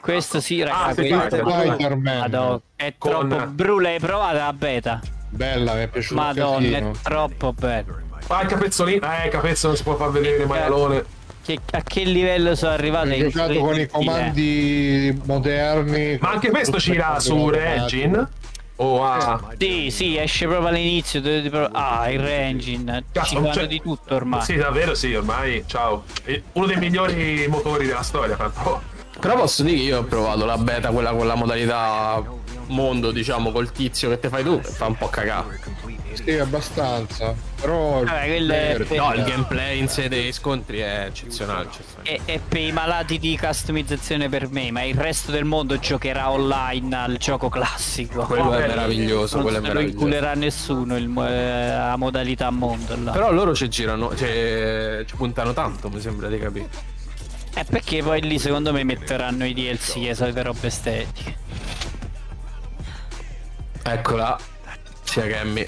[SPEAKER 7] Questo sì,
[SPEAKER 5] Ah,
[SPEAKER 7] ragazzi.
[SPEAKER 5] Street
[SPEAKER 7] questo-
[SPEAKER 5] Fighter.
[SPEAKER 3] Spider-Man.
[SPEAKER 7] Madò, è
[SPEAKER 5] Con-
[SPEAKER 7] troppo brutta. L'hai provata la beta?
[SPEAKER 3] Bella, mi è piaciuta.
[SPEAKER 7] Madonna, è troppo bello.
[SPEAKER 5] Ah, il capezzolino. Eh, il capezzo non si può far
[SPEAKER 2] Eh.
[SPEAKER 5] vedere, maialone.
[SPEAKER 7] Che- a che livello sono arrivato?
[SPEAKER 3] Ho giocato con i comandi moderni.
[SPEAKER 5] Ma anche questo ci irà su Regin.
[SPEAKER 2] Oh,
[SPEAKER 5] O
[SPEAKER 2] ah.
[SPEAKER 5] a.
[SPEAKER 7] Sì, sì, esce proprio all'inizio. dovete pro- Ah, il Re-Engine. Ci fanno di tutto ormai.
[SPEAKER 5] Sì, davvero sì, ormai. Ciao. E Uno dei migliori motori della storia, tanto.
[SPEAKER 2] Però posso dire che io ho provato la beta, quella con la modalità mondo, diciamo, col tizio che te fai tu, che fa un po' cagare.
[SPEAKER 3] Sì, abbastanza. Però.
[SPEAKER 7] Vabbè, quello è per-
[SPEAKER 2] No, il gameplay in sede di scontri è eccezionale. eccezionale.
[SPEAKER 7] è, è per i malati di customizzazione per me, ma il resto del mondo giocherà online al gioco classico.
[SPEAKER 2] Quello è
[SPEAKER 5] bello.
[SPEAKER 2] meraviglioso,
[SPEAKER 7] non
[SPEAKER 2] quello
[SPEAKER 7] se
[SPEAKER 2] è
[SPEAKER 7] lo
[SPEAKER 2] meraviglioso.
[SPEAKER 7] inculerà nessuno il mo- eh, la modalità mondo. là.
[SPEAKER 2] Però loro ci girano, cioè, ci puntano tanto, mi sembra di capire.
[SPEAKER 7] Eh, perché poi lì secondo me metteranno i DLC e solite robe estetiche.
[SPEAKER 2] Eccola, sia Cammy.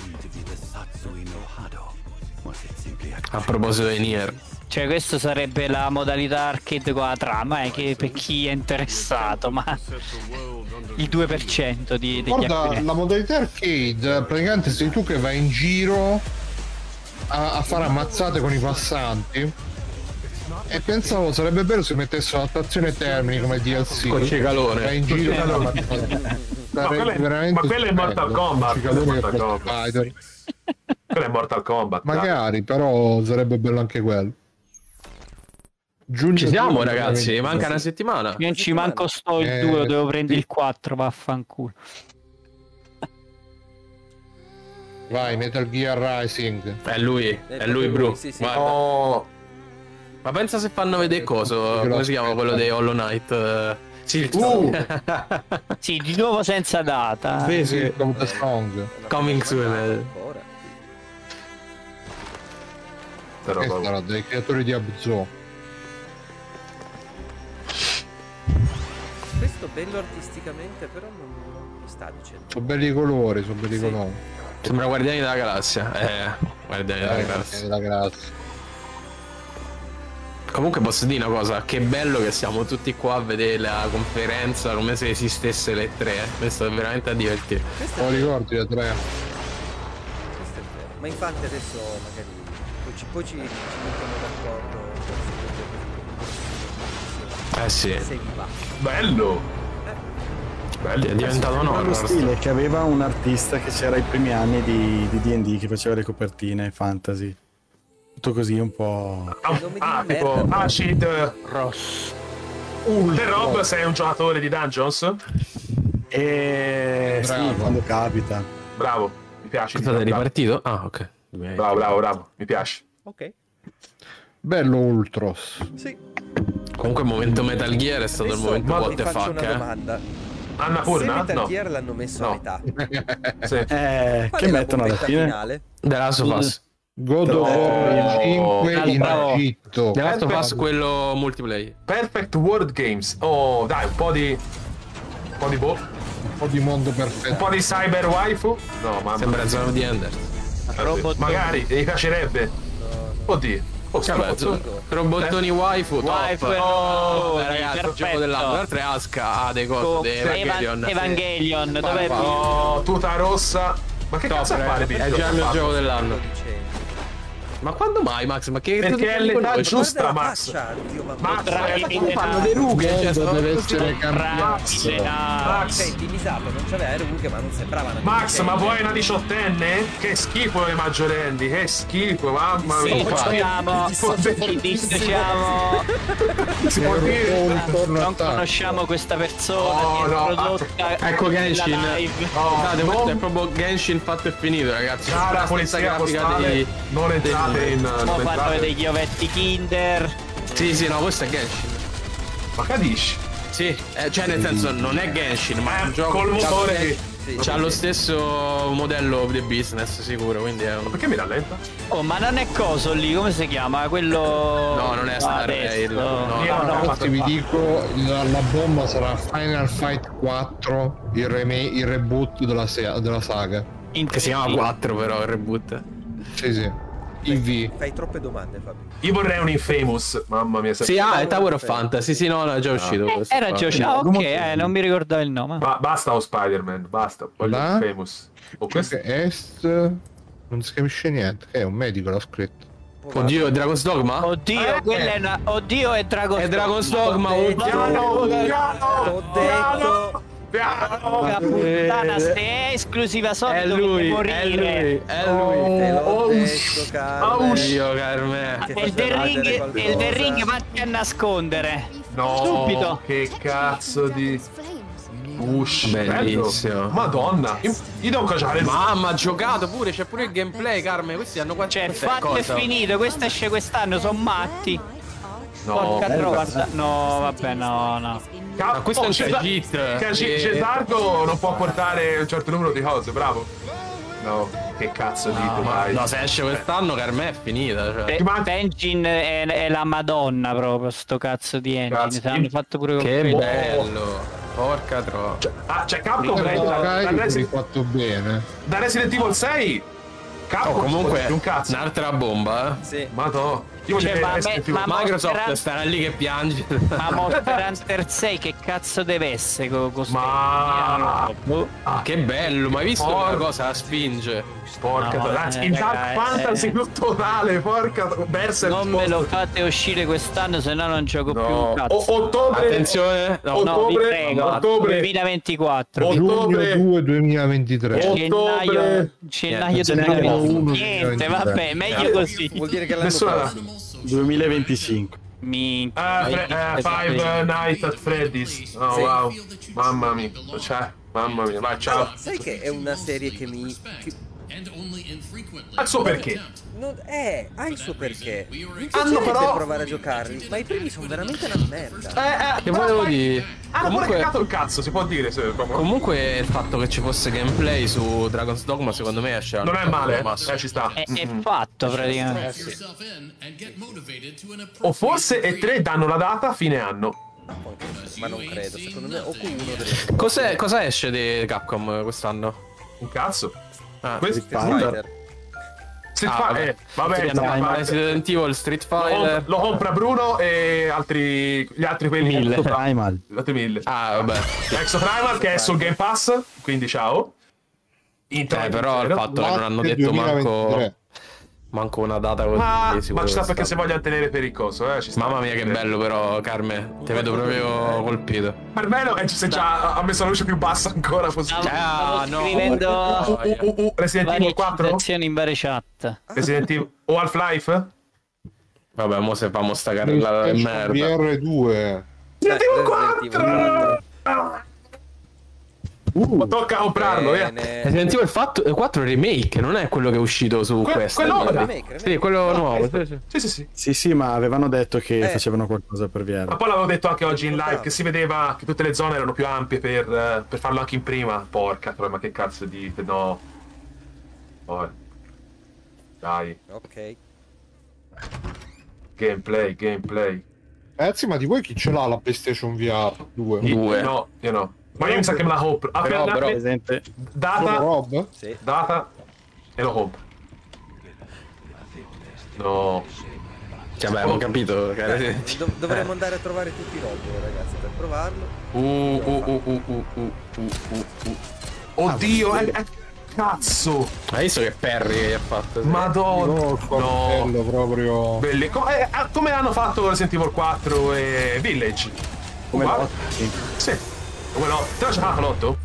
[SPEAKER 2] A proposito di Nier,
[SPEAKER 7] Cioè, questa sarebbe la modalità arcade con la trama, eh, che per chi è interessato, ma il 2% di, degli
[SPEAKER 3] Guarda,
[SPEAKER 7] acquirenti.
[SPEAKER 3] la modalità arcade, praticamente sei tu che vai in giro a, a fare ammazzate con i passanti. E pensavo sarebbe bello se mettessero l'attrazione termica come DLC.
[SPEAKER 2] Col cicalone.
[SPEAKER 3] Vai in giro a fare ammazzate.
[SPEAKER 5] Ma quello è-
[SPEAKER 3] Veramente
[SPEAKER 5] ma quello è
[SPEAKER 3] stupendo.
[SPEAKER 5] Mortal Kombat,
[SPEAKER 3] Cicalone
[SPEAKER 5] quello è
[SPEAKER 3] che
[SPEAKER 5] Mortal
[SPEAKER 3] fa
[SPEAKER 5] Kombat.
[SPEAKER 3] Spider.
[SPEAKER 5] Quello è Mortal Kombat. dai.
[SPEAKER 3] Magari, però sarebbe bello anche quello. Giugno-
[SPEAKER 2] ci siamo
[SPEAKER 3] giugno,
[SPEAKER 2] ragazzi,
[SPEAKER 3] veramente.
[SPEAKER 2] manca una settimana.
[SPEAKER 7] Non ci manco sto il
[SPEAKER 3] Eh,
[SPEAKER 7] 2, devo prendere
[SPEAKER 3] sì.
[SPEAKER 7] il 4, vaffanculo.
[SPEAKER 3] Vai, Metal Gear Rising.
[SPEAKER 2] È lui, è lui, Bru.
[SPEAKER 1] Sì, sì.
[SPEAKER 2] Guarda.
[SPEAKER 5] No.
[SPEAKER 2] Ma pensa se fanno vedere coso,
[SPEAKER 3] Io lo
[SPEAKER 2] come si chiama
[SPEAKER 3] aspetto.
[SPEAKER 2] quello dei Hollow Knight? eh,
[SPEAKER 5] Uh.
[SPEAKER 7] Sì, di nuovo senza data.
[SPEAKER 3] Sì, sì, come Strong.
[SPEAKER 2] Coming soon, eh.
[SPEAKER 1] Ancora.
[SPEAKER 5] Però,
[SPEAKER 3] Questa
[SPEAKER 5] vabbè.
[SPEAKER 3] era dei creatori di Abzu.
[SPEAKER 1] Questo bello artisticamente, però non, non mi sta dicendo.
[SPEAKER 3] Sono belli i colori, sono belli i
[SPEAKER 1] Sì.
[SPEAKER 3] colori.
[SPEAKER 2] Sembra Guardiani della Galassia. Eh, Guardiani della
[SPEAKER 3] Eh,
[SPEAKER 2] Galassia.
[SPEAKER 3] la grazia.
[SPEAKER 2] Comunque posso dire una cosa, che bello che siamo tutti qua a vedere la conferenza come se esistesse le tre. eh. Questo è veramente a divertire.
[SPEAKER 1] Questo
[SPEAKER 3] Ho
[SPEAKER 1] è, vero,
[SPEAKER 3] ricordi le tre.
[SPEAKER 1] questo è vero. Ma infatti adesso magari poi ci, poi ci, ci mettiamo d'accordo
[SPEAKER 2] Eh sì.
[SPEAKER 1] se vi va.
[SPEAKER 5] Bello.
[SPEAKER 2] È diventato un
[SPEAKER 6] Quello
[SPEAKER 2] horror.
[SPEAKER 6] stile che aveva un artista che c'era ai primi anni di di D&D che faceva le copertine fantasy. Tutto così un po'...
[SPEAKER 5] Ah,
[SPEAKER 1] Non mi
[SPEAKER 5] ah,
[SPEAKER 1] dire
[SPEAKER 5] tipo
[SPEAKER 1] merda.
[SPEAKER 5] Acid Ross. Te Rob sei un giocatore di Dungeons?
[SPEAKER 6] Eh, sì,
[SPEAKER 3] Bravo.
[SPEAKER 6] quando capita.
[SPEAKER 5] Bravo, mi piace.
[SPEAKER 2] Cosa è
[SPEAKER 5] Bravo,
[SPEAKER 2] ripartito? Ah, ok.
[SPEAKER 5] bravo, bravo, bravo, mi piace.
[SPEAKER 1] Ok,
[SPEAKER 3] Bello Ultros.
[SPEAKER 1] sì.
[SPEAKER 2] Comunque il momento Metal Gear è stato il
[SPEAKER 1] Adesso
[SPEAKER 2] momento
[SPEAKER 1] ma
[SPEAKER 2] what
[SPEAKER 1] vi
[SPEAKER 2] the
[SPEAKER 1] faccio
[SPEAKER 2] fuck,
[SPEAKER 1] una
[SPEAKER 2] eh.
[SPEAKER 1] domanda.
[SPEAKER 5] Anna
[SPEAKER 1] Se
[SPEAKER 5] Purna?
[SPEAKER 1] Metal
[SPEAKER 5] No.
[SPEAKER 1] Gear l'hanno messo a
[SPEAKER 5] No.
[SPEAKER 1] metà.
[SPEAKER 5] Sì.
[SPEAKER 1] Qual
[SPEAKER 6] Eh, che
[SPEAKER 1] è la
[SPEAKER 6] mettono alla
[SPEAKER 1] bombetta
[SPEAKER 6] fine?
[SPEAKER 1] finale?
[SPEAKER 2] The Last of Us.
[SPEAKER 3] God of War
[SPEAKER 5] Oh.
[SPEAKER 3] 5 in
[SPEAKER 7] Bravo.
[SPEAKER 3] Egitto.
[SPEAKER 2] The Last of Us
[SPEAKER 3] Eh,
[SPEAKER 2] quello multiplayer.
[SPEAKER 5] Perfect World Games. Oh, dai, un po' di. Un po' di boh. Un
[SPEAKER 3] Un po' di mondo perfetto.
[SPEAKER 5] po' di cyber waifu. No, mamma.
[SPEAKER 2] Sembra Zone of the Enders.
[SPEAKER 5] Eh sì. Magari, gli piacerebbe. Oddio.
[SPEAKER 2] Oh, aspetta. Robottoni waifu, top.
[SPEAKER 7] Waifu e
[SPEAKER 2] oh,
[SPEAKER 7] robottoni,
[SPEAKER 2] ragazzi, il
[SPEAKER 7] perfetto.
[SPEAKER 2] gioco dell'anno. Tra l'altro è Aska, ha dei cose, dei
[SPEAKER 7] Evan-
[SPEAKER 2] Evangelion.
[SPEAKER 7] Evangelion,
[SPEAKER 2] Sì.
[SPEAKER 7] dov'è?
[SPEAKER 2] Guarda qua.
[SPEAKER 5] Oh, tuta rossa. Ma che
[SPEAKER 2] Top,
[SPEAKER 5] cazzo
[SPEAKER 2] ragazzi,
[SPEAKER 5] fare,
[SPEAKER 2] eh, È già il mio gioco dell'anno. Ma quando mai, Max? Ma che
[SPEAKER 5] Perché è l'età giusta,
[SPEAKER 1] Guarda la
[SPEAKER 5] Max.
[SPEAKER 1] faccia, oddio, mamma
[SPEAKER 5] Max,
[SPEAKER 1] mia.
[SPEAKER 5] ragazzi,
[SPEAKER 7] Bravi,
[SPEAKER 5] come fanno dei rughe?
[SPEAKER 3] Gendo
[SPEAKER 2] Cioè, sono
[SPEAKER 3] deve
[SPEAKER 2] tutti
[SPEAKER 3] essere campione.
[SPEAKER 7] Bravi, Leonardo.
[SPEAKER 5] Max,
[SPEAKER 1] Ah, Senti, Misato non c'aveva le rughe, ma non sembrava una
[SPEAKER 5] Max, ma
[SPEAKER 1] dicenne.
[SPEAKER 5] vuoi una diciottenne? Che schifo le maggiorenni, che schifo, mamma
[SPEAKER 7] Sì,
[SPEAKER 5] mia. Cioè,
[SPEAKER 7] facciamo, diciamo, ci dissociamo,
[SPEAKER 5] Si può dire?
[SPEAKER 3] intorno
[SPEAKER 7] non
[SPEAKER 3] a te.
[SPEAKER 7] conosciamo questa persona
[SPEAKER 5] Oh,
[SPEAKER 7] che
[SPEAKER 5] no,
[SPEAKER 7] è prodotta
[SPEAKER 2] ah, ecco Genshin.
[SPEAKER 7] nella live.
[SPEAKER 5] Oh,
[SPEAKER 2] Guardate,
[SPEAKER 5] non-
[SPEAKER 2] questo è proprio Genshin fatto e finito, ragazzi.
[SPEAKER 5] Cara
[SPEAKER 2] la stessa
[SPEAKER 5] polizia
[SPEAKER 2] grafica
[SPEAKER 5] postale,
[SPEAKER 2] dei...
[SPEAKER 5] non entrate in...
[SPEAKER 7] Mo
[SPEAKER 5] non
[SPEAKER 7] fanno
[SPEAKER 5] entrate-
[SPEAKER 7] degli ovetti kinder.
[SPEAKER 2] Sì, sì, no, questo è Genshin.
[SPEAKER 5] Ma capisci?
[SPEAKER 2] Sì, eh, cioè nel senso non è Genshin, ma è un
[SPEAKER 5] Eh,
[SPEAKER 2] gioco
[SPEAKER 5] col
[SPEAKER 2] che ha-
[SPEAKER 5] motore che-
[SPEAKER 1] Sì,
[SPEAKER 2] C'ha
[SPEAKER 1] sì,
[SPEAKER 2] lo
[SPEAKER 1] sì.
[SPEAKER 2] stesso modello di business sicuro, quindi è un...
[SPEAKER 5] Perché mi rallenta?
[SPEAKER 7] Oh, ma non è coso lì, come si chiama? Quello.
[SPEAKER 2] No, non è Star Rail, no, no,
[SPEAKER 5] no, no.
[SPEAKER 3] Infatti vi dico, la, la bomba sarà Final Fight 4, il, reme- il reboot della, se- della saga.
[SPEAKER 2] Che si chiama 4 però il reboot.
[SPEAKER 3] Sì, sì. IV.
[SPEAKER 1] Fai troppe domande, Fabio.
[SPEAKER 5] Io vorrei un Infamous, mamma mia. se-
[SPEAKER 2] Sì, ah, è Tower of Fantasy, sì, no, no, è già uscito questo.
[SPEAKER 7] Eh, Era
[SPEAKER 2] qua.
[SPEAKER 7] Josh. Ah, ok, eh, non mi ricordavo il nome.
[SPEAKER 5] Ba- basta o Spider-Man, basta. Voglio
[SPEAKER 3] Ma?
[SPEAKER 5] Infamous. O questo...
[SPEAKER 3] Est. Non si capisce niente. Che è un medico l'ha scritto.
[SPEAKER 2] Oddio, è Dragon's Dogma?
[SPEAKER 7] Oddio, quella è una. Oddio, è Dragon
[SPEAKER 2] Eh, È Dragon's Dogma,
[SPEAKER 1] Oddio.
[SPEAKER 2] oddio.
[SPEAKER 5] Oh,
[SPEAKER 1] L'ho detto.
[SPEAKER 7] Porca
[SPEAKER 5] piano!
[SPEAKER 7] puttana, se è esclusiva Sony
[SPEAKER 2] È
[SPEAKER 7] dovete
[SPEAKER 2] lui, è
[SPEAKER 7] morire.
[SPEAKER 2] lui, è lui.
[SPEAKER 1] Te l'ho
[SPEAKER 5] Oh,
[SPEAKER 1] detto, Carmen.
[SPEAKER 2] Oddio, Carme.
[SPEAKER 1] Che
[SPEAKER 7] Nel
[SPEAKER 1] faceva
[SPEAKER 7] The
[SPEAKER 1] vedere qualcosa.
[SPEAKER 7] Ring, nel The Ring vatti a nascondere.
[SPEAKER 5] No,
[SPEAKER 7] Stupido.
[SPEAKER 5] che cazzo di push.
[SPEAKER 2] Bellissimo.
[SPEAKER 5] bello. Madonna. Io, io devo cacciare il
[SPEAKER 2] Mamma, ha giocato pure, c'è pure il gameplay, Carme. Questi hanno quattro
[SPEAKER 7] Cioè,
[SPEAKER 2] questa
[SPEAKER 7] fatto e
[SPEAKER 2] cosa.
[SPEAKER 7] finito, questo esce quest'anno, sono matti.
[SPEAKER 5] No,
[SPEAKER 7] Porca tro- guarda- No, vabbè, no, no.
[SPEAKER 5] Ca-
[SPEAKER 2] Ma questo è un Eh.
[SPEAKER 5] Cesa-
[SPEAKER 2] cheat.
[SPEAKER 5] Ca-
[SPEAKER 2] Sì.
[SPEAKER 5] Cesardo non può portare un certo numero di cose, bravo. No, che cazzo dite,
[SPEAKER 2] No, ma-
[SPEAKER 5] dai.
[SPEAKER 2] no, se esce quest'anno, Carme è finita. Cioè.
[SPEAKER 7] Be-
[SPEAKER 5] Ti manca-
[SPEAKER 7] Engine è, è la madonna proprio, sto cazzo di engine.
[SPEAKER 5] Cazzo,
[SPEAKER 7] Se hanno fatto pure con
[SPEAKER 2] Che
[SPEAKER 7] quello.
[SPEAKER 2] bello. Porca tro.
[SPEAKER 5] Ah, cioè Capcom
[SPEAKER 3] Però
[SPEAKER 5] prende da, da
[SPEAKER 3] Kai l'hai
[SPEAKER 5] Resi-
[SPEAKER 3] fatto bene.
[SPEAKER 5] da Resident Evil 6.
[SPEAKER 2] Oh,
[SPEAKER 5] Capcom
[SPEAKER 2] comunque,
[SPEAKER 5] un cazzo.
[SPEAKER 2] un'altra bomba, eh.
[SPEAKER 1] Sì.
[SPEAKER 5] Ma no, io
[SPEAKER 7] Cioè,
[SPEAKER 5] voglio vedere
[SPEAKER 7] ma a
[SPEAKER 5] Resident
[SPEAKER 7] me-
[SPEAKER 5] Evil.
[SPEAKER 7] ma-
[SPEAKER 2] Microsoft
[SPEAKER 7] Monster-
[SPEAKER 2] starà lì che piange.
[SPEAKER 7] Ma Monster Hunter 6 che cazzo deve essere con questo?
[SPEAKER 5] Ma-
[SPEAKER 2] Ah, che bello, ma hai visto
[SPEAKER 5] Porca-
[SPEAKER 2] la cosa? La spinge.
[SPEAKER 5] Porca
[SPEAKER 7] No,
[SPEAKER 5] tro- anzi,
[SPEAKER 7] eh,
[SPEAKER 5] in
[SPEAKER 7] raga,
[SPEAKER 5] Dark
[SPEAKER 7] eh,
[SPEAKER 5] Fantasy
[SPEAKER 7] eh.
[SPEAKER 5] più totale, porca tro- Berserk.
[SPEAKER 7] Non me lo
[SPEAKER 5] posto-
[SPEAKER 7] fate uscire quest'anno, se no non gioco più
[SPEAKER 5] No.
[SPEAKER 7] un
[SPEAKER 5] O-
[SPEAKER 7] cazzo.
[SPEAKER 5] ottobre.
[SPEAKER 2] Attenzione, no,
[SPEAKER 5] Oh,
[SPEAKER 7] no,
[SPEAKER 5] ottobre-
[SPEAKER 7] vi prego,
[SPEAKER 5] ottobre-
[SPEAKER 7] 2024.
[SPEAKER 5] Ottobre-
[SPEAKER 3] Giugno 2 2023.
[SPEAKER 5] Oh.
[SPEAKER 7] Gennaio,
[SPEAKER 5] ottobre-
[SPEAKER 7] gennaio
[SPEAKER 6] ce n'era
[SPEAKER 7] 2020.
[SPEAKER 3] uno,
[SPEAKER 7] Niente,
[SPEAKER 3] gennaio.
[SPEAKER 7] vabbè, meglio così.
[SPEAKER 1] Vuol dire che l'anno
[SPEAKER 5] Nessuna-
[SPEAKER 1] prossimo.
[SPEAKER 6] 2025.
[SPEAKER 7] Minchia.
[SPEAKER 5] Eh, Fre- eh,
[SPEAKER 7] Esatto,
[SPEAKER 5] Five Nights at Freddy's. Oh,
[SPEAKER 1] Sì.
[SPEAKER 5] wow. Mamma mia. Cioè, mamma mia, vai, ciao.
[SPEAKER 1] Sai che è una serie che mi... che-
[SPEAKER 5] Al suo perché?
[SPEAKER 1] non- eh, ha il suo perché. Mi
[SPEAKER 5] Hanno
[SPEAKER 1] piacerebbe
[SPEAKER 5] Ah, però-
[SPEAKER 1] provare a giocarli, ma i primi sono veramente una merda.
[SPEAKER 5] Eh, eh,
[SPEAKER 2] Che
[SPEAKER 5] però
[SPEAKER 2] volevo
[SPEAKER 5] fai-
[SPEAKER 2] dire?
[SPEAKER 5] Hanno pure
[SPEAKER 2] Comunque-
[SPEAKER 5] cagato il Ah, cazzo, si può dire. Se, proprio-
[SPEAKER 2] Comunque il fatto che ci fosse gameplay su Dragon's Dogma secondo me esce
[SPEAKER 5] non è male, eh, ci sta.
[SPEAKER 7] È, è fatto
[SPEAKER 5] Eh,
[SPEAKER 7] praticamente.
[SPEAKER 5] O forse e tre danno la data a fine anno.
[SPEAKER 1] Ma non credo, secondo me o con uno delle due.
[SPEAKER 2] Cos'è, cosa esce di Capcom quest'anno?
[SPEAKER 5] Un cazzo.
[SPEAKER 2] Ah,
[SPEAKER 5] Questo
[SPEAKER 1] Street Fighter.
[SPEAKER 5] Street
[SPEAKER 2] Ah,
[SPEAKER 5] Fi-
[SPEAKER 2] vabbè.
[SPEAKER 5] eh,
[SPEAKER 2] Street
[SPEAKER 5] vabbè, Street
[SPEAKER 2] Fighter,
[SPEAKER 5] Fighter.
[SPEAKER 2] Resident Evil, Street
[SPEAKER 5] Lo comp-
[SPEAKER 2] Fighter.
[SPEAKER 5] Lo compra Bruno e altri. Gli altri quelli.
[SPEAKER 6] Mille.
[SPEAKER 5] sopra.
[SPEAKER 6] Primal.
[SPEAKER 5] Gli altri mille.
[SPEAKER 2] Ah, vabbè.
[SPEAKER 5] Exo Primal che è sul Game Pass. Quindi ciao. In
[SPEAKER 2] Eh, però il fatto che non hanno
[SPEAKER 3] Marzo
[SPEAKER 2] detto manco,
[SPEAKER 3] 2023.
[SPEAKER 2] manco una data così.
[SPEAKER 5] Ma,
[SPEAKER 2] sicuro
[SPEAKER 5] ma ci sta
[SPEAKER 2] quest'anno.
[SPEAKER 5] perché se vogliono tenere per il coso. Eh, ci sta.
[SPEAKER 2] Mamma mia che bello però, Carme. Ti vedo proprio colpito.
[SPEAKER 5] Per me no, eh, se già ha messo la luce più bassa ancora possibile.
[SPEAKER 7] Stavo
[SPEAKER 2] Ah, no.
[SPEAKER 7] scrivendo
[SPEAKER 5] Uh, uh, uh, Resident
[SPEAKER 7] varie
[SPEAKER 5] Evil 4?
[SPEAKER 7] citazioni in varie chat.
[SPEAKER 5] Resident Evil o Half-Life?
[SPEAKER 2] Vabbè, mo se famo sta carrellata di merda.
[SPEAKER 3] VR2.
[SPEAKER 5] Resident Evil
[SPEAKER 1] Resident Evil 4.
[SPEAKER 5] 4! Ma tocca comprarlo, eh.
[SPEAKER 1] Bene.
[SPEAKER 2] Resident Evil fatto- 4 Remake, non è quello che è uscito su
[SPEAKER 5] Que-
[SPEAKER 2] questa.
[SPEAKER 5] quello-
[SPEAKER 2] quindi.
[SPEAKER 1] remake, remake.
[SPEAKER 2] Sì, quello nuovo. sì, sì.
[SPEAKER 5] Sì, sì, sì.
[SPEAKER 6] Sì, sì, ma avevano detto che
[SPEAKER 1] Eh.
[SPEAKER 6] facevano qualcosa per VR.
[SPEAKER 5] Ma poi l'avevo detto anche oggi in live che si vedeva che tutte le zone erano più ampie per, eh, per farlo anche in prima. Porca troia, ma che cazzo dite? No. Oh. Dai,
[SPEAKER 1] Ok.
[SPEAKER 5] gameplay, gameplay.
[SPEAKER 3] Ragazzi, Eh, ma di voi chi ce l'ha la PlayStation VR 2?
[SPEAKER 5] Io-
[SPEAKER 2] Due.
[SPEAKER 5] No, io no. Ma io mi sa che me la compro. Ah,
[SPEAKER 2] Però,
[SPEAKER 5] per-
[SPEAKER 2] però-
[SPEAKER 6] Presente.
[SPEAKER 3] Solo
[SPEAKER 5] Data,
[SPEAKER 3] Rob?
[SPEAKER 1] Sì.
[SPEAKER 5] data e lo compro. No.
[SPEAKER 2] Cioè, beh, ho capito, cioè, cara. senti.
[SPEAKER 1] Dov- dovremmo andare a trovare tutti i robot, ragazzi, per provarlo.
[SPEAKER 2] Uh, uh, uh, uh, uh, uh, uh, uh, uh.
[SPEAKER 5] Oddio, eh, eh, cazzo!
[SPEAKER 2] Ah, Hai visto che Perry che gli ha fatto? sì?
[SPEAKER 5] Madonna! No!
[SPEAKER 3] Bello proprio.
[SPEAKER 5] Belle- co- eh, ah, come hanno fatto con Resident Evil 4 e Village?
[SPEAKER 6] Come
[SPEAKER 5] Uguale.
[SPEAKER 6] l'otto, sì.
[SPEAKER 5] Sì. Come no? Te lo giocato l'otto?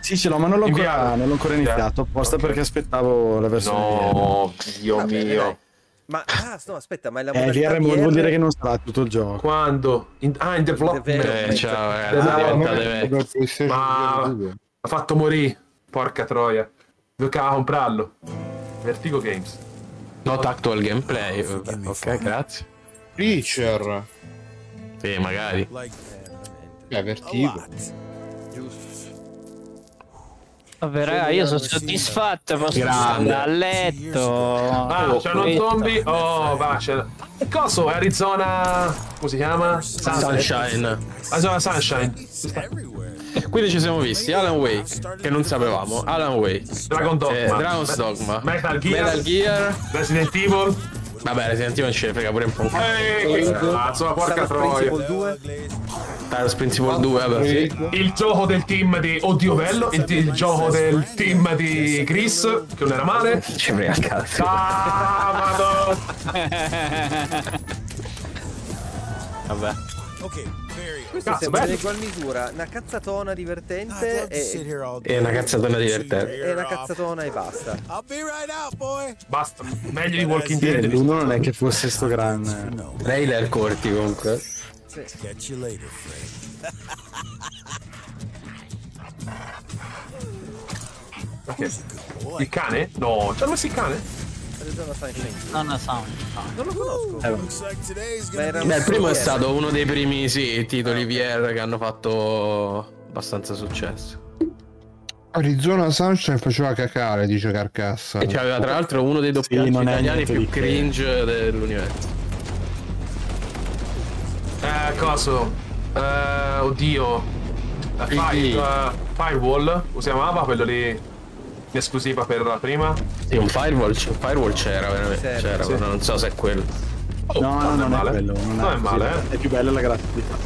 [SPEAKER 6] Sì, ce l'ho, ma non l'ho ancora,
[SPEAKER 5] Inviato.
[SPEAKER 6] non l'ho ancora
[SPEAKER 5] Inviato.
[SPEAKER 6] iniziato. Apposta
[SPEAKER 5] Ok.
[SPEAKER 6] perché aspettavo la
[SPEAKER 2] eh.
[SPEAKER 6] versione. Eh,
[SPEAKER 5] No, Dio
[SPEAKER 1] Va bene, dai.
[SPEAKER 5] mio.
[SPEAKER 1] Ma ah, no, aspetta, ma è la
[SPEAKER 6] Eh,
[SPEAKER 1] modalità
[SPEAKER 6] VR
[SPEAKER 1] VR?
[SPEAKER 6] vuol dire che non sarà tutto il gioco.
[SPEAKER 5] Quando? In- ah, in
[SPEAKER 1] Development.
[SPEAKER 5] development.
[SPEAKER 2] Eh, ciao, ragazzi,
[SPEAKER 3] Ah,
[SPEAKER 5] diventate
[SPEAKER 3] ma-
[SPEAKER 2] diventate vecchi.
[SPEAKER 3] per PlayStation
[SPEAKER 5] Ma-
[SPEAKER 3] 2.
[SPEAKER 5] Ha fatto morire. Porca troia. Toccava comprarlo. Vertigo Games.
[SPEAKER 2] Not actual gameplay. Vabbè, Ok, grazie.
[SPEAKER 3] Preacher.
[SPEAKER 2] Sì, magari.
[SPEAKER 3] Eh, vertigo.
[SPEAKER 7] Vabbè, raga, io sono soddisfatto, posso
[SPEAKER 2] Grande.
[SPEAKER 7] andare a letto.
[SPEAKER 5] Ah,
[SPEAKER 7] Oh,
[SPEAKER 5] c'hanno un
[SPEAKER 7] questo.
[SPEAKER 5] zombie. Oh, va, c'è. Che coso? Arizona. Come si chiama?
[SPEAKER 2] Sunshine.
[SPEAKER 5] Arizona Sunshine.
[SPEAKER 2] Quindi ci siamo visti Alan Wake, che non sapevamo. Alan Wake.
[SPEAKER 5] Dragon Dogma.
[SPEAKER 2] Eh, Dragon's Dogma.
[SPEAKER 5] Metal Gear.
[SPEAKER 2] Metal Gear.
[SPEAKER 5] Resident Evil.
[SPEAKER 2] Vabbè, Resident Evil ce ne frega pure un po'.
[SPEAKER 5] Ehi, che cazzo, ma porca
[SPEAKER 1] Sarà
[SPEAKER 5] troia.
[SPEAKER 1] Principal 2?
[SPEAKER 2] Talos Principle 2, vabbè, sì.
[SPEAKER 5] Il gioco del team di Oddio Bello. Il, il gioco del team di Chris, che non era male.
[SPEAKER 2] Ci frega il cazzo.
[SPEAKER 5] Ah, madonna.
[SPEAKER 2] Vabbè.
[SPEAKER 1] Questo
[SPEAKER 5] Cazzo,
[SPEAKER 1] sembra in
[SPEAKER 5] bello.
[SPEAKER 1] egual misura, una cazzatona
[SPEAKER 8] Eh, Ah,
[SPEAKER 1] divertente e,
[SPEAKER 2] È una cazzatona divertente.
[SPEAKER 1] e una cazzatona e basta.
[SPEAKER 5] Basta. Meglio di Walking
[SPEAKER 6] Sì,
[SPEAKER 5] Dead.
[SPEAKER 6] l'uno non è che fosse sto gran.
[SPEAKER 2] Trailer corti comunque.
[SPEAKER 5] Ok. Il cane? No, c'hanno messo il cane?
[SPEAKER 1] Arizona Sunshine.
[SPEAKER 7] Non lo so.
[SPEAKER 1] Non lo conosco. Ma era un
[SPEAKER 2] Beh, il primo è
[SPEAKER 1] VR.
[SPEAKER 2] stato uno dei primi sì, titoli VR che hanno fatto abbastanza successo.
[SPEAKER 3] Arizona Sunshine faceva cacare, dice Carcassa.
[SPEAKER 2] E c'aveva tra l'altro uno dei doppiaggi
[SPEAKER 6] non è
[SPEAKER 2] italiani
[SPEAKER 6] niente
[SPEAKER 2] più
[SPEAKER 6] di che.
[SPEAKER 2] cringe dell'universo.
[SPEAKER 5] Eh, coso? Eh, oddio. Eh,
[SPEAKER 2] Quindi-
[SPEAKER 5] Fire- eh, firewall, lo si chiamava quello lì in esclusiva per la prima.
[SPEAKER 2] Sì, un firewall, c- un firewall c'era veramente.
[SPEAKER 1] Sì,
[SPEAKER 2] C'era,
[SPEAKER 5] sì.
[SPEAKER 2] però non so se è quello.
[SPEAKER 5] Oh,
[SPEAKER 6] No, no,
[SPEAKER 5] non è
[SPEAKER 6] non è
[SPEAKER 5] male.
[SPEAKER 6] quello. Non,
[SPEAKER 5] Non è
[SPEAKER 6] così,
[SPEAKER 5] male, eh.
[SPEAKER 6] È più bella la grafica.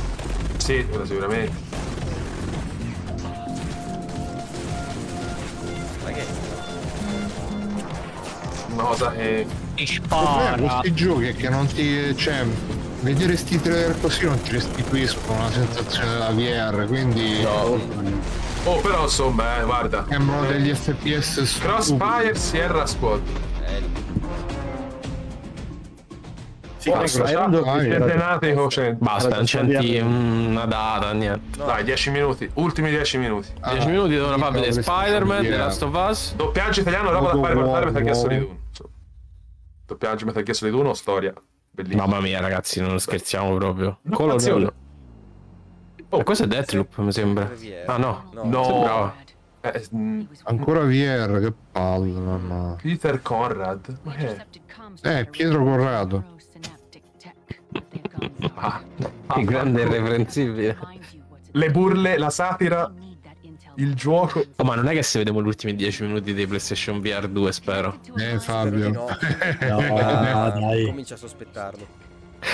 [SPEAKER 5] Sì, quello sicuramente.
[SPEAKER 1] Ma che-
[SPEAKER 5] Una cosa eh, che.
[SPEAKER 7] Ti
[SPEAKER 3] Il problema con
[SPEAKER 7] spara.
[SPEAKER 3] Eh, questi giochi è che non ti. cioè. Vedere sti trailer così non ti restituiscono la sensazione della VR, quindi
[SPEAKER 5] Oh, però insomma, eh, guarda.
[SPEAKER 3] sembrano degli FPS stupidi.
[SPEAKER 5] Crossfire Sierra Squad.
[SPEAKER 6] Sì,
[SPEAKER 5] Oh,
[SPEAKER 6] questo
[SPEAKER 5] ecco,
[SPEAKER 6] era un
[SPEAKER 5] già,
[SPEAKER 6] gioco-
[SPEAKER 5] Centenate con cento.
[SPEAKER 2] Basta, non c'è
[SPEAKER 6] Allora,
[SPEAKER 2] anti- una data, niente.
[SPEAKER 5] Dai, 10 minuti. Ultimi 10 minuti.
[SPEAKER 2] 10 Ah. minuti devono far vedere Spider-Man, The Last of Us.
[SPEAKER 5] Doppiaggio italiano, roba da
[SPEAKER 3] Dopo
[SPEAKER 5] fare per fare
[SPEAKER 3] War,
[SPEAKER 5] Metal Gear Solid
[SPEAKER 3] nuovo.
[SPEAKER 5] 1. Doppiaggio Metal Gear Solid 1, storia. Bellissimo.
[SPEAKER 2] Mamma mia, ragazzi, non scherziamo proprio.
[SPEAKER 5] No,
[SPEAKER 2] Color
[SPEAKER 5] cazzo.
[SPEAKER 2] Yellow.
[SPEAKER 5] Oh.
[SPEAKER 2] Eh, questo è Deathloop, mi sembra.
[SPEAKER 1] VR.
[SPEAKER 2] Ah no.
[SPEAKER 1] No.
[SPEAKER 5] No.
[SPEAKER 2] Sembrava.
[SPEAKER 5] Eh, mm,
[SPEAKER 3] Ancora VR, che palle, mamma.
[SPEAKER 5] Peter Conrad. Ma che è?
[SPEAKER 3] Eh, Pietro Corrado.
[SPEAKER 10] Ah,
[SPEAKER 2] Il grande irreprensibile.
[SPEAKER 5] Le burle, la satira, il gioco.
[SPEAKER 2] Oh, ma non è che se vediamo gli ultimi 10 minuti di PlayStation VR 2, spero.
[SPEAKER 1] Spero di
[SPEAKER 3] Eh Fabio.
[SPEAKER 1] no.
[SPEAKER 5] Eh,
[SPEAKER 6] No,
[SPEAKER 1] Ah,
[SPEAKER 6] dai.
[SPEAKER 1] Comincia a sospettarlo.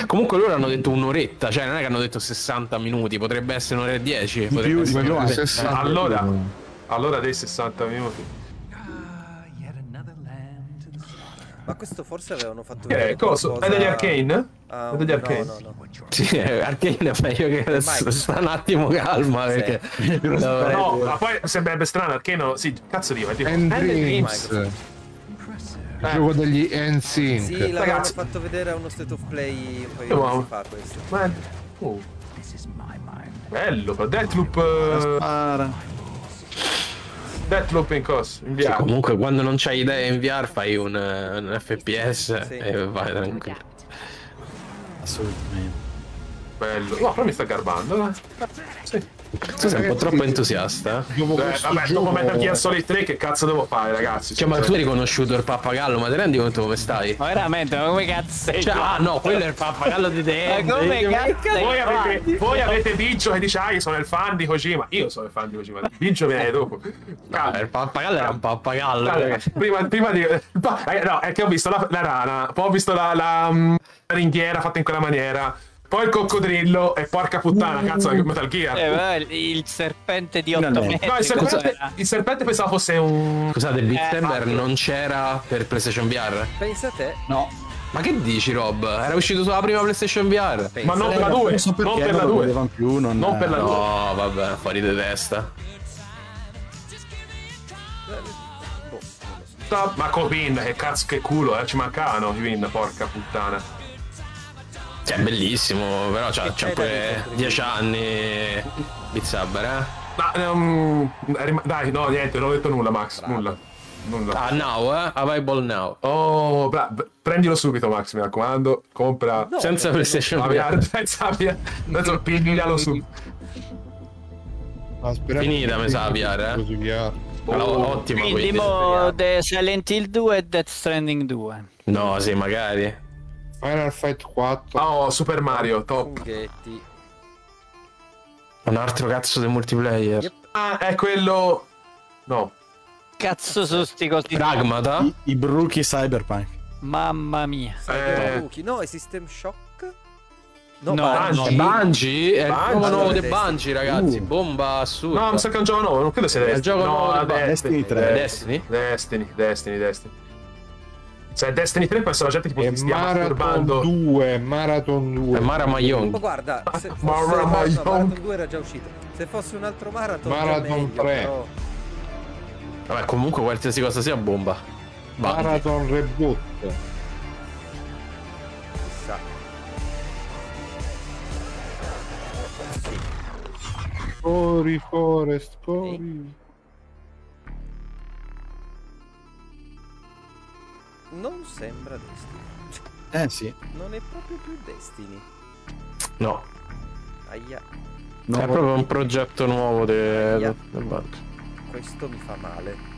[SPEAKER 2] Comunque loro hanno detto un'oretta, cioè non è che hanno detto 60 minuti, potrebbe essere un'ora e 10.
[SPEAKER 6] Di
[SPEAKER 2] potrebbe
[SPEAKER 6] più di
[SPEAKER 2] essere-
[SPEAKER 6] quello anche.
[SPEAKER 3] 60.
[SPEAKER 5] Allora, allora dei 60 minuti.
[SPEAKER 1] Ma questo forse avevano fatto
[SPEAKER 5] Eh,
[SPEAKER 1] vedere
[SPEAKER 2] ecco,
[SPEAKER 5] coso? È
[SPEAKER 1] qualcosa-
[SPEAKER 5] degli arcane?
[SPEAKER 1] Ah,
[SPEAKER 5] È degli
[SPEAKER 1] no,
[SPEAKER 5] arcane.
[SPEAKER 1] no, no.
[SPEAKER 2] Sì, eh, Arcane è meglio che adesso
[SPEAKER 1] Mike.
[SPEAKER 2] sta un attimo calma perché... Eh,
[SPEAKER 5] No, ma poi sembrerebbe strano, Arcane. Sì, cazzo di, ma è tipo-
[SPEAKER 3] And
[SPEAKER 1] Dreams.
[SPEAKER 3] Dreams. Il gioco degli
[SPEAKER 1] Sì,
[SPEAKER 3] NSYNC.
[SPEAKER 1] l'avevano
[SPEAKER 5] Ragazzi.
[SPEAKER 1] fatto vedere a uno state of play un paio di
[SPEAKER 5] Wow.
[SPEAKER 1] mesi fa questo.
[SPEAKER 5] Ma è- oh. Bello, però Deathloop. eh, Deathloop in cos. In
[SPEAKER 2] Cioè,
[SPEAKER 5] VR.
[SPEAKER 2] comunque quando non c'hai idee in VR fai un, eh, un FPS
[SPEAKER 1] Sì.
[SPEAKER 2] e vai tranquillo.
[SPEAKER 6] Assolutamente.
[SPEAKER 5] Bello. No, però mi sta garbando. eh. Sì.
[SPEAKER 2] Tu sei un po' troppo entusiasta. eh?
[SPEAKER 5] Eh, vabbè, dopo Metal Gear Solid 3 che cazzo devo fare, ragazzi?
[SPEAKER 2] Cioè, ma tu hai riconosciuto il pappagallo, ma ti rendi conto come stai?
[SPEAKER 7] Ma veramente, ma come cazzo?
[SPEAKER 2] Cioè, ah no, quello è il pappagallo di te.
[SPEAKER 7] Ma come cazzo? hai
[SPEAKER 5] voi avete,
[SPEAKER 7] fatto?
[SPEAKER 5] voi avete Biggio che dice, ah, io sono il fan di Kojima. Io sono il fan di Kojima. Biggio viene dopo. Calma.
[SPEAKER 2] Il pappagallo era un pappagallo.
[SPEAKER 5] Guarda, ragazzi, prima, prima di. pa- eh, No, è che ho visto la, la rana, poi ho visto la, la, mm, la ringhiera fatta in quella maniera, poi il coccodrillo e porca puttana, cazzo, è Metal Gear.
[SPEAKER 7] Eh, ma il serpente di 8
[SPEAKER 6] Finalmente.
[SPEAKER 7] metri.
[SPEAKER 5] No, il serpente,
[SPEAKER 7] cos'era?
[SPEAKER 5] il serpente pensavo fosse un.
[SPEAKER 2] Scusate, Big
[SPEAKER 7] Eh,
[SPEAKER 2] Stemmer
[SPEAKER 7] infatti.
[SPEAKER 2] non c'era per PlayStation VR?
[SPEAKER 1] Pensa a te.
[SPEAKER 6] No,
[SPEAKER 2] Ma che dici, Rob? Era uscito sulla prima PlayStation VR?
[SPEAKER 5] Ma non per la
[SPEAKER 6] non
[SPEAKER 5] 2,
[SPEAKER 6] so perché
[SPEAKER 5] non per la
[SPEAKER 6] non lo
[SPEAKER 5] 2.
[SPEAKER 6] vedevano più, non,
[SPEAKER 5] Non per la
[SPEAKER 2] No, vabbè, fuori di testa.
[SPEAKER 5] Ma Corbin, che cazzo, che culo, eh, ci mancavano, Corbin, porca puttana.
[SPEAKER 2] Cioè, bellissimo, però c'ha, c'ha
[SPEAKER 1] c'hai da
[SPEAKER 2] pure
[SPEAKER 1] ridere?
[SPEAKER 2] 10 anni. Bizzaber, eh?
[SPEAKER 5] Ma, ehm, rim- dai, no, niente, non ho detto nulla, Max. Nulla. Nulla.
[SPEAKER 2] Ah, now, eh? Available now.
[SPEAKER 5] Oh, bra- b- prendilo subito, Max, mi raccomando. Compra.
[SPEAKER 1] No,
[SPEAKER 2] Senza
[SPEAKER 6] eh,
[SPEAKER 2] PlayStation
[SPEAKER 5] Ah,
[SPEAKER 2] VR.
[SPEAKER 5] via- senza via- Adesso piglialo su.
[SPEAKER 3] Aspetta,
[SPEAKER 2] Finita, mi sa, VR, eh.
[SPEAKER 3] Così, VR.
[SPEAKER 2] Allora,
[SPEAKER 5] Oh.
[SPEAKER 2] ottima
[SPEAKER 7] Quindi,
[SPEAKER 2] quindi.
[SPEAKER 7] mo, The Silent Hill 2 e Death Stranding 2.
[SPEAKER 2] No, sì, magari.
[SPEAKER 3] Final Fight 4.
[SPEAKER 2] Ah,
[SPEAKER 5] Oh, Super Mario, top.
[SPEAKER 1] Funghetti.
[SPEAKER 2] Un altro cazzo di multiplayer.
[SPEAKER 1] Yep.
[SPEAKER 5] Ah, è quello. No.
[SPEAKER 7] Cazzo sono sti cosi.
[SPEAKER 2] Pragmata?
[SPEAKER 6] I, i bruchi cyberpunk.
[SPEAKER 7] Mamma mia.
[SPEAKER 1] Cyber
[SPEAKER 5] Eh.
[SPEAKER 1] Rookie. No, è System Shock?
[SPEAKER 7] No,
[SPEAKER 1] Bungie.
[SPEAKER 5] Bungie.
[SPEAKER 2] Bungie? È il
[SPEAKER 5] Bungie.
[SPEAKER 2] nuovo nuovo
[SPEAKER 1] Allora,
[SPEAKER 2] di
[SPEAKER 1] Destiny.
[SPEAKER 2] Bungie, ragazzi. Bomba assurda.
[SPEAKER 5] Uh. No, mi sa che è un gioco nuovo, non credo sia
[SPEAKER 2] È
[SPEAKER 5] Destiny.
[SPEAKER 2] il gioco
[SPEAKER 5] no,
[SPEAKER 2] nuovo di
[SPEAKER 5] Destiny,
[SPEAKER 6] Destiny tre.
[SPEAKER 2] Destiny?
[SPEAKER 5] Destiny, Destiny, Destiny. Cioè, Destiny 3 penso la gente tipo
[SPEAKER 3] E
[SPEAKER 5] si stia
[SPEAKER 3] Marathon
[SPEAKER 5] masturbando.
[SPEAKER 3] 2, Marathon 2.
[SPEAKER 2] È Eh, Mara
[SPEAKER 1] Ma
[SPEAKER 2] Maion.
[SPEAKER 1] guarda, se
[SPEAKER 5] Ma-
[SPEAKER 1] fosse
[SPEAKER 5] ma-
[SPEAKER 1] no,
[SPEAKER 5] ma-
[SPEAKER 1] no, Marathon 2 era già uscito. Se fosse un altro Marathon, già
[SPEAKER 3] Marathon
[SPEAKER 1] meglio,
[SPEAKER 3] 3.
[SPEAKER 1] però-
[SPEAKER 2] Vabbè, comunque qualsiasi cosa sia bomba. Va.
[SPEAKER 3] Marathon Reboot.
[SPEAKER 1] Chissà.
[SPEAKER 3] Cori, Forest, Cori.
[SPEAKER 1] Non sembra Destiny.
[SPEAKER 6] Eh sì,
[SPEAKER 1] Non è proprio più Destiny.
[SPEAKER 2] No,
[SPEAKER 1] Aia,
[SPEAKER 2] è
[SPEAKER 6] nuovo-
[SPEAKER 2] proprio un progetto nuovo de-
[SPEAKER 1] Via.
[SPEAKER 2] del banco.
[SPEAKER 1] questo mi fa male.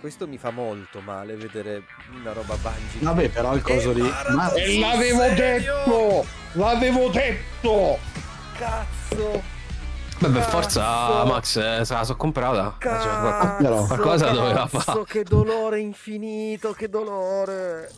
[SPEAKER 1] Questo mi fa molto male vedere una roba Bungie.
[SPEAKER 6] Vabbè, però il coso lì. Ma
[SPEAKER 3] E l'avevo detto! L'avevo detto!
[SPEAKER 1] Cazzo!
[SPEAKER 2] Beh, per forza,
[SPEAKER 1] Cazzo.
[SPEAKER 2] Max, eh, se la so comprata. Cioè, qual-
[SPEAKER 1] Cazzo,
[SPEAKER 2] qualcosa doveva
[SPEAKER 1] cazzo,
[SPEAKER 2] fare.
[SPEAKER 1] Che dolore infinito, che dolore.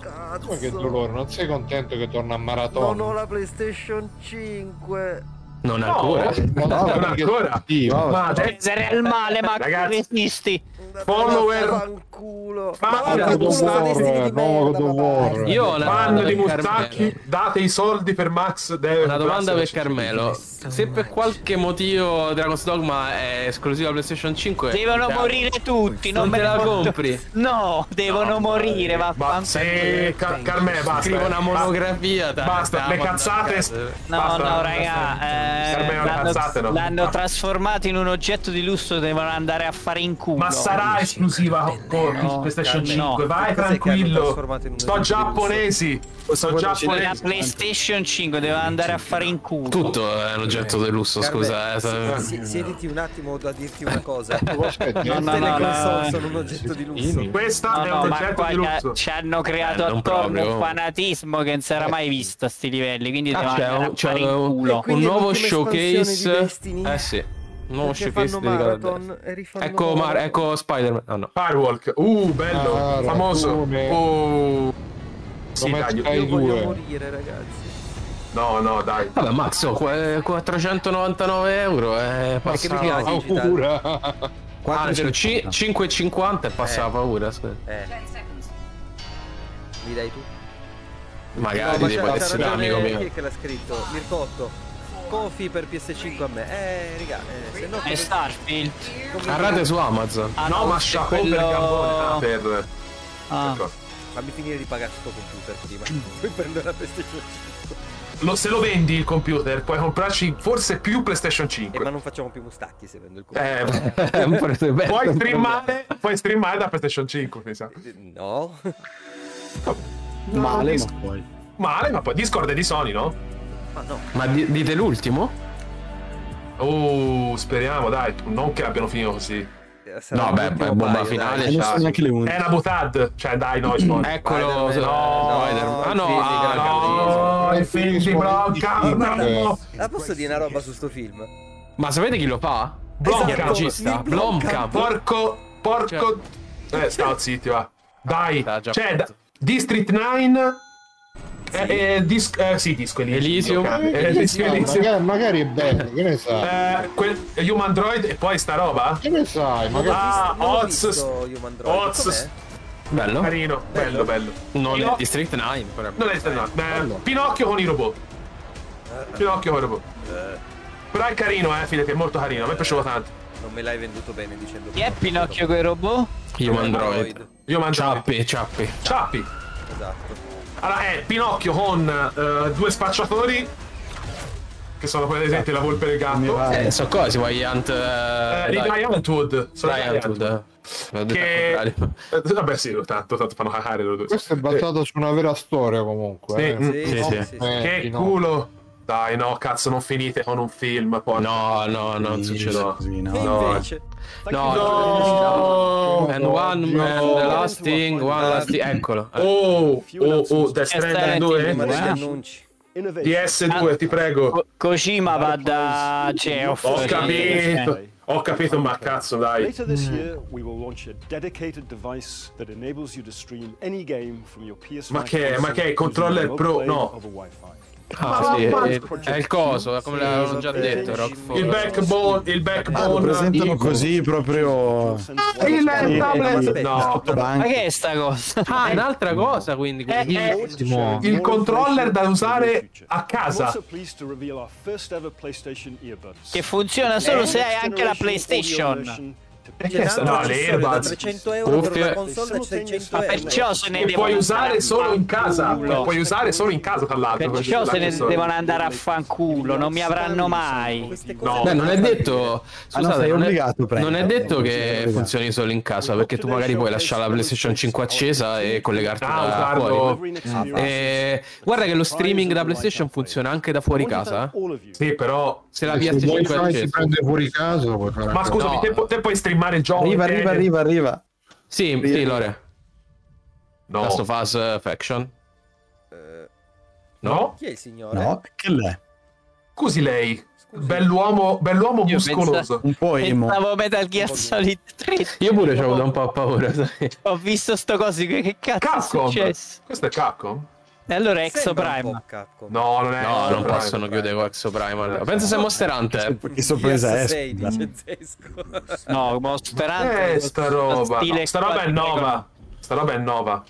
[SPEAKER 1] Cazzo.
[SPEAKER 3] Ma che dolore, non sei contento che torna a Marathon?
[SPEAKER 1] Non ho la PlayStation 5.
[SPEAKER 2] Non ancora.
[SPEAKER 3] No, no,
[SPEAKER 5] Non
[SPEAKER 3] perché-
[SPEAKER 5] ancora.
[SPEAKER 3] Sì, ma-
[SPEAKER 5] Ma adesso-
[SPEAKER 7] Essere il male, ma
[SPEAKER 5] Ragazzi.
[SPEAKER 7] come esisti?
[SPEAKER 5] Follower.
[SPEAKER 1] Fanculo.
[SPEAKER 5] Ma
[SPEAKER 1] Ma
[SPEAKER 5] guarda,
[SPEAKER 1] vaffanculo,
[SPEAKER 5] God of
[SPEAKER 1] sono destini
[SPEAKER 3] War,
[SPEAKER 1] di
[SPEAKER 3] nuovo
[SPEAKER 1] merda,
[SPEAKER 3] God of
[SPEAKER 1] ma
[SPEAKER 3] War.
[SPEAKER 1] basta.
[SPEAKER 2] Io ho una
[SPEAKER 5] Fan
[SPEAKER 2] domanda
[SPEAKER 5] di
[SPEAKER 2] per
[SPEAKER 5] Mustacchi,
[SPEAKER 2] Carmelo.
[SPEAKER 5] date i soldi per Max. Deve
[SPEAKER 2] Una domanda per Carmelo. Se per qualche motivo Dragon's Dogma è esclusiva PlayStation 5,
[SPEAKER 7] Devono
[SPEAKER 2] te la-
[SPEAKER 7] morire
[SPEAKER 5] Eh,
[SPEAKER 7] tutti, non,
[SPEAKER 2] non
[SPEAKER 7] me
[SPEAKER 2] te la
[SPEAKER 7] ne posso-
[SPEAKER 2] compri.
[SPEAKER 7] No, devono morire,
[SPEAKER 5] eh, Ma se
[SPEAKER 7] vaffanculo.
[SPEAKER 5] Car- Carmè, basta.
[SPEAKER 2] Scrivo
[SPEAKER 5] eh.
[SPEAKER 2] una monografia. te la-
[SPEAKER 5] Basta,
[SPEAKER 2] te la
[SPEAKER 5] le
[SPEAKER 2] mando a
[SPEAKER 5] cazzate.
[SPEAKER 2] casa.
[SPEAKER 7] No,
[SPEAKER 5] basta,
[SPEAKER 7] no,
[SPEAKER 5] basta.
[SPEAKER 7] raga, eh,
[SPEAKER 5] Carmelo, le cazzate,
[SPEAKER 7] l'hanno,
[SPEAKER 5] no.
[SPEAKER 7] l'hanno
[SPEAKER 5] Ma-
[SPEAKER 7] trasformato in un oggetto di lusso, devono andare a fare in culo.
[SPEAKER 5] Ma sarà esclusiva con
[SPEAKER 7] No,
[SPEAKER 5] PlayStation
[SPEAKER 7] Carmelo.
[SPEAKER 5] 5,
[SPEAKER 1] Cos'è
[SPEAKER 5] vai
[SPEAKER 1] che hanno
[SPEAKER 5] tranquillo.
[SPEAKER 1] trasformato in un
[SPEAKER 5] Sto giapponesi, sto
[SPEAKER 6] Quello ci
[SPEAKER 7] La
[SPEAKER 5] giapponesi.
[SPEAKER 7] PlayStation 5 doveva andare a fare in culo.
[SPEAKER 2] Tutto è un oggetto di lusso,
[SPEAKER 1] Carmen,
[SPEAKER 2] scusa. eh,
[SPEAKER 1] si-
[SPEAKER 2] se- Eh.
[SPEAKER 1] si- siediti un attimo a dirti una cosa.
[SPEAKER 3] Aspetta,
[SPEAKER 7] No,
[SPEAKER 1] Le
[SPEAKER 7] no, no,
[SPEAKER 1] console
[SPEAKER 7] no.
[SPEAKER 1] sono un oggetto di lusso.
[SPEAKER 5] Questa
[SPEAKER 7] No,
[SPEAKER 5] è
[SPEAKER 7] no,
[SPEAKER 5] un
[SPEAKER 7] ma
[SPEAKER 5] oggetto di
[SPEAKER 7] guarda,
[SPEAKER 5] lusso. Eh.
[SPEAKER 7] ci hanno creato
[SPEAKER 2] Eh, non
[SPEAKER 7] attorno
[SPEAKER 2] proprio.
[SPEAKER 7] un fanatismo che non si era mai visto a sti livelli, quindi
[SPEAKER 2] Ah,
[SPEAKER 7] devono
[SPEAKER 2] c'è
[SPEAKER 7] andare
[SPEAKER 2] un,
[SPEAKER 7] a
[SPEAKER 2] c'è
[SPEAKER 7] fare in
[SPEAKER 2] un-
[SPEAKER 7] culo.
[SPEAKER 2] un
[SPEAKER 1] quindi è
[SPEAKER 2] nuovo
[SPEAKER 1] l'ultima espansione di
[SPEAKER 2] showcase.
[SPEAKER 1] Destiny?
[SPEAKER 2] Eh sì, un nuovo
[SPEAKER 1] Perché
[SPEAKER 2] showcase
[SPEAKER 1] fanno
[SPEAKER 2] dedicato a
[SPEAKER 1] Marathon
[SPEAKER 2] Destiny.
[SPEAKER 1] e rifanno
[SPEAKER 2] Ecco, Mar-
[SPEAKER 1] Marathon.
[SPEAKER 2] ecco Spider-Man. Ah, no.
[SPEAKER 5] Firewalk, uh, bello,
[SPEAKER 3] Ah,
[SPEAKER 5] famoso.
[SPEAKER 3] ragione.
[SPEAKER 5] Oh. Sì,
[SPEAKER 3] Come
[SPEAKER 5] dai, io-
[SPEAKER 3] stai?
[SPEAKER 1] Io voglio
[SPEAKER 3] due.
[SPEAKER 1] morire, ragazzi.
[SPEAKER 5] No, no, dai.
[SPEAKER 2] Vabbè, Max, oh, qu- 499 euro. eh, È
[SPEAKER 1] Perché mi
[SPEAKER 2] passata
[SPEAKER 1] piace
[SPEAKER 2] la
[SPEAKER 1] digital.
[SPEAKER 3] Augura.
[SPEAKER 2] paura. Ah,
[SPEAKER 6] 450.
[SPEAKER 2] ci-
[SPEAKER 5] Eh.
[SPEAKER 2] 5,50 è passata
[SPEAKER 1] Eh.
[SPEAKER 2] la paura. aspetta.
[SPEAKER 1] Eh, mi dai tu?
[SPEAKER 2] Magari
[SPEAKER 1] ma
[SPEAKER 2] ti
[SPEAKER 1] c'ha-
[SPEAKER 2] può
[SPEAKER 1] c'ha
[SPEAKER 2] essere un
[SPEAKER 1] ragione
[SPEAKER 2] amico
[SPEAKER 1] chi è
[SPEAKER 2] mio.
[SPEAKER 1] che l'ha scritto? Mircotto. Cofi per PS5 a me. Eh, raga, eh, se no
[SPEAKER 7] E Starfield.
[SPEAKER 1] come-
[SPEAKER 2] Arrate su Amazon.
[SPEAKER 7] Ah,
[SPEAKER 5] No, ma
[SPEAKER 7] questo è
[SPEAKER 5] chapeau per Gambone, ah, per... ecco.
[SPEAKER 7] Ah.
[SPEAKER 5] per-
[SPEAKER 1] Fammi finire di pagare sto computer prima. Poi prendo la PlayStation 5.
[SPEAKER 5] Lo- se lo vendi il computer puoi comprarci forse più PlayStation
[SPEAKER 1] Eh,
[SPEAKER 5] 5.
[SPEAKER 1] ma non facciamo più mustacchi se vendo il computer.
[SPEAKER 5] Eh, puoi,
[SPEAKER 2] Poi
[SPEAKER 5] streamare, puoi
[SPEAKER 1] Eh.
[SPEAKER 5] streamare da PlayStation 5, mi sa.
[SPEAKER 1] No.
[SPEAKER 6] Male, ma poi.
[SPEAKER 5] male, ma poi Discord è di Sony, no?
[SPEAKER 1] Ma no.
[SPEAKER 2] Ma di- dite l'ultimo?
[SPEAKER 5] Oh, speriamo, dai, non che l'abbiano finito così.
[SPEAKER 1] Sarà
[SPEAKER 2] No, beh,
[SPEAKER 1] l'ultimo
[SPEAKER 2] beh, bomba
[SPEAKER 1] paio,
[SPEAKER 2] finale,
[SPEAKER 1] dai.
[SPEAKER 2] cioè.
[SPEAKER 6] sono neanche le 11.
[SPEAKER 5] È una butad, cioè dai, no, spoiler.
[SPEAKER 2] Ecco, Eccolo.
[SPEAKER 1] Spider-Man. No,
[SPEAKER 2] Spider-Man. Ah
[SPEAKER 1] il
[SPEAKER 2] no,
[SPEAKER 1] film di
[SPEAKER 2] ah,
[SPEAKER 1] Gran
[SPEAKER 5] No, il film di Bronca, no.
[SPEAKER 1] Ah, posso dire una roba su sto film? Esatto,
[SPEAKER 2] Ma sapete chi lo fa?
[SPEAKER 5] Blomkamp.
[SPEAKER 2] Il regista.
[SPEAKER 1] Nick Blomkamp.
[SPEAKER 2] Blomkamp.
[SPEAKER 5] Porco, porco. Eh, stavo zitto, va. Dai,
[SPEAKER 2] Ah, già
[SPEAKER 5] cioè,
[SPEAKER 2] fatto.
[SPEAKER 5] da- District 9. Eh, eh, dis- eh, sì, Disco Elysium.
[SPEAKER 2] Elysium.
[SPEAKER 5] Eh, Disco
[SPEAKER 3] No,
[SPEAKER 5] Elysium.
[SPEAKER 3] magari, magari è bello, che ne sai?
[SPEAKER 5] Eh, quel- Human Droid e poi sta roba?
[SPEAKER 3] Che ne sai?
[SPEAKER 1] Non l'ho
[SPEAKER 3] Magari...
[SPEAKER 5] Ah,
[SPEAKER 1] visto- non l'ho
[SPEAKER 5] Oz-
[SPEAKER 1] visto Human Droid.
[SPEAKER 5] Oz-
[SPEAKER 1] Com'è?
[SPEAKER 2] Bello.
[SPEAKER 5] Carino, bello, bello.
[SPEAKER 2] Non
[SPEAKER 5] Io-
[SPEAKER 2] è District 9, però.
[SPEAKER 5] Non è Eternal.
[SPEAKER 3] Bello.
[SPEAKER 5] Pinocchio con i robot. Pinocchio con i robot. Però è carino, eh, fidati, è molto carino. A me piaceva tanto.
[SPEAKER 1] Non me l'hai venduto bene dicendo
[SPEAKER 7] Chi è Pinocchio coi robot?
[SPEAKER 2] Human Droid.
[SPEAKER 5] Io mangio
[SPEAKER 2] Ciappi, ciappi.
[SPEAKER 5] Ciappi.
[SPEAKER 1] Esatto.
[SPEAKER 5] Allora, è Pinocchio con eh, due spacciatori. Che sono per esempio la volpe e il gatto.
[SPEAKER 2] Eh, so cosa, si vuoi Hunt... eh,
[SPEAKER 5] Eh, di
[SPEAKER 2] dai.
[SPEAKER 5] Diane Antwood. Sono
[SPEAKER 2] Dai,
[SPEAKER 5] Diane
[SPEAKER 2] Hunt,
[SPEAKER 5] Antwood.
[SPEAKER 2] eh. L'ho detto
[SPEAKER 5] Che...
[SPEAKER 2] al contrario.
[SPEAKER 5] eh, Vabbè, sì, lo tanto, tanto fanno cacare loro due.
[SPEAKER 3] Questo è
[SPEAKER 5] Eh,
[SPEAKER 3] basato su una vera storia comunque.
[SPEAKER 5] Sì,
[SPEAKER 3] eh.
[SPEAKER 5] mm,
[SPEAKER 1] Sì,
[SPEAKER 2] Sì,
[SPEAKER 1] sì,
[SPEAKER 2] sì.
[SPEAKER 1] sì, sì.
[SPEAKER 3] Eh,
[SPEAKER 5] Che
[SPEAKER 3] di no.
[SPEAKER 5] culo. Dai, no, cazzo, non finite con un film. Porca.
[SPEAKER 2] No, no, no, non succede.
[SPEAKER 5] no.
[SPEAKER 6] Così, no.
[SPEAKER 1] E
[SPEAKER 5] no.
[SPEAKER 1] invece,
[SPEAKER 2] No,
[SPEAKER 5] No.
[SPEAKER 2] And one,
[SPEAKER 3] No.
[SPEAKER 2] and the last thing, one last thing. Eccolo. Eh,
[SPEAKER 5] Oh, oh, oh, Death Stranding
[SPEAKER 7] Stranding.
[SPEAKER 5] 2?
[SPEAKER 1] prima degli
[SPEAKER 7] Wow.
[SPEAKER 1] annunci.
[SPEAKER 8] Innovation.
[SPEAKER 7] Ah.
[SPEAKER 5] DS2, ti prego.
[SPEAKER 7] Ko- Kojima va da Geoff.
[SPEAKER 5] Ho
[SPEAKER 7] Oh, sì,
[SPEAKER 5] capito.
[SPEAKER 7] cioè.
[SPEAKER 5] Ho capito, ma cazzo, dai.
[SPEAKER 8] Later this year, we will launch a dedicated device that enables you to stream any game from your PS5
[SPEAKER 5] Ma che-
[SPEAKER 8] console
[SPEAKER 5] ma che è,
[SPEAKER 8] using
[SPEAKER 5] controller
[SPEAKER 8] remote
[SPEAKER 5] pro-
[SPEAKER 8] play
[SPEAKER 5] no.
[SPEAKER 8] over Wi-Fi.
[SPEAKER 2] Ah, sì,
[SPEAKER 5] ma-
[SPEAKER 2] è, è il coso, è come
[SPEAKER 1] Sì,
[SPEAKER 2] l'avevano già
[SPEAKER 1] vabbè.
[SPEAKER 2] detto, Rockford.
[SPEAKER 5] Il backbone, il
[SPEAKER 6] Ah, lo
[SPEAKER 5] backbone.
[SPEAKER 6] presentano così proprio...
[SPEAKER 8] Sense
[SPEAKER 5] Il
[SPEAKER 6] Sì, eh,
[SPEAKER 5] tablet.
[SPEAKER 6] aspetta,
[SPEAKER 5] No.
[SPEAKER 6] sotto
[SPEAKER 7] Ma
[SPEAKER 6] banco.
[SPEAKER 7] che è sta cosa?
[SPEAKER 2] Ah, è un'altra cosa, quindi. quindi-
[SPEAKER 5] Eh, eh,
[SPEAKER 8] More
[SPEAKER 5] il
[SPEAKER 8] information
[SPEAKER 5] controller da
[SPEAKER 8] in the
[SPEAKER 5] usare
[SPEAKER 8] near future.
[SPEAKER 5] a casa.
[SPEAKER 8] I'm also pleased to reveal our first ever PlayStation earbuds.
[SPEAKER 7] Che funziona solo
[SPEAKER 8] Eh,
[SPEAKER 7] se hai
[SPEAKER 8] next
[SPEAKER 7] anche la
[SPEAKER 8] generation audio
[SPEAKER 7] PlayStation.
[SPEAKER 8] version to
[SPEAKER 5] Perché
[SPEAKER 1] C'è
[SPEAKER 5] sta-
[SPEAKER 1] un altro
[SPEAKER 5] No, le
[SPEAKER 1] accessorio da
[SPEAKER 5] earbuds.
[SPEAKER 1] 300 euro per una
[SPEAKER 2] Cuffie.
[SPEAKER 1] console da 600
[SPEAKER 7] Ma
[SPEAKER 1] euro.
[SPEAKER 7] perciò se ne
[SPEAKER 5] Che
[SPEAKER 7] devono andare a
[SPEAKER 5] puoi usare solo in casa.
[SPEAKER 7] fanculo.
[SPEAKER 5] Puoi usare solo in casa, tra l'altro.
[SPEAKER 7] Perciò se ne
[SPEAKER 5] questo-
[SPEAKER 7] devono andare a fanculo, non mi avranno mai.
[SPEAKER 1] Queste
[SPEAKER 5] No.
[SPEAKER 1] cose
[SPEAKER 2] Beh, non è detto.
[SPEAKER 6] Ah, no,
[SPEAKER 2] Scusate,
[SPEAKER 6] sei
[SPEAKER 2] non, è,
[SPEAKER 6] obbligato a prendere.
[SPEAKER 2] non è detto che
[SPEAKER 6] Obbligato.
[SPEAKER 2] funzioni solo in casa, perché tu magari puoi lasciare la PlayStation 5 accesa e collegarti
[SPEAKER 5] Ah,
[SPEAKER 2] da
[SPEAKER 5] usarlo.
[SPEAKER 2] fuori.
[SPEAKER 8] delivering experience.
[SPEAKER 2] Eh, guarda che lo streaming da PlayStation funziona anche da fuori casa. eh.
[SPEAKER 8] All of you.
[SPEAKER 5] Sì, però.
[SPEAKER 2] Se la
[SPEAKER 3] Se
[SPEAKER 2] PS5
[SPEAKER 3] vuoi
[SPEAKER 2] è
[SPEAKER 3] fare, si
[SPEAKER 2] accesa.
[SPEAKER 3] prende fuori casa, lo puoi fare
[SPEAKER 5] Ma
[SPEAKER 3] anche.
[SPEAKER 5] scusami,
[SPEAKER 2] No.
[SPEAKER 5] te, pu- te puoi streamare il gioco.
[SPEAKER 6] Arriva,
[SPEAKER 5] eh?
[SPEAKER 6] arriva, arriva, arriva.
[SPEAKER 2] Sì, sì, Lore.
[SPEAKER 5] No.
[SPEAKER 2] Last of Us eh, Faction.
[SPEAKER 5] No?
[SPEAKER 1] Chi è il signore?
[SPEAKER 6] No, che l'è?
[SPEAKER 5] Scusi lei. Bell'uomo, bell'uomo
[SPEAKER 7] Io
[SPEAKER 5] muscoloso.
[SPEAKER 7] penso-
[SPEAKER 6] Un po' emo.
[SPEAKER 7] Pensavo Metal Gear Solid 3.
[SPEAKER 2] Io pure ci ho avuto un po' paura. sai.
[SPEAKER 7] Ho visto sto coso, che che cazzo è
[SPEAKER 5] Capcom.
[SPEAKER 7] successo?
[SPEAKER 5] Questo è Capcom?
[SPEAKER 7] E allora Exo
[SPEAKER 1] Sembra un
[SPEAKER 7] Prime.
[SPEAKER 1] po' Capcom.
[SPEAKER 5] No, non è.
[SPEAKER 2] No, non
[SPEAKER 5] Prime.
[SPEAKER 2] possono chiudere con Exo Primal. Penso sia Monster Hunter.
[SPEAKER 6] Che sorpresa
[SPEAKER 1] PS6
[SPEAKER 6] è?
[SPEAKER 1] dice Zesco.
[SPEAKER 7] No, Monster Hunter.
[SPEAKER 5] Eh, sta roba.
[SPEAKER 7] stile
[SPEAKER 5] No, sta roba è
[SPEAKER 7] quadrico.
[SPEAKER 5] Nova. Sta roba è Nova.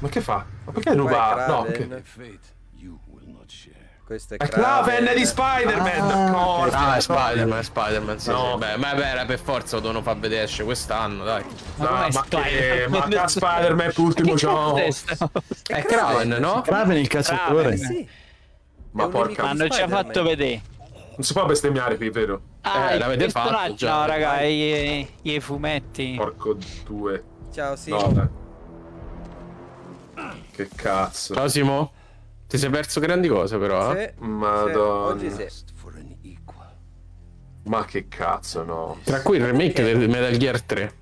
[SPEAKER 5] Ma che fa? Ma perché
[SPEAKER 1] Vai,
[SPEAKER 5] ruba? No,
[SPEAKER 1] Kraven.
[SPEAKER 5] che...
[SPEAKER 9] Fate you will not share.
[SPEAKER 1] Questo è
[SPEAKER 5] È Kraven di Spider-Man. d'accordo.
[SPEAKER 2] Ah, è Spider-Man, è Spider-Man, sì,
[SPEAKER 5] No.
[SPEAKER 2] sì. Beh, ma beh, era per forza lo devono far vedere esce quest'anno, dai.
[SPEAKER 5] No,
[SPEAKER 7] Ma com'è
[SPEAKER 5] ma che
[SPEAKER 7] Spider-Man?
[SPEAKER 5] ma che Spider-Man è l'ultimo
[SPEAKER 7] Che cazzo
[SPEAKER 5] gioco.
[SPEAKER 7] è sta roba?
[SPEAKER 2] È Kraven, no?
[SPEAKER 6] Kraven il cacciatore.
[SPEAKER 7] Kraven.
[SPEAKER 1] Sì. È
[SPEAKER 5] Ma
[SPEAKER 1] un
[SPEAKER 5] porca.
[SPEAKER 7] Ma
[SPEAKER 1] nemico.
[SPEAKER 7] hanno già
[SPEAKER 1] Spider-Man.
[SPEAKER 7] fatto vedere.
[SPEAKER 5] Non si può bestemmiare qui, vero?
[SPEAKER 7] Ah, il
[SPEAKER 2] l'avete fatto
[SPEAKER 7] personaggio-
[SPEAKER 2] già.
[SPEAKER 7] No, raga, i, i fumetti.
[SPEAKER 5] Porco due.
[SPEAKER 1] Ciao, sì.
[SPEAKER 5] No, dai. Che cazzo.
[SPEAKER 2] Ciao Simo. Ti sei perso grandi cose però, eh?
[SPEAKER 1] Sì, sì,
[SPEAKER 5] Ah, Madonna.
[SPEAKER 1] Oggi sì.
[SPEAKER 9] Just for an equal.
[SPEAKER 5] Ma che cazzo, no.
[SPEAKER 2] Tra cui il remake del Metal Gear 3.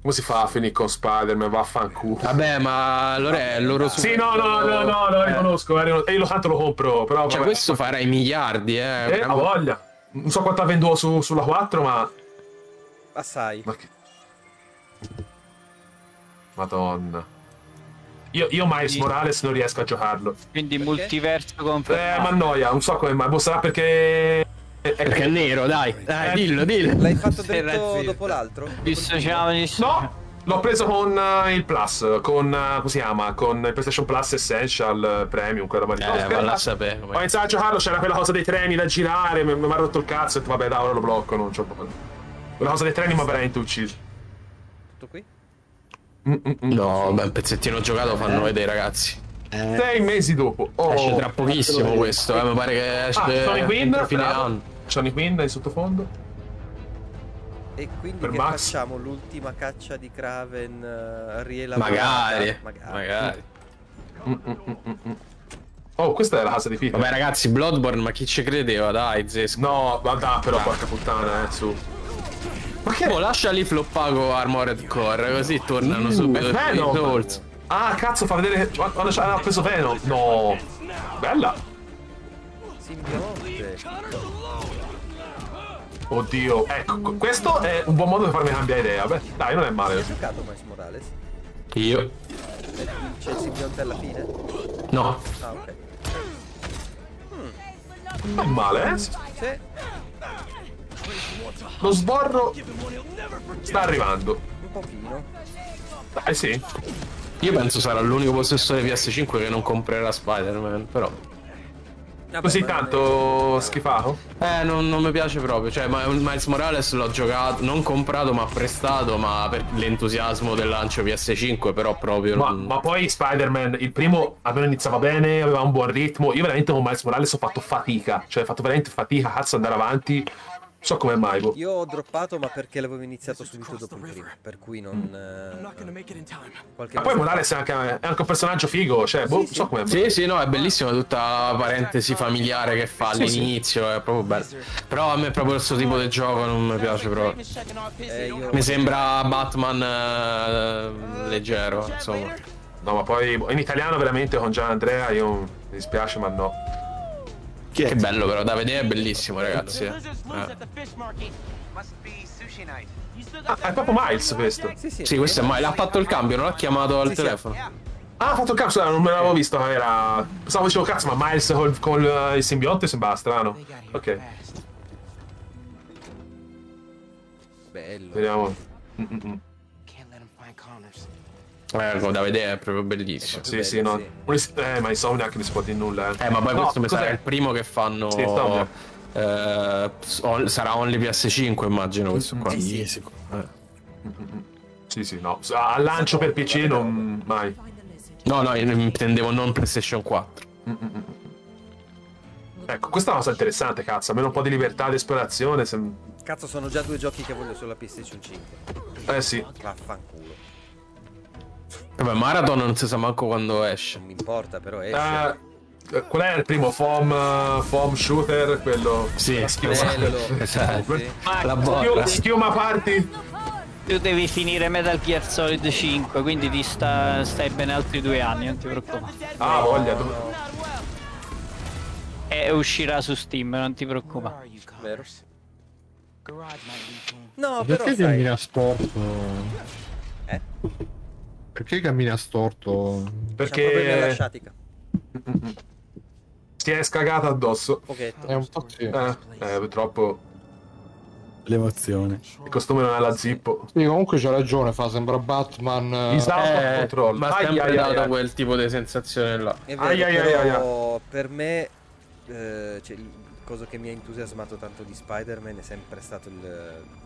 [SPEAKER 5] Come si fa a finire con Spider-Man? Vaffanculo.
[SPEAKER 2] Vabbè, ma Lore è il loro super-
[SPEAKER 5] Sì, no, no, no, no, lo riconosco. eh, riconos- E io lo tanto lo compro. Però,
[SPEAKER 2] Cioè,
[SPEAKER 5] vabbè.
[SPEAKER 2] questo farà i miliardi, eh.
[SPEAKER 5] Eh, ha voglia. Non so quanto ha venduto su- sulla 4, ma.
[SPEAKER 1] Assai.
[SPEAKER 5] ma che- Madonna. Io, io Miles Morales non riesco a giocarlo.
[SPEAKER 7] Quindi multiverso
[SPEAKER 5] Eh,
[SPEAKER 7] confermato.
[SPEAKER 5] ma annoia, non so come mai. Boh, sarà perché. è- è-
[SPEAKER 2] Perché è nero,
[SPEAKER 5] Eh.
[SPEAKER 2] dai. Dai, dillo, dillo.
[SPEAKER 1] L'hai fatto
[SPEAKER 2] Sei
[SPEAKER 1] dritto
[SPEAKER 2] razzista.
[SPEAKER 1] dopo l'altro?
[SPEAKER 7] Dissociamo, dissociamo.
[SPEAKER 5] No! L'ho preso con eh, il Plus, con. eh, come si chiama? Con il PlayStation Plus Essential eh, Premium, quella roba di
[SPEAKER 2] Eh, valla a sapere.
[SPEAKER 5] Ho
[SPEAKER 2] come-
[SPEAKER 5] iniziato a giocarlo, c'era quella cosa dei treni da girare, mi mi ha rotto il cazzo e ho detto, vabbè, dai, ora lo blocco, non c'ho proprio. Quella cosa dei treni mi ha veramente ucciso.
[SPEAKER 1] Tutto qui?
[SPEAKER 5] Mm, mm, mm.
[SPEAKER 2] No, beh, un pezzettino giocato fanno vedere, ragazzi.
[SPEAKER 5] Sei mesi dopo. Oh.
[SPEAKER 2] Esce tra pochissimo questo, eh. Mi pare che esce
[SPEAKER 5] Ah, Sonic Queen,
[SPEAKER 2] entro fine
[SPEAKER 5] bravo.
[SPEAKER 2] anno.
[SPEAKER 5] Sonic Queen in sottofondo.
[SPEAKER 1] E quindi
[SPEAKER 5] Per
[SPEAKER 1] che
[SPEAKER 5] Max.
[SPEAKER 1] facciamo l'ultima caccia di Kraven eh, rielaborata?
[SPEAKER 2] Magari, magari.
[SPEAKER 5] Oh, questa è la casa di Peter.
[SPEAKER 2] Vabbè, ragazzi, Bloodborne, ma chi ci credeva? Dai, Zesco.
[SPEAKER 5] No, vabbè, però, porca puttana, eh, su.
[SPEAKER 2] Ma che oh, lascia lì floppago Armored Core, così tornano subito
[SPEAKER 5] è Uh, Venom!
[SPEAKER 2] i Souls.
[SPEAKER 5] Ah, cazzo, fa vedere. Guarda, c'ha- ha preso Venom. No. Bella.
[SPEAKER 1] Simbionte.
[SPEAKER 5] Oddio. Ecco, qu- questo è un buon modo per farmi cambiare idea. Beh, dai, non è
[SPEAKER 1] Hai
[SPEAKER 5] male.
[SPEAKER 1] giocato Miles Morales?
[SPEAKER 2] Io?
[SPEAKER 1] C'è il simbionte alla fine?
[SPEAKER 2] No.
[SPEAKER 1] Ah, ok.
[SPEAKER 5] Non è male, eh?
[SPEAKER 1] Sì.
[SPEAKER 5] Lo sborro sta arrivando.
[SPEAKER 1] Un pochino.
[SPEAKER 5] Dai, sì.
[SPEAKER 2] Io penso sarà l'unico possessore PS5 che non comprerà Spider-Man, però.
[SPEAKER 1] Vabbè,
[SPEAKER 5] Così
[SPEAKER 1] ma non è-
[SPEAKER 5] tanto schifato.
[SPEAKER 2] Eh, non, non mi piace proprio. Cioè, ma- Miles Morales l'ho giocato, non comprato, ma prestato, ma per l'entusiasmo del lancio PS5, però proprio
[SPEAKER 5] Ma,
[SPEAKER 2] non-
[SPEAKER 5] ma poi Spider-Man, il primo almeno iniziava bene, aveva un buon ritmo. Io veramente con Miles Morales ho fatto fatica. Cioè, ho fatto veramente fatica, cazzo, andare avanti. Non so come mai, boh.
[SPEAKER 1] Io ho droppato ma perché l'avevo iniziato subito dopo il primo, per cui non... eh, qualche
[SPEAKER 5] Mm. Ma poi
[SPEAKER 1] cosa-
[SPEAKER 5] Morales è anche, è anche un personaggio figo, cioè, boh, non so come mai.
[SPEAKER 2] Sì, sì, no, è bellissima tutta la parentesi familiare che fa
[SPEAKER 5] Sì, sì.
[SPEAKER 2] all'inizio, è proprio bello. Però a me proprio questo tipo di gioco non mi piace proprio.
[SPEAKER 1] Eh, io-
[SPEAKER 2] Mi sembra Batman eh, leggero, insomma.
[SPEAKER 5] No, ma poi boh, in italiano veramente con Gian Andrea io mi dispiace, ma no.
[SPEAKER 2] Che bello però, da vedere è bellissimo, ragazzi. eh. Eh.
[SPEAKER 5] Ah, è proprio Miles questo.
[SPEAKER 1] Sì, sì,
[SPEAKER 2] Sì, questo è mai. L'ha fatto il cambio, non l'ha chiamato al
[SPEAKER 1] Sì, sì.
[SPEAKER 2] telefono.
[SPEAKER 5] Ah, ha fatto il cazzo, non me l'avevo visto. eh, Era. Pensavo dicevo cazzo, ma Miles col, col eh, il simbionte sembrava strano. Ok,
[SPEAKER 1] bello.
[SPEAKER 5] vediamo. Mm, Mm-mm-mm.
[SPEAKER 2] Ecco, da vedere è proprio bellissimo.
[SPEAKER 5] Sì, sì, no.
[SPEAKER 1] sì.
[SPEAKER 5] Non is- Eh, ma Insomniac non si può dire nulla.
[SPEAKER 2] Eh, ma poi
[SPEAKER 5] No,
[SPEAKER 2] questo mi sarà
[SPEAKER 5] cos'è?
[SPEAKER 2] il primo che fanno.
[SPEAKER 5] Sì, Insomniac.
[SPEAKER 2] eh, on- sarà only PS5, immagino questo qua.
[SPEAKER 6] Sì, sicuro.
[SPEAKER 5] Sì, sì, no. S- Al lancio per PC non. mai.
[SPEAKER 2] No, no, io intendevo non PlayStation 4.
[SPEAKER 5] Ecco, questa è una cosa interessante, cazzo. Almeno un po' di libertà di esplorazione. se-
[SPEAKER 1] Cazzo, sono già due giochi che voglio sulla PlayStation 5.
[SPEAKER 5] Eh sì.
[SPEAKER 1] Vaffanculo.
[SPEAKER 2] Vabbè, Marathon non si sa manco quando esce.
[SPEAKER 1] Non mi importa, però esce.
[SPEAKER 5] Eh, eh, qual è il primo FOM, eh, FOM shooter? Quello.
[SPEAKER 2] Sì,
[SPEAKER 5] la
[SPEAKER 2] sì,
[SPEAKER 5] schiuma.
[SPEAKER 1] Bello.
[SPEAKER 2] Esatto.
[SPEAKER 1] Sì.
[SPEAKER 2] La
[SPEAKER 5] Schiuma,
[SPEAKER 2] bolla.
[SPEAKER 5] schiuma party.
[SPEAKER 7] Tu devi finire Metal Gear Solid 5, quindi ti sta- stai bene altri due anni, non ti preoccupare.
[SPEAKER 5] Ah, voglia. tu-
[SPEAKER 7] E uscirà su Steam, non ti preoccupare.
[SPEAKER 1] Vero. No, però
[SPEAKER 3] Perché
[SPEAKER 1] sai...
[SPEAKER 3] cammina storto?
[SPEAKER 1] Eh?
[SPEAKER 3] Perché cammina storto?
[SPEAKER 1] Perché... C'è problemi alla
[SPEAKER 5] Perché. Mm,
[SPEAKER 1] sciatica.
[SPEAKER 5] Si è scagata addosso.
[SPEAKER 1] Pochetto.
[SPEAKER 3] È un po' sì.
[SPEAKER 5] Eh, eh, purtroppo
[SPEAKER 6] L'emozione.
[SPEAKER 5] il costume non è la zippo.
[SPEAKER 3] Sì, comunque c'ha ragione, fa sembra Batman. eh,
[SPEAKER 5] Mi sa-
[SPEAKER 2] Eh,
[SPEAKER 5] Controllo.
[SPEAKER 2] ma
[SPEAKER 5] Ai,
[SPEAKER 2] sempre
[SPEAKER 5] ai, ai,
[SPEAKER 2] dato
[SPEAKER 5] ai. Eh,
[SPEAKER 2] quel tipo di sensazione là.
[SPEAKER 1] È
[SPEAKER 5] Ai, ai, ai,
[SPEAKER 1] vero,
[SPEAKER 5] ai,
[SPEAKER 1] però per me... eh, cioè, il cosa che mi ha entusiasmato tanto di Spider-Man è sempre stato il... eh,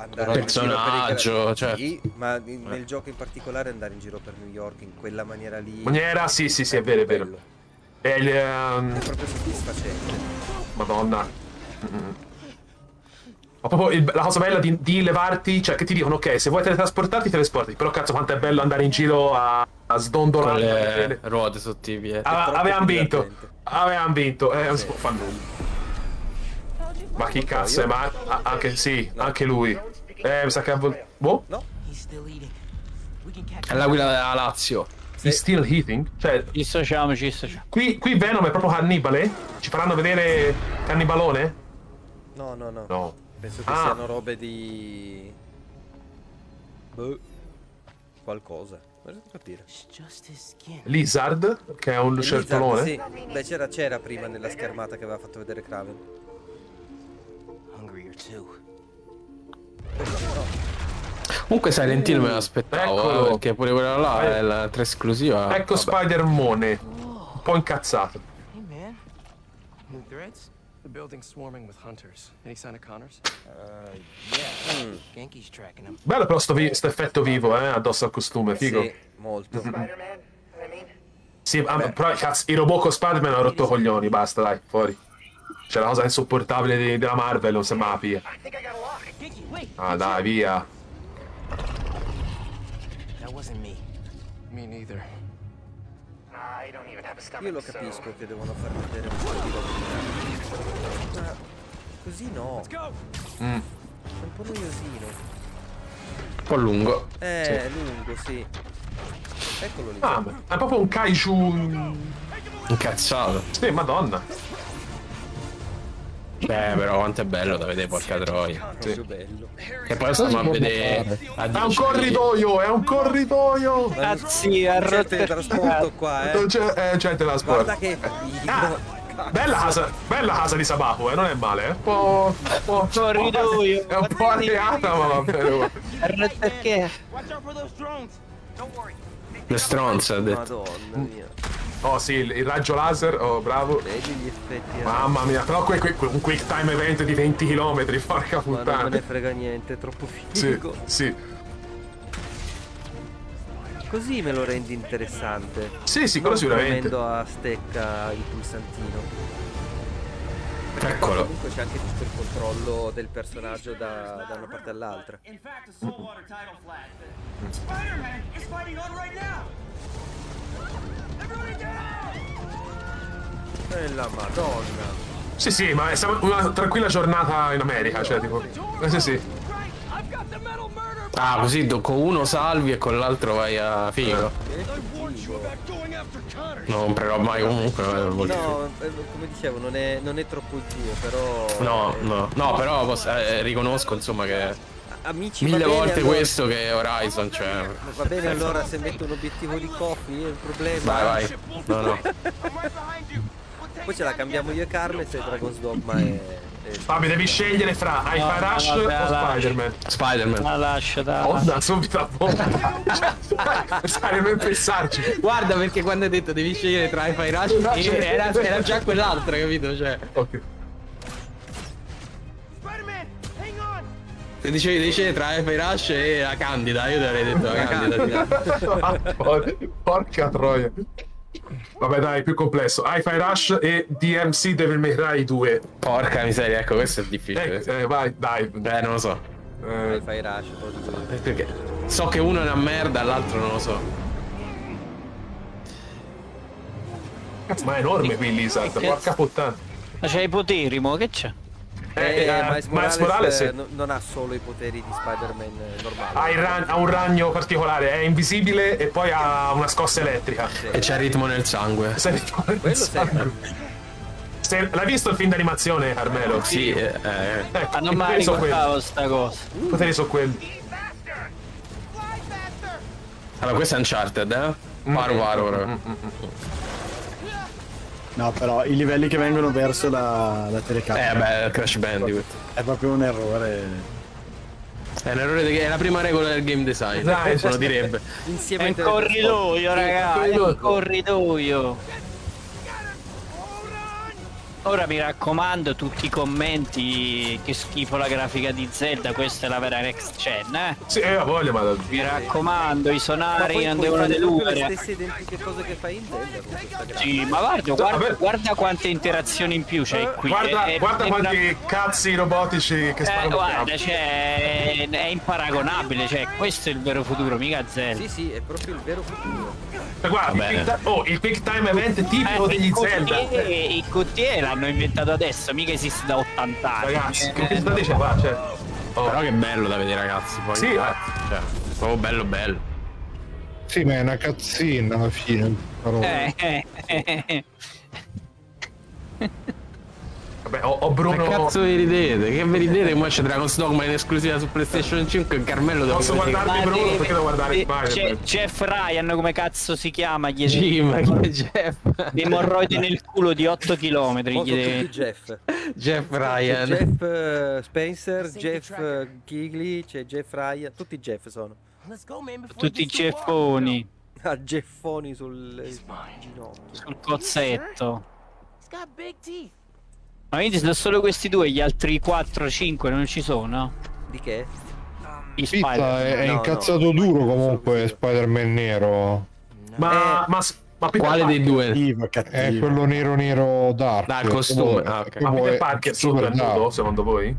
[SPEAKER 1] Andare in giro per i gra-
[SPEAKER 2] Personaggio, certo.
[SPEAKER 1] Sì, ma in- nel gioco in particolare andare in giro per New York in quella maniera lì...
[SPEAKER 5] Maniera, sì, sì, sì, è vero, è vero.
[SPEAKER 1] bello.
[SPEAKER 5] È il. ehm,
[SPEAKER 1] È proprio soddisfacente.
[SPEAKER 5] Madonna. Mm. Ma proprio il- la cosa bella di, di levarti, cioè che ti dicono, ok, se vuoi teletrasportarti, teletrasporti. Però cazzo, quanto è bello andare in giro a, a
[SPEAKER 2] Con
[SPEAKER 5] sdondolare.
[SPEAKER 2] le ruote sotto i piedi.
[SPEAKER 5] eh, Ah,
[SPEAKER 1] troppo
[SPEAKER 5] avevamo
[SPEAKER 1] più
[SPEAKER 5] vinto.
[SPEAKER 1] divertente.
[SPEAKER 5] Avevamo vinto. Eh, non si può fare nulla. Ma chi cazzo è? Ma a- anche, sì, anche lui. Eh, mi sa che ha vol- Boh?
[SPEAKER 1] No?
[SPEAKER 2] È l'aquila della Lazio.
[SPEAKER 5] He's still hitting? Cioè,
[SPEAKER 7] Dissociamoci, dissociamo.
[SPEAKER 5] qui, qui Venom è proprio cannibale? Ci faranno vedere cannibalone?
[SPEAKER 1] No, no, no.
[SPEAKER 5] No.
[SPEAKER 1] Penso che
[SPEAKER 5] Ah.
[SPEAKER 1] siano robe di... Boh. Qualcosa. Non riesco a capire.
[SPEAKER 5] Lizard, che è un lucertolone.
[SPEAKER 1] Blizzard, Sì. Beh, c'era, c'era prima nella schermata che aveva fatto vedere Kraven.
[SPEAKER 2] Comunque Silent Hill me l'aspettavo,
[SPEAKER 5] Uh, Eccolo.
[SPEAKER 2] eh, perché pure quella là è la 3 esclusiva.
[SPEAKER 5] Ecco
[SPEAKER 2] Ah, Vabbè.
[SPEAKER 5] Spider-Mone. Un po' incazzato.
[SPEAKER 11] Hey, man. New threads? The building's swarming with hunters. Any sign of Connors? Genki's tracking them.
[SPEAKER 5] Bello però sto, vi- sto effetto vivo, eh, addosso al costume, figo.
[SPEAKER 1] Sì, molto.
[SPEAKER 5] Sì, ah, però cazzo, i robot con Spider-Man hanno rotto coglioni, basta, dai, fuori. C'è la cosa insopportabile di- della Marvel, non sembrava pia. Ah, dai, via.
[SPEAKER 11] That wasn't me. Me neither.
[SPEAKER 1] Io lo capisco che devono far vedere un po' di roba. Ma così no.
[SPEAKER 2] Mm,
[SPEAKER 1] È un po' noiosino.
[SPEAKER 2] un po' lungo.
[SPEAKER 1] Eh, lungo, sì. Eccolo lì.
[SPEAKER 5] Ah, ma è proprio un kaiju. mm,
[SPEAKER 2] Sì. Incazzato.
[SPEAKER 5] Sì, madonna.
[SPEAKER 2] Beh, però quanto è bello da vedere, porca troia.
[SPEAKER 1] Proprio bello.
[SPEAKER 2] E poi stiamo a vedere. a
[SPEAKER 5] È un
[SPEAKER 2] 10
[SPEAKER 5] corridoio, è un corridoio.
[SPEAKER 2] Eh.
[SPEAKER 7] Cazzi, ha
[SPEAKER 1] C'è il teletrasporto qua, eh.
[SPEAKER 5] Non c'è, eh, c'è il teletrasporto.
[SPEAKER 1] Guarda che
[SPEAKER 5] Ah, bella casa, bella casa di Sabaku, eh, non è male, eh. Un po'. un po'- un po'
[SPEAKER 7] Corridoio.
[SPEAKER 5] È un po' arriata, ma va bene.
[SPEAKER 7] Perché?
[SPEAKER 2] Le stronze, ha detto.
[SPEAKER 1] Madonna mia.
[SPEAKER 5] Oh sì, il, il raggio laser, oh bravo.
[SPEAKER 1] Vedi gli effetti.
[SPEAKER 5] Mamma mia, però que, que- un quick time event di 20 km, porca
[SPEAKER 1] Ma non me
[SPEAKER 5] puttana.
[SPEAKER 1] ne frega niente, è troppo
[SPEAKER 5] Sì,
[SPEAKER 1] figo.
[SPEAKER 5] sì.
[SPEAKER 1] Così me lo rendi interessante.
[SPEAKER 5] Sì, sì, quello
[SPEAKER 1] non
[SPEAKER 5] sicuramente.
[SPEAKER 1] premendo a stecca il pulsantino. Perché poi
[SPEAKER 2] Eccolo.
[SPEAKER 1] comunque c'è anche tutto il controllo del personaggio da, da una parte all'altra. E la madonna.
[SPEAKER 5] Sì, sì, ma è stata una tranquilla giornata in America, cioè tipo. eh, Sì, sì.
[SPEAKER 2] Ah, così do- con uno salvi e con l'altro vai a figo. Non comprerò mai comunque. eh, vuol dire.
[SPEAKER 1] No, eh, come dicevo, non è, non è troppo il tuo, però...
[SPEAKER 2] No,
[SPEAKER 1] eh,
[SPEAKER 2] no, no, però posso- eh, riconosco insomma che
[SPEAKER 1] Amici, va
[SPEAKER 2] mille
[SPEAKER 1] bene,
[SPEAKER 2] volte
[SPEAKER 1] allora-
[SPEAKER 2] questo che Horizon, cioè.
[SPEAKER 1] Va bene, allora se metto un obiettivo di coffee è il problema.
[SPEAKER 2] Vai, vai. No, no.
[SPEAKER 1] Poi ce la cambiamo io e Carmen se Dragon's Dogma è... è-
[SPEAKER 5] Fabio, devi scegliere fra Hi-Fi
[SPEAKER 7] no,
[SPEAKER 5] Rush
[SPEAKER 7] vabbè,
[SPEAKER 5] o
[SPEAKER 7] allora. Ah.
[SPEAKER 5] Spider-Man.
[SPEAKER 2] Spider-Man.
[SPEAKER 7] La lascia, dai.
[SPEAKER 5] Oh, da subito a Cioè, bomba. Sai, nemmeno pensarci.
[SPEAKER 2] Guarda perché quando hai detto devi scegliere tra Hi-Fi Rush
[SPEAKER 5] e- era- era già
[SPEAKER 2] quell'altra, capito? Cioè,
[SPEAKER 5] Ok.
[SPEAKER 2] se dicevi devi scegliere tra Hi-Fi Rush e la Candida, io ti avrei detto la Candida. di là.
[SPEAKER 5] Por- Porca troia. Vabbè dai, più complesso. Hi-Fi Rush e DMC Devil May Cry 2.
[SPEAKER 2] Porca miseria, ecco, questo è difficile.
[SPEAKER 5] Eh, eh, vai, dai.
[SPEAKER 2] Eh, non lo so.
[SPEAKER 5] Eh,
[SPEAKER 1] Fai rush, proprio così.
[SPEAKER 2] Perché? So che uno è una merda, l'altro non lo so.
[SPEAKER 5] cazzo, ma è enorme qui Lizard, porca puttana.
[SPEAKER 7] Ma c'hai i poteri, mo che c'è?
[SPEAKER 5] Eh,
[SPEAKER 1] Eh,
[SPEAKER 5] eh,
[SPEAKER 1] Miles
[SPEAKER 5] Miles
[SPEAKER 1] Morales,
[SPEAKER 5] Morales,
[SPEAKER 1] eh,
[SPEAKER 5] sì.
[SPEAKER 1] no- non ha solo i poteri di Spider-Man eh, normale.
[SPEAKER 5] ha, il ran- ha un ragno particolare, è invisibile e poi ha una scossa elettrica.
[SPEAKER 2] E c'è ritmo nel sangue.
[SPEAKER 5] Se ne torna
[SPEAKER 1] Quello
[SPEAKER 5] il sangue. Se- L'hai visto il film d'animazione, Carmelo?
[SPEAKER 2] Sì, eh, eh.
[SPEAKER 5] Ecco,
[SPEAKER 7] Ma
[SPEAKER 5] i
[SPEAKER 7] Ah, non mi
[SPEAKER 5] poteri sono quelli.
[SPEAKER 7] ricordavo sta cosa.
[SPEAKER 5] I poteri sono quelli.
[SPEAKER 2] Allora, questo è Uncharted, eh? Paro, paro, però.
[SPEAKER 6] No, però i livelli che vengono verso la, la telecamera
[SPEAKER 2] Eh, beh, Crash Bandicoot.
[SPEAKER 6] è proprio un errore.
[SPEAKER 2] È un errore de- è la prima regola del game design.
[SPEAKER 5] Dai,
[SPEAKER 2] Dai, lo direbbe.
[SPEAKER 1] Insieme
[SPEAKER 7] È un
[SPEAKER 1] ai teletrasporti.
[SPEAKER 7] corridoio, raga, è un corridoio. Ora mi raccomando tutti i commenti che schifo la grafica di Zelda, questa è la vera next gen, eh.
[SPEAKER 5] Sì, eh, voglio, ma
[SPEAKER 7] Mi raccomando, i
[SPEAKER 1] Ma poi
[SPEAKER 7] sonari non
[SPEAKER 1] puoi
[SPEAKER 7] devono
[SPEAKER 1] fare proprio le
[SPEAKER 7] deludere.
[SPEAKER 1] stesse identiche cose che fai in Zelda con questa grafica.
[SPEAKER 7] Sì, ma guarda, guarda,
[SPEAKER 5] Vabbè. Eh,
[SPEAKER 7] guarda quante interazioni in più c'è qui.
[SPEAKER 5] guarda,
[SPEAKER 7] È- è-
[SPEAKER 5] guarda
[SPEAKER 7] è
[SPEAKER 5] quanti
[SPEAKER 7] una-
[SPEAKER 5] cazzi robotici che
[SPEAKER 7] Eh,
[SPEAKER 5] sparano
[SPEAKER 7] guarda, cioè, è- è imparagonabile, cioè, questo è il vero futuro, mica Zelda.
[SPEAKER 1] Sì, sì, è proprio il vero futuro.
[SPEAKER 5] Ma Cioè, guarda, il
[SPEAKER 2] bene.
[SPEAKER 5] quick ti- oh, il quick time event tipico
[SPEAKER 7] Eh,
[SPEAKER 5] degli
[SPEAKER 7] il
[SPEAKER 5] Zelda.
[SPEAKER 7] QTE il QTE l'hanno inventato adesso, mica esiste da 80 anni.
[SPEAKER 5] Ragazzi,
[SPEAKER 7] Eh,
[SPEAKER 5] che cosa dice qua? Cioè, oh.
[SPEAKER 2] Però che bello da vedere, ragazzi. Poi,
[SPEAKER 5] Sì, eh.
[SPEAKER 2] cioè, proprio bello, bello.
[SPEAKER 3] Sì, ma eh, è una cazzina alla fine. questa roba.
[SPEAKER 7] eh, eh, eh, eh.
[SPEAKER 5] Vabbè, ho, ho
[SPEAKER 2] Che
[SPEAKER 5] Bruno.
[SPEAKER 2] cazzo vi ridete? Che vi ridete? Mo c'è Dragon's Dogma in esclusiva su PlayStation 5 e Carmello da
[SPEAKER 5] Posso guardarmi
[SPEAKER 7] Ma
[SPEAKER 5] Bruno?
[SPEAKER 7] deve-
[SPEAKER 5] Perché devo guardare
[SPEAKER 7] de-
[SPEAKER 5] Spider-Man?
[SPEAKER 7] Jeff- Jeff eh, Ryan, come cazzo si chiama? Gli
[SPEAKER 2] Sì, ma che Jeff?
[SPEAKER 7] emorroide nel culo di 8 km.
[SPEAKER 1] Foto
[SPEAKER 7] Gli
[SPEAKER 1] tutti
[SPEAKER 7] deve-
[SPEAKER 1] Jeff.
[SPEAKER 2] Jeff
[SPEAKER 1] C'è
[SPEAKER 2] Ryan.
[SPEAKER 1] Jeff eh, Spencer, Jeff eh, Gigli, c'è Jeff Ryan, tutti Jeff sono.
[SPEAKER 7] tutti i ceffoni
[SPEAKER 1] A Jeffoni sul ginocchio.
[SPEAKER 7] sul cozzetto. Ma quindi sono solo questi due, gli altri 4-5 non ci sono?
[SPEAKER 1] Di che?
[SPEAKER 7] I
[SPEAKER 3] Pizza è,
[SPEAKER 7] spider
[SPEAKER 3] è
[SPEAKER 1] No,
[SPEAKER 3] incazzato
[SPEAKER 1] no.
[SPEAKER 3] duro comunque Spider-Man nero.
[SPEAKER 7] eh,
[SPEAKER 5] Ma, ma, ma Peter
[SPEAKER 2] Quale dei
[SPEAKER 5] Parker-
[SPEAKER 2] due?
[SPEAKER 6] Cattivo, cattivo.
[SPEAKER 3] È quello nero nero dark.
[SPEAKER 2] Ah, il costume. Ah, ok.
[SPEAKER 5] Ma
[SPEAKER 3] Poi
[SPEAKER 5] Peter
[SPEAKER 3] è
[SPEAKER 5] Parker sotto
[SPEAKER 3] super
[SPEAKER 5] è nudo,
[SPEAKER 3] dark.
[SPEAKER 5] secondo voi?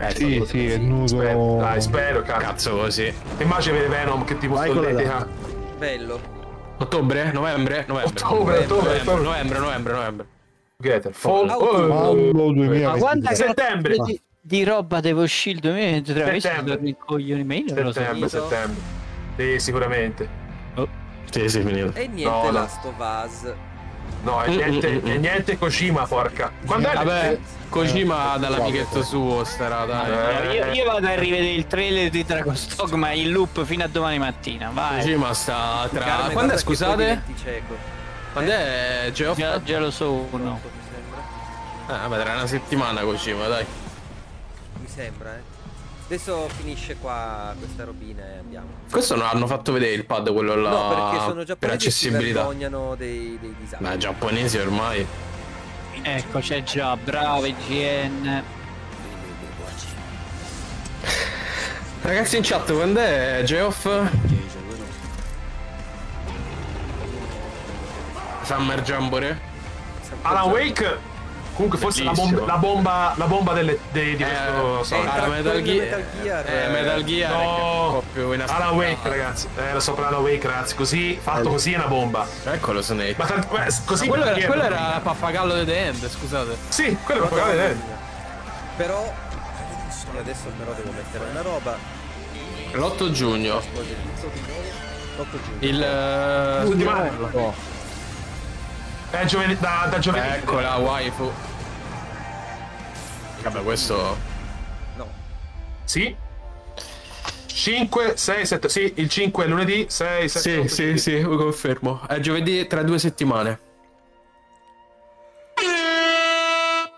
[SPEAKER 2] Eh,
[SPEAKER 3] Sì, sì, è
[SPEAKER 5] Spero,
[SPEAKER 3] nudo.
[SPEAKER 5] dai, spero, cazzo.
[SPEAKER 2] Cazzo così.
[SPEAKER 5] Immagine vede Venom che tipo
[SPEAKER 6] Vai con la
[SPEAKER 5] stolletica.
[SPEAKER 1] Eh, Bello.
[SPEAKER 2] Ottobre? Novembre? Novembre.
[SPEAKER 5] Ottobre, ottobre,
[SPEAKER 2] novembre,
[SPEAKER 5] ottobre.
[SPEAKER 2] novembre, novembre, novembre.
[SPEAKER 5] Greta, fall.
[SPEAKER 7] Ma quanta
[SPEAKER 5] settembre.
[SPEAKER 7] cazzo Di, di roba devo uscire il 2023? Ma io sono
[SPEAKER 5] Settembre.
[SPEAKER 7] stato il coglione, ma io non lo so.
[SPEAKER 5] Settembre, settembre. Sì, sicuramente.
[SPEAKER 2] Oh, Sì, Mm, sì, finito.
[SPEAKER 1] E niente
[SPEAKER 5] No, no.
[SPEAKER 1] Last of Us.
[SPEAKER 5] No, e niente, e niente Kojima, porca. Quando è?
[SPEAKER 2] Vabbè, Kojima
[SPEAKER 5] Eh,
[SPEAKER 2] dall'amichetto suo starà, dai.
[SPEAKER 7] Io, io vado a rivedere il trailer di Dragon's Dogma in loop fino a domani mattina. Vai.
[SPEAKER 2] Kojima sta tra... Quando
[SPEAKER 7] Carne, guarda
[SPEAKER 2] è,
[SPEAKER 7] che poi
[SPEAKER 2] scusate?
[SPEAKER 7] diventi
[SPEAKER 2] Quando è Geoff?
[SPEAKER 7] Già, già lo so uno.
[SPEAKER 2] Ah, vabbè, tra una settimana Kojima, dai.
[SPEAKER 1] Mi sembra, eh. Adesso finisce qua questa robina e andiamo.
[SPEAKER 2] Questo non hanno fatto vedere il pad quello là
[SPEAKER 1] No, perché sono
[SPEAKER 2] per
[SPEAKER 1] giapponesi e si
[SPEAKER 2] accessibilità.
[SPEAKER 1] vergognano dei, dei disabili.
[SPEAKER 2] Ma giapponesi ormai.
[SPEAKER 7] Ecco, c'è già, bravo IGN.
[SPEAKER 2] Ragazzi in chat, quando è Geoff? Summer Jamboree?
[SPEAKER 5] Alan Wake? Comunque forse la, bomb-
[SPEAKER 2] Bellissimo.
[SPEAKER 5] la bomba, la bomba delle, dei- di questo
[SPEAKER 2] Eh,
[SPEAKER 5] Sonic.
[SPEAKER 2] tra Metal Gear, eh, Metal Gear è un
[SPEAKER 5] No,
[SPEAKER 2] po' più inaspettato.
[SPEAKER 5] Alan Wake ragazzi, eh, lo so per Alan Wake ragazzi, così, fatto così è una bomba.
[SPEAKER 2] Eccolo Snake.
[SPEAKER 5] Ma tra- eh, così
[SPEAKER 2] quello,
[SPEAKER 5] perché-
[SPEAKER 2] era, quello era Pappagallo di The End, scusate.
[SPEAKER 5] Sì, quello è
[SPEAKER 1] Madonna
[SPEAKER 5] proprio
[SPEAKER 1] mia. Però io adesso però devo mettere una roba.
[SPEAKER 2] L'8 giugno.
[SPEAKER 1] Tocco giù.
[SPEAKER 2] Il. eh,
[SPEAKER 5] Giugno. Eh, gioven- da, da giovedì.
[SPEAKER 2] Eccola, Ecco waifu. Vabbè, questo.
[SPEAKER 5] Sì. 5, 6, 7, sì, il 5 è lunedì, 6, 7,
[SPEAKER 2] Sì, sì, sì, lo confermo. È giovedì tra due settimane.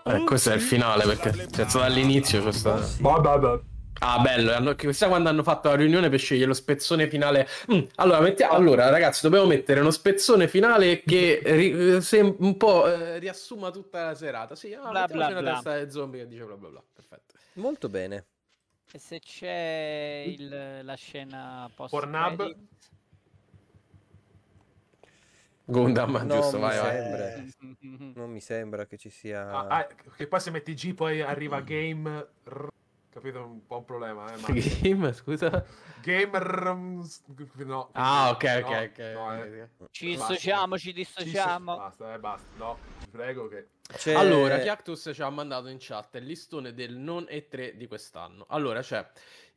[SPEAKER 2] Eh, questo è il finale perché cioè, c'è stato dall'inizio questa. Ah, bello. hanno- Chissà quando hanno fatto la riunione per scegliere lo spezzone finale. Mm, allora, mettia- allora, ragazzi, dobbiamo mettere uno spezzone finale che ri- se- un po' eh, riassuma tutta la serata. Sì, ah,
[SPEAKER 7] Bla,
[SPEAKER 2] mettiamoci
[SPEAKER 7] bla,
[SPEAKER 2] una
[SPEAKER 7] bla.
[SPEAKER 2] testa di zombie che dice bla bla bla. Perfetto.
[SPEAKER 1] Molto bene.
[SPEAKER 7] E se c'è il- la scena post
[SPEAKER 5] Pornhub?
[SPEAKER 2] Gundam,
[SPEAKER 1] No,
[SPEAKER 2] giusto,
[SPEAKER 1] mi
[SPEAKER 2] vai, vai.
[SPEAKER 1] sembra. Non mi sembra che ci sia.
[SPEAKER 5] Ah, ah, che poi se metti G poi arriva
[SPEAKER 2] Mm.
[SPEAKER 5] game. r- capito? Un po' un problema, eh. Mario.
[SPEAKER 2] Game, scusa.
[SPEAKER 5] Game. r- no.
[SPEAKER 2] Ah, ok,
[SPEAKER 5] No,
[SPEAKER 2] ok, ok.
[SPEAKER 5] no, eh.
[SPEAKER 7] Ci
[SPEAKER 5] Basta.
[SPEAKER 7] dissociamo, ci
[SPEAKER 5] Ci
[SPEAKER 7] dissociamo.
[SPEAKER 5] so- Basta, eh, basta. No, ti prego che.
[SPEAKER 1] C'è-
[SPEAKER 2] Allora, Chiactus ci ha mandato in chat il listone del non E3 di quest'anno. Allora c'è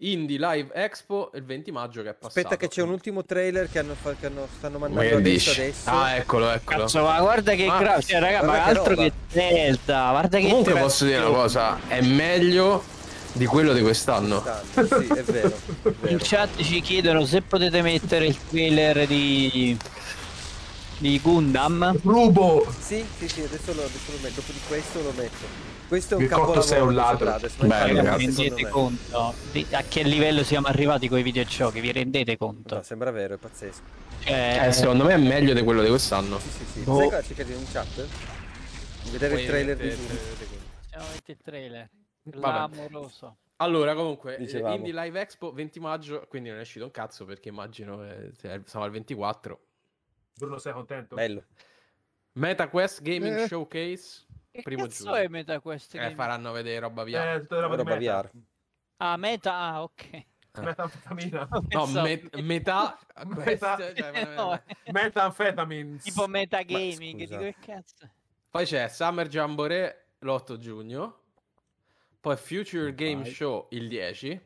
[SPEAKER 2] Indie Live Expo il 20 maggio che è passato.
[SPEAKER 1] Aspetta, che c'è un ultimo trailer che, hanno fa- che hanno- stanno
[SPEAKER 2] Ma
[SPEAKER 1] mandando
[SPEAKER 2] che
[SPEAKER 1] adesso.
[SPEAKER 2] dici?
[SPEAKER 1] adesso.
[SPEAKER 2] Ah, eccolo, eccolo.
[SPEAKER 7] Cazzo, ma guarda che
[SPEAKER 2] Ah,
[SPEAKER 1] Ma-
[SPEAKER 7] gra- cioè, raga, ma
[SPEAKER 1] guarda che
[SPEAKER 7] altro
[SPEAKER 1] roba.
[SPEAKER 7] che Zelda, guarda che
[SPEAKER 2] Comunque
[SPEAKER 7] gra-
[SPEAKER 2] posso dire una cosa, è meglio di quello di quest'anno.
[SPEAKER 1] Sì, è vero. è vero.
[SPEAKER 2] cioè-
[SPEAKER 7] In chat ci chiedono se potete mettere il trailer di di
[SPEAKER 2] Eh,
[SPEAKER 7] Gundam.
[SPEAKER 5] Rubo!
[SPEAKER 1] Sì, sì, sì, adesso lo, adesso lo metto. Dopo di questo lo metto. Questo è un
[SPEAKER 5] Mircotto,
[SPEAKER 1] capolavoro.
[SPEAKER 5] sei un
[SPEAKER 1] di
[SPEAKER 5] ladro.
[SPEAKER 1] Soprades, ma
[SPEAKER 2] Bello,
[SPEAKER 1] infatti,
[SPEAKER 7] Raga, vi
[SPEAKER 1] secondo
[SPEAKER 7] rendete
[SPEAKER 1] me-
[SPEAKER 7] conto di- a che livello siamo arrivati con i videogiochi? Vi rendete conto?
[SPEAKER 1] No, sembra vero, è pazzesco.
[SPEAKER 7] Cioè,
[SPEAKER 2] Eh, secondo me è meglio di quello di quest'anno.
[SPEAKER 1] Sì, sì.
[SPEAKER 2] Boh.
[SPEAKER 1] Sai cosa c'è di un chat? Vedere il trailer di
[SPEAKER 7] siamo metti il trailer.
[SPEAKER 2] Vabbè.
[SPEAKER 7] Clamoroso.
[SPEAKER 2] Allora, comunque, eh,
[SPEAKER 1] Dicevamo.
[SPEAKER 2] Indie Live Expo 20 maggio, quindi non è uscito un cazzo perché immagino eh, se- siamo al 24.
[SPEAKER 5] Bruno, sei contento?
[SPEAKER 1] Bello.
[SPEAKER 2] Meta Quest Gaming
[SPEAKER 7] Eh.
[SPEAKER 2] Showcase,
[SPEAKER 7] Che
[SPEAKER 2] primo
[SPEAKER 7] cazzo
[SPEAKER 2] giugno.
[SPEAKER 7] è Meta Quest?
[SPEAKER 2] Eh,
[SPEAKER 7] Gaming?
[SPEAKER 2] faranno vedere roba via.
[SPEAKER 5] Eh, tutta roba di
[SPEAKER 1] Roba
[SPEAKER 5] meta.
[SPEAKER 1] VR.
[SPEAKER 7] Ah, Meta, ah, ok.
[SPEAKER 5] Metanfetamina.
[SPEAKER 2] No,
[SPEAKER 7] Pensavo-
[SPEAKER 2] me- metà
[SPEAKER 5] Meta-
[SPEAKER 2] quest, cioè, vabbè,
[SPEAKER 7] No,
[SPEAKER 2] vabbè.
[SPEAKER 7] eh,
[SPEAKER 5] Metanfetamine.
[SPEAKER 7] tipo metagaming,
[SPEAKER 1] scusa.
[SPEAKER 7] dico che cazzo.
[SPEAKER 2] Poi c'è Summer Jamboree l'8 giugno. Poi Future Game
[SPEAKER 6] Vai.
[SPEAKER 2] Show il 10.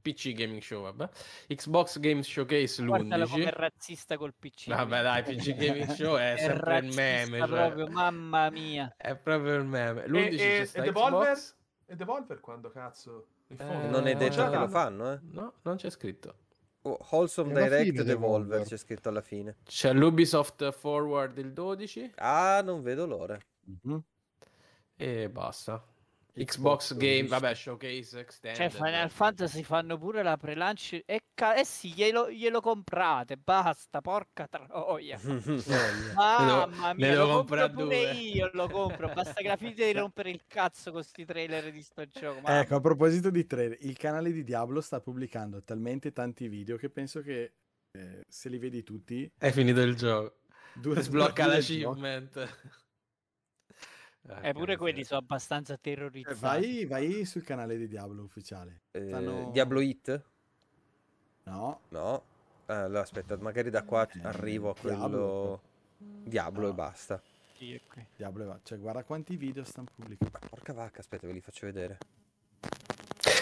[SPEAKER 2] PC Gaming Show, vabbè. Xbox Games Showcase
[SPEAKER 7] Guardalo come è
[SPEAKER 2] l'11.
[SPEAKER 7] razzista col Cioè, PC.
[SPEAKER 2] Vabbè, dai, PC Gaming Show è sempre il
[SPEAKER 7] razzista
[SPEAKER 2] meme. cioè,
[SPEAKER 7] proprio, mamma mia.
[SPEAKER 2] È proprio il meme.
[SPEAKER 5] E,
[SPEAKER 2] L'11 c'è
[SPEAKER 5] e,
[SPEAKER 2] sta
[SPEAKER 5] e Devolver?
[SPEAKER 2] Xbox.
[SPEAKER 5] E Devolver quando cazzo? In
[SPEAKER 2] Eh,
[SPEAKER 5] fondo.
[SPEAKER 1] Non è detto
[SPEAKER 5] Già,
[SPEAKER 1] che lo fanno, eh.
[SPEAKER 2] No, non c'è scritto.
[SPEAKER 1] Oh, Wholesome
[SPEAKER 3] È alla
[SPEAKER 1] Direct
[SPEAKER 3] fine,
[SPEAKER 1] Devolver
[SPEAKER 3] Devolver.
[SPEAKER 1] c'è scritto alla fine.
[SPEAKER 2] C'è l'Ubisoft Forward il 12
[SPEAKER 1] Ah, non vedo l'ora.
[SPEAKER 6] Mhm.
[SPEAKER 2] e basta.
[SPEAKER 6] Xbox
[SPEAKER 2] Xbox Game,
[SPEAKER 6] 12.
[SPEAKER 2] vabbè, Showcase
[SPEAKER 7] Cioè,
[SPEAKER 2] Extended.
[SPEAKER 7] Final Fantasy fanno pure la pre-launch e, ca- eh sì, glielo, glielo comprate, basta, porca troia. Mamma
[SPEAKER 2] ne
[SPEAKER 7] mia,
[SPEAKER 2] devo
[SPEAKER 7] lo compro
[SPEAKER 2] comprare
[SPEAKER 7] pure
[SPEAKER 2] due.
[SPEAKER 7] io, lo compro, basta che la finite di rompere il cazzo con sti trailer di sto gioco. mamma
[SPEAKER 6] Ecco, a proposito di trailer, il canale di Diablo sta pubblicando talmente tanti video che penso che eh, se li vedi tutti...
[SPEAKER 2] È finito il gioco.
[SPEAKER 6] Dura,
[SPEAKER 2] Sblocca
[SPEAKER 6] dura il
[SPEAKER 2] l'achievement.
[SPEAKER 7] Eh, pure quelli sono abbastanza terrorizzati.
[SPEAKER 6] Eh, Vai, vai sul canale di Diablo ufficiale.
[SPEAKER 1] Eh,
[SPEAKER 6] Stanno-
[SPEAKER 1] Diablo Hit?
[SPEAKER 6] No,
[SPEAKER 1] No. Eh, allora, aspetta, magari da qua arrivo a quello...
[SPEAKER 6] Diablo.
[SPEAKER 1] Diablo, e basta.
[SPEAKER 6] Diablo, va. Cioè, guarda quanti video stanno pubblicando.
[SPEAKER 1] Porca vacca, aspetta, ve li faccio vedere.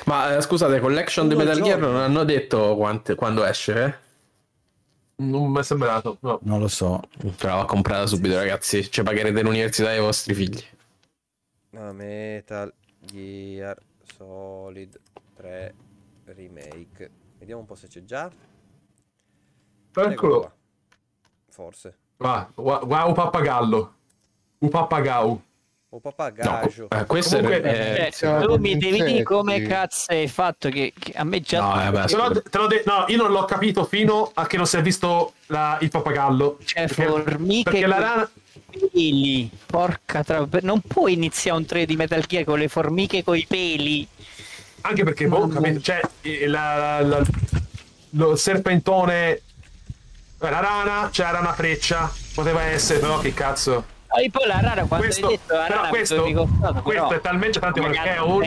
[SPEAKER 2] Ma eh, scusate, collection di
[SPEAKER 6] Uno
[SPEAKER 2] Metal Gear
[SPEAKER 6] gioco.
[SPEAKER 2] non hanno detto quante- quando esce, eh? Non mi è sembrato. No.
[SPEAKER 6] Non lo so.
[SPEAKER 2] Però comprata subito, ragazzi. Cioè, pagherete l'università ai vostri figli.
[SPEAKER 1] Ah, Metal Gear Solid 3 Remake. Vediamo un po' se c'è già.
[SPEAKER 5] Eccolo.
[SPEAKER 1] Forse.
[SPEAKER 5] Va, gua- guau pappagallo. Un pappagau.
[SPEAKER 1] O papagaggio.
[SPEAKER 2] eh, questo è-
[SPEAKER 5] Ah, Comunque-
[SPEAKER 2] eh,
[SPEAKER 7] Cioè, tu mi devi dire come cazzo hai fatto che, che a me già...
[SPEAKER 2] No, eh, beh,
[SPEAKER 5] Te l'ho
[SPEAKER 2] scusa.
[SPEAKER 5] de- te l'ho de- no, io non l'ho capito fino a che non si è visto la- il pappagallo.
[SPEAKER 7] Cioè,
[SPEAKER 5] Perché-
[SPEAKER 7] formiche
[SPEAKER 5] Perché la
[SPEAKER 7] con-
[SPEAKER 5] rana.
[SPEAKER 7] peli. Porca tra... Non puoi iniziare un 3 di Metal Gear con le formiche coi peli.
[SPEAKER 5] Anche perché, boh, capito, cioè, eh, la- la- lo serpentone. eh, La rana, c'era la rana freccia. Poteva essere, però, che cazzo.
[SPEAKER 7] Ah, E poi la rana quando
[SPEAKER 5] Questo-
[SPEAKER 7] hai detto la
[SPEAKER 5] però
[SPEAKER 7] rana mi
[SPEAKER 5] questo-
[SPEAKER 7] sono ricordato,
[SPEAKER 5] questo
[SPEAKER 7] però-
[SPEAKER 5] è talmente tanto
[SPEAKER 7] Ma
[SPEAKER 5] perché è
[SPEAKER 7] cazzo,
[SPEAKER 5] un-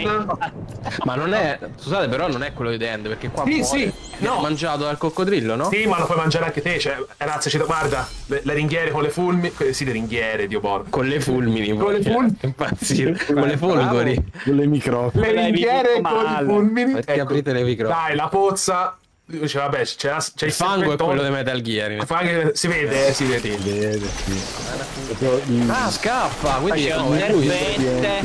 [SPEAKER 7] sei-
[SPEAKER 2] Ma non è. Scusate, però non è quello di End, perché qua
[SPEAKER 5] Sì,
[SPEAKER 2] muore.
[SPEAKER 5] sì,
[SPEAKER 2] Viene
[SPEAKER 5] no.
[SPEAKER 2] mangiato dal coccodrillo, no?
[SPEAKER 5] Sì, ma lo puoi mangiare anche te, cioè, ragazzi, ci- guarda, le, le ringhiere con le fulmi, que- sì, le ringhiere, Dio buono.
[SPEAKER 2] Con le fulmini.
[SPEAKER 5] Con le
[SPEAKER 2] poi,
[SPEAKER 5] fulmini.
[SPEAKER 2] eh, Impazzire. Con le folgori.
[SPEAKER 6] Con le microfono.
[SPEAKER 5] Le ringhiere con i fulmini. Ecco.
[SPEAKER 2] Perché aprite le microfoni.
[SPEAKER 5] Dai, la pozza, dice, vabbè, c'è, la- c'è
[SPEAKER 2] Il
[SPEAKER 5] il
[SPEAKER 2] fango è
[SPEAKER 5] serpentone.
[SPEAKER 2] quello di Metal Gear. in
[SPEAKER 5] Il fango, si vede, eh, si vede.
[SPEAKER 2] Ah, scappa, quindi
[SPEAKER 7] C'è
[SPEAKER 2] è
[SPEAKER 7] un
[SPEAKER 2] lui.
[SPEAKER 7] serpente,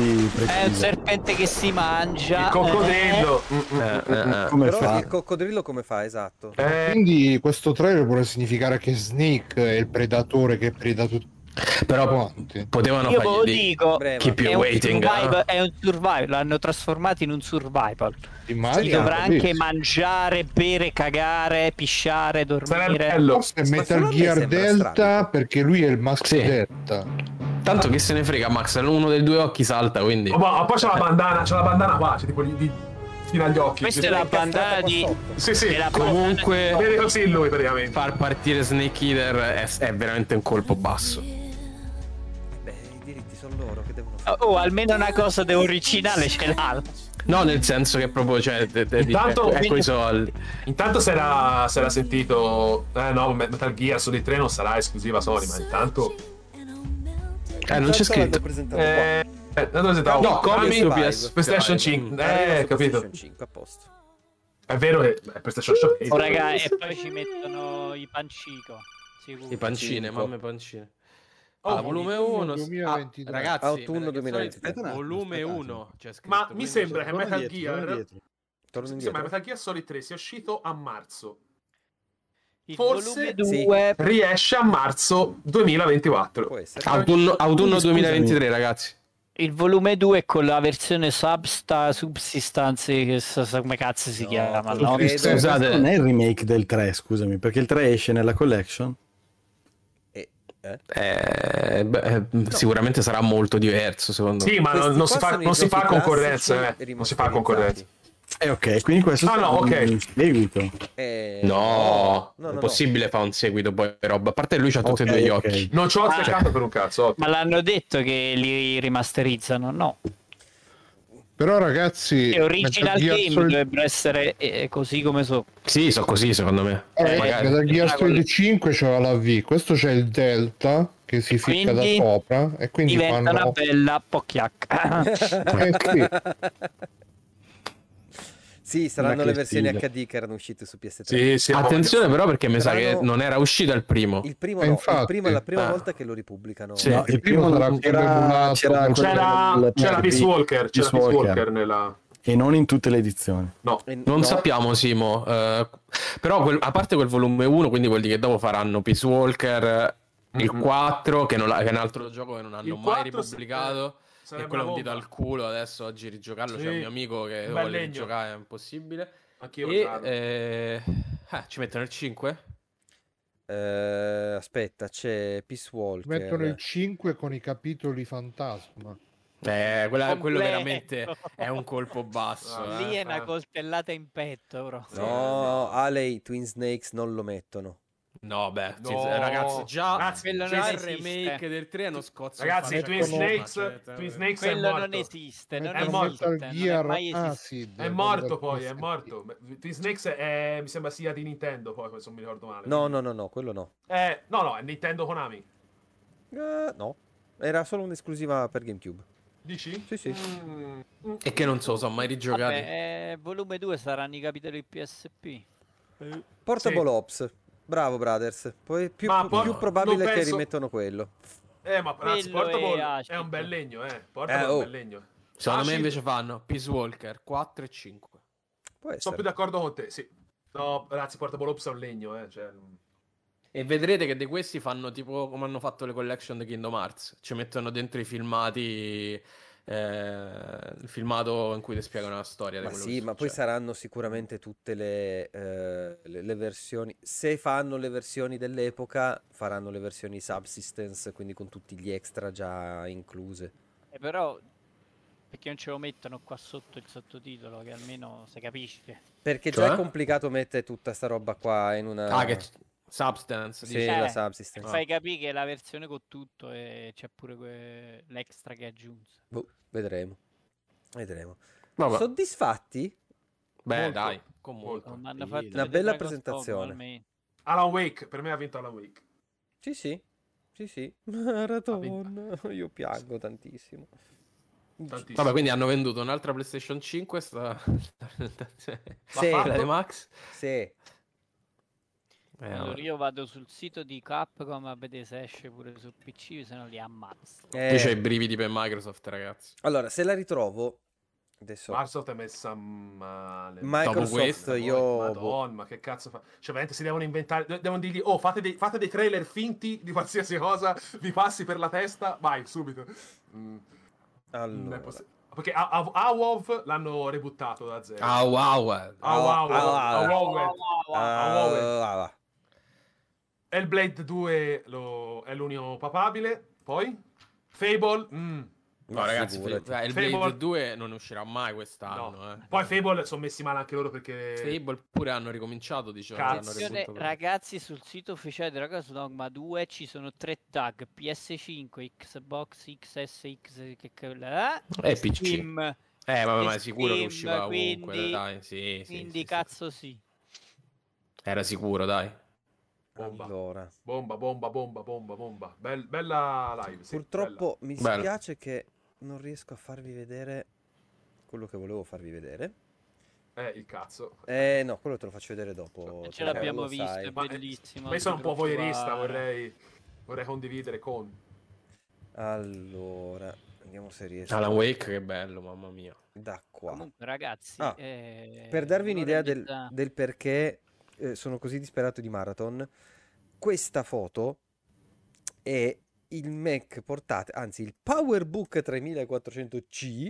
[SPEAKER 7] è un serpente che si mangia.
[SPEAKER 5] Il coccodrillo. Mm, mm.
[SPEAKER 2] Eh, eh, eh.
[SPEAKER 6] Come
[SPEAKER 1] Però
[SPEAKER 6] fa?
[SPEAKER 1] il coccodrillo come fa, esatto.
[SPEAKER 5] Eh,
[SPEAKER 3] Quindi questo trailer vuole significare che Snake è il predatore che preda tutti
[SPEAKER 2] Però
[SPEAKER 3] quanti.
[SPEAKER 2] potevano
[SPEAKER 7] Io ve lo
[SPEAKER 2] fargli di
[SPEAKER 7] dico,
[SPEAKER 1] Breva.
[SPEAKER 2] keep
[SPEAKER 7] è
[SPEAKER 2] you
[SPEAKER 7] un,
[SPEAKER 2] waiting.
[SPEAKER 7] survival,
[SPEAKER 2] eh.
[SPEAKER 7] è un survival, l'hanno trasformato in un survival. Quindi
[SPEAKER 3] Immagina,
[SPEAKER 7] dovrà anche
[SPEAKER 3] bellissimo.
[SPEAKER 7] mangiare, bere, cagare, pisciare,
[SPEAKER 5] sarebbe
[SPEAKER 7] dormire.
[SPEAKER 5] bello.
[SPEAKER 3] Forse è
[SPEAKER 1] Ma secondo
[SPEAKER 3] Metal
[SPEAKER 1] me
[SPEAKER 3] Gear
[SPEAKER 1] sembra
[SPEAKER 3] Delta
[SPEAKER 1] strano.
[SPEAKER 3] perché lui è il Max
[SPEAKER 2] Sì.
[SPEAKER 3] Delta.
[SPEAKER 2] Tanto che se ne frega, Max. Uno dei due occhi salta, quindi.
[SPEAKER 5] Oh, ma poi c'è la bandana, c'è la bandana qua, c'è tipo di, di- fino agli occhi.
[SPEAKER 7] Questa è
[SPEAKER 5] Cioè,
[SPEAKER 7] la bandana di...
[SPEAKER 5] Sì, sì,
[SPEAKER 7] è la
[SPEAKER 2] Comunque,
[SPEAKER 5] vede così lui praticamente.
[SPEAKER 2] far partire Snake Eater è, è veramente un colpo basso.
[SPEAKER 1] Beh, i diritti sono loro che devono
[SPEAKER 5] Ah,
[SPEAKER 1] fare.
[SPEAKER 7] Oh, almeno una cosa de originale ce l'ha.
[SPEAKER 2] No, nel senso che proprio, cioè, te- te-
[SPEAKER 5] Intanto-
[SPEAKER 2] ecco, ecco i soldi.
[SPEAKER 5] Intanto si era, si era sentito, eh no, Metal Gear Solid 3 non sarà esclusiva Sony, ma intanto...
[SPEAKER 2] Eh, non c'è
[SPEAKER 1] Intanto l'hanno
[SPEAKER 2] scritto.
[SPEAKER 1] presentato qua.
[SPEAKER 5] Eh, eh, non si dà-
[SPEAKER 2] No,
[SPEAKER 5] Konami-
[SPEAKER 2] Comic su PS.
[SPEAKER 5] PlayStation
[SPEAKER 2] Drive.
[SPEAKER 5] 5.
[SPEAKER 1] Arriva
[SPEAKER 5] Eh,
[SPEAKER 1] su
[SPEAKER 5] capito.
[SPEAKER 1] PlayStation 5, a posto.
[SPEAKER 5] È vero che è PlayStation 5.
[SPEAKER 7] Oh, raga, e poi ci mettono i pancico. sicuro.
[SPEAKER 2] I pancine,
[SPEAKER 1] Cinque.
[SPEAKER 5] ecco.
[SPEAKER 2] mamme pancine. Ah, volume
[SPEAKER 3] autunno
[SPEAKER 2] 1.
[SPEAKER 3] 2022.
[SPEAKER 2] ragazzi,
[SPEAKER 1] Autunno
[SPEAKER 2] perché
[SPEAKER 1] 2023.
[SPEAKER 2] solito- Volume
[SPEAKER 6] Aspetta un
[SPEAKER 2] 1. c'è scritto,
[SPEAKER 5] Ma mi
[SPEAKER 2] quindi
[SPEAKER 5] sembra
[SPEAKER 2] c'è-
[SPEAKER 5] che- Metal
[SPEAKER 6] Torna
[SPEAKER 5] Gear.
[SPEAKER 6] torna dietro.
[SPEAKER 1] Torno
[SPEAKER 5] Sì, ma
[SPEAKER 1] indietro.
[SPEAKER 5] Metal Gear Solid 3 si è uscito a marzo.
[SPEAKER 7] Il volume
[SPEAKER 5] Forse-
[SPEAKER 7] 2
[SPEAKER 5] Riesce a marzo 2024.
[SPEAKER 1] Può
[SPEAKER 5] Ah,
[SPEAKER 1] essere.
[SPEAKER 2] Autunno, autunno
[SPEAKER 6] Quindi, scusami.
[SPEAKER 2] 2023, ragazzi.
[SPEAKER 7] Il volume 2 è con la versione substa, subsistanze, che so, so come cazzo si
[SPEAKER 1] No,
[SPEAKER 7] chiama.
[SPEAKER 1] quello
[SPEAKER 7] No?
[SPEAKER 1] che-
[SPEAKER 6] Questo
[SPEAKER 5] esatto.
[SPEAKER 2] Scusate.
[SPEAKER 6] non è il remake del 3, scusami, perché il 3 esce nella collection.
[SPEAKER 1] Eh, eh?
[SPEAKER 2] Eh, beh, eh, Sicuramente sarà molto diverso, secondo me.
[SPEAKER 5] Sì, ma non,
[SPEAKER 1] Questi
[SPEAKER 5] Ah, non
[SPEAKER 1] qua
[SPEAKER 5] si fa,
[SPEAKER 1] sono i
[SPEAKER 5] non si
[SPEAKER 1] giochi
[SPEAKER 5] fa
[SPEAKER 1] classici
[SPEAKER 5] concorrenza. Eh. Non si fa
[SPEAKER 1] rimasterizzati.
[SPEAKER 5] concorrenza.
[SPEAKER 6] Eh, ok, quindi questo
[SPEAKER 5] Ah,
[SPEAKER 6] sarà
[SPEAKER 5] no,
[SPEAKER 6] un-
[SPEAKER 5] ok.
[SPEAKER 6] un seguito.
[SPEAKER 1] Eh, no,
[SPEAKER 2] No,
[SPEAKER 1] no,
[SPEAKER 2] è
[SPEAKER 1] no.
[SPEAKER 2] possibile fa un seguito poi roba. A parte lui c'ha tutti
[SPEAKER 6] Ok,
[SPEAKER 2] e due gli
[SPEAKER 6] ok.
[SPEAKER 2] occhi.
[SPEAKER 5] Non
[SPEAKER 1] Ah.
[SPEAKER 5] ci ho azzeccato per un cazzo. ottimo.
[SPEAKER 7] Ma l'hanno detto che li rimasterizzano, no?
[SPEAKER 3] Però ragazzi,
[SPEAKER 7] Le original
[SPEAKER 3] Metal Gear
[SPEAKER 7] game
[SPEAKER 3] Solid-
[SPEAKER 7] dovrebbero essere eh, così come so.
[SPEAKER 2] Sì, sono così secondo me.
[SPEAKER 3] eh,
[SPEAKER 2] Eh, magari.
[SPEAKER 3] Metal Gear
[SPEAKER 7] Ah,
[SPEAKER 3] Solid
[SPEAKER 7] quello-
[SPEAKER 3] 5 c'era la V, questo c'è il Delta che si ficca
[SPEAKER 7] Quindi
[SPEAKER 3] da sopra e quindi
[SPEAKER 7] Diventa una
[SPEAKER 3] fanno
[SPEAKER 7] bella pocchiacca.
[SPEAKER 3] Eh, sì.
[SPEAKER 1] Sì, saranno
[SPEAKER 2] Ma che
[SPEAKER 1] le versioni
[SPEAKER 2] stile.
[SPEAKER 1] HD che erano uscite su PS3.
[SPEAKER 5] Sì, sì,
[SPEAKER 2] Attenzione però perché mi sa
[SPEAKER 1] Saranno-
[SPEAKER 2] che non era uscito il primo.
[SPEAKER 1] Il primo
[SPEAKER 3] Eh,
[SPEAKER 1] no, il
[SPEAKER 3] infatti.
[SPEAKER 1] primo è la prima
[SPEAKER 2] Ah.
[SPEAKER 1] volta che lo ripubblicano.
[SPEAKER 2] Sì.
[SPEAKER 6] No,
[SPEAKER 3] il primo sarà quello emulato, quello
[SPEAKER 5] C'era, c'era Peace Walker. C'era Peace
[SPEAKER 6] Walker.
[SPEAKER 5] Walker nella.
[SPEAKER 6] E non in tutte le edizioni.
[SPEAKER 5] No,
[SPEAKER 1] E-
[SPEAKER 2] Non
[SPEAKER 1] no,
[SPEAKER 2] sappiamo Simo, eh, però quel- a parte quel volume 1, quindi vuol dire che dopo faranno Peace Walker, eh, il
[SPEAKER 5] Mhm.
[SPEAKER 2] 4 che, non ha- che è un altro gioco che non hanno
[SPEAKER 5] Il
[SPEAKER 2] mai
[SPEAKER 5] 4 se-
[SPEAKER 2] ripubblicato. E
[SPEAKER 5] sarebbe
[SPEAKER 2] quello è
[SPEAKER 5] una
[SPEAKER 2] un dito
[SPEAKER 5] bomba.
[SPEAKER 2] al culo adesso oggi rigiocarlo.
[SPEAKER 5] Sì.
[SPEAKER 2] C'è un mio amico che
[SPEAKER 5] Un bel
[SPEAKER 2] vuole
[SPEAKER 5] legno.
[SPEAKER 2] rigiocare, è impossibile.
[SPEAKER 5] Anch'io
[SPEAKER 2] E
[SPEAKER 5] guardo.
[SPEAKER 2] eh, ah, ci mettono il 5?
[SPEAKER 1] eh, aspetta, c'è Peace Walker.
[SPEAKER 3] Mettono il 5 con i capitoli fantasma.
[SPEAKER 2] Eh, quella- quello
[SPEAKER 7] Completo.
[SPEAKER 2] veramente è un colpo basso.
[SPEAKER 5] Ah,
[SPEAKER 2] eh.
[SPEAKER 7] Lì è una
[SPEAKER 5] eh.
[SPEAKER 7] coltellata in petto, bro.
[SPEAKER 1] No, Alei Twin Snakes non lo mettono.
[SPEAKER 2] No, beh,
[SPEAKER 5] No.
[SPEAKER 2] sì, ragazzi, già,
[SPEAKER 5] Ragazzi,
[SPEAKER 2] quello
[SPEAKER 5] già
[SPEAKER 2] già il
[SPEAKER 5] non esiste.
[SPEAKER 2] remake del 3 hanno scosso.
[SPEAKER 5] Ragazzi,
[SPEAKER 2] il
[SPEAKER 5] Twin
[SPEAKER 2] faccia-
[SPEAKER 5] Snakes,
[SPEAKER 2] cioè,
[SPEAKER 5] Twin Snakes è
[SPEAKER 4] Quello
[SPEAKER 5] morto.
[SPEAKER 4] non esiste, non
[SPEAKER 5] è
[SPEAKER 4] esiste,
[SPEAKER 5] morto.
[SPEAKER 4] non è Gear mai esistito. Acid,
[SPEAKER 5] È morto poi, è morto. Twin Snakes è, mi sembra sia di Nintendo, poi se non mi ricordo male.
[SPEAKER 1] No, no, no, no, quello no.
[SPEAKER 5] Eh, no, no, è Nintendo Konami.
[SPEAKER 1] Eh, no, era solo un'esclusiva per GameCube.
[SPEAKER 5] Dici? Mm.
[SPEAKER 1] Sì, sì.
[SPEAKER 2] E che non so, sono mai rigiocati.
[SPEAKER 4] Vabbè, eh, volume 2 saranno i capitoli PSP.
[SPEAKER 1] Portable Ops. Bravo, Brothers. Poi più,
[SPEAKER 5] Ma
[SPEAKER 1] più
[SPEAKER 5] por-
[SPEAKER 1] probabile
[SPEAKER 5] non
[SPEAKER 1] che
[SPEAKER 5] penso-
[SPEAKER 1] rimettano quello.
[SPEAKER 5] Eh, ma ragazzi,
[SPEAKER 4] Quello è
[SPEAKER 5] Portable è,
[SPEAKER 4] Acid.
[SPEAKER 5] un bel legno, eh. Portable
[SPEAKER 1] Eh,
[SPEAKER 5] è un
[SPEAKER 1] oh.
[SPEAKER 5] bel legno.
[SPEAKER 2] Secondo me
[SPEAKER 5] Acid-
[SPEAKER 2] invece fanno Peace Walker 4 e 5.
[SPEAKER 5] Sono più d'accordo con te, sì. No, ragazzi, Portable Ops è un legno, eh. Cioè,
[SPEAKER 2] E vedrete che di questi fanno tipo come hanno fatto le collection di Kingdom Hearts. Ci mettono dentro i filmati. eh, il filmato in cui ti spiegano la storia. di
[SPEAKER 1] Ma
[SPEAKER 2] quello
[SPEAKER 1] sì,
[SPEAKER 2] che
[SPEAKER 1] ma poi
[SPEAKER 2] succede.
[SPEAKER 1] saranno sicuramente tutte le, eh, le- le versioni. Se fanno le versioni dell'epoca, faranno le versioni subsistence, quindi con tutti gli extra già incluse.
[SPEAKER 4] Eh, però perché non ce lo mettono qua sotto il sottotitolo che almeno si capisce.
[SPEAKER 1] Perché già
[SPEAKER 2] Cioè?
[SPEAKER 1] è complicato mettere tutta sta roba qua in una.
[SPEAKER 2] Ah, che Substance.
[SPEAKER 1] Sì,
[SPEAKER 2] dici?
[SPEAKER 1] la
[SPEAKER 4] Eh,
[SPEAKER 1] subsistence.
[SPEAKER 4] Fai capire che è la versione con tutto e c'è pure que- l'extra che aggiunge.
[SPEAKER 1] Boh, vedremo. Vedremo.
[SPEAKER 2] Vabbè.
[SPEAKER 1] Soddisfatti?
[SPEAKER 2] Beh,
[SPEAKER 1] Molto.
[SPEAKER 2] dai, con molto.
[SPEAKER 4] Ma hanno fatto
[SPEAKER 1] Una
[SPEAKER 4] vedere
[SPEAKER 1] bella
[SPEAKER 4] Dragon's Dogma
[SPEAKER 1] presentazione.
[SPEAKER 4] almeno.
[SPEAKER 5] Alan Wake, per me ha vinto Alan Wake.
[SPEAKER 1] Sì, sì. Sì, sì. Maratona. Io piango tantissimo.
[SPEAKER 5] Tantissimo.
[SPEAKER 2] Vabbè, quindi hanno venduto un'altra PlayStation 5. Sta...
[SPEAKER 1] Sì.
[SPEAKER 2] la di Max.
[SPEAKER 1] Sì.
[SPEAKER 2] Eh,
[SPEAKER 4] Allora
[SPEAKER 2] vabbè.
[SPEAKER 4] io vado sul sito di Capcom a vedere se esce pure su PC, se no li ammazzo.
[SPEAKER 1] Eh,
[SPEAKER 2] Io c'ho i brividi per Microsoft, ragazzi.
[SPEAKER 1] Allora, se la ritrovo. Adesso.
[SPEAKER 5] Microsoft è messa male.
[SPEAKER 1] Certo. Microsoft, Dopo questo. io- boh.
[SPEAKER 5] Madonna, ma che cazzo fa? Cioè, veramente si devono inventare. de- Devono dirgli, oh, fate dei, fate dei trailer finti di qualsiasi cosa, vi passi per la testa, vai, subito. Mm, non è
[SPEAKER 1] Allora.
[SPEAKER 5] possi- Perché A- A- AWOV l'hanno rebuttato da zero.
[SPEAKER 2] Ah, wow, wow.
[SPEAKER 5] AWOV.
[SPEAKER 1] Ah,
[SPEAKER 5] AWOV.
[SPEAKER 1] Ah,
[SPEAKER 5] AWOV.
[SPEAKER 1] va, va.
[SPEAKER 5] Hellblade 2 lo- è l'unico papabile. Poi Fable. mm.
[SPEAKER 2] No,
[SPEAKER 1] Ma
[SPEAKER 2] ragazzi,
[SPEAKER 1] figurati.
[SPEAKER 2] Fa- il
[SPEAKER 5] Fable-
[SPEAKER 2] Blade 2 non uscirà mai quest'anno. Eh.
[SPEAKER 5] Poi Fable sono messi male anche loro perché.
[SPEAKER 2] Fable pure hanno ricominciato, diciamo.
[SPEAKER 5] Cazzo.
[SPEAKER 2] hanno
[SPEAKER 4] Attenzione,
[SPEAKER 2] ripuntato.
[SPEAKER 4] ragazzi, sul sito ufficiale di Dragon's Dogma 2 ci sono tre tag: PS5, Xbox, XSX, che cavolo- eh?
[SPEAKER 2] E PC.
[SPEAKER 4] Steam.
[SPEAKER 2] Eh, vabbè, ma
[SPEAKER 4] e
[SPEAKER 2] sicuro che
[SPEAKER 4] Steam,
[SPEAKER 2] usciva comunque,
[SPEAKER 4] quindi-
[SPEAKER 2] dai, sì, sì,
[SPEAKER 4] quindi
[SPEAKER 2] sì, sì.
[SPEAKER 4] cazzo sì.
[SPEAKER 2] Era sicuro, dai.
[SPEAKER 5] Bomba.
[SPEAKER 1] Allora.
[SPEAKER 5] Bomba, bomba, bomba, bomba, bomba. Bel- bella live. sì,
[SPEAKER 1] Purtroppo mi
[SPEAKER 2] Bello.
[SPEAKER 1] spiace che non riesco a farvi vedere quello che volevo farvi vedere.
[SPEAKER 5] bella. Eh, il cazzo.
[SPEAKER 1] Eh no, quello te lo faccio vedere dopo.
[SPEAKER 4] Ce
[SPEAKER 1] Tadeo,
[SPEAKER 4] l'abbiamo
[SPEAKER 1] Oh, cioè, lo
[SPEAKER 4] visto, eh.
[SPEAKER 1] sai.
[SPEAKER 4] è
[SPEAKER 5] Ma-
[SPEAKER 4] bellissimo.
[SPEAKER 5] Ma io sono un po'
[SPEAKER 4] troppo
[SPEAKER 5] voyeurista,
[SPEAKER 4] va-
[SPEAKER 5] vorrei, vorrei condividere con.
[SPEAKER 1] Allora, vediamo se riesco
[SPEAKER 2] Alan Wake, che bello, mamma mia.
[SPEAKER 1] da qua.
[SPEAKER 4] Comunque, ragazzi,
[SPEAKER 1] Ah,
[SPEAKER 4] eh,
[SPEAKER 1] Per darvi
[SPEAKER 4] un'ora
[SPEAKER 1] un'idea
[SPEAKER 4] e
[SPEAKER 1] del,
[SPEAKER 4] mezza-
[SPEAKER 1] del perché eh, sono così disperato di Marathon, questa foto è il Mac portatile, anzi il PowerBook 3400C,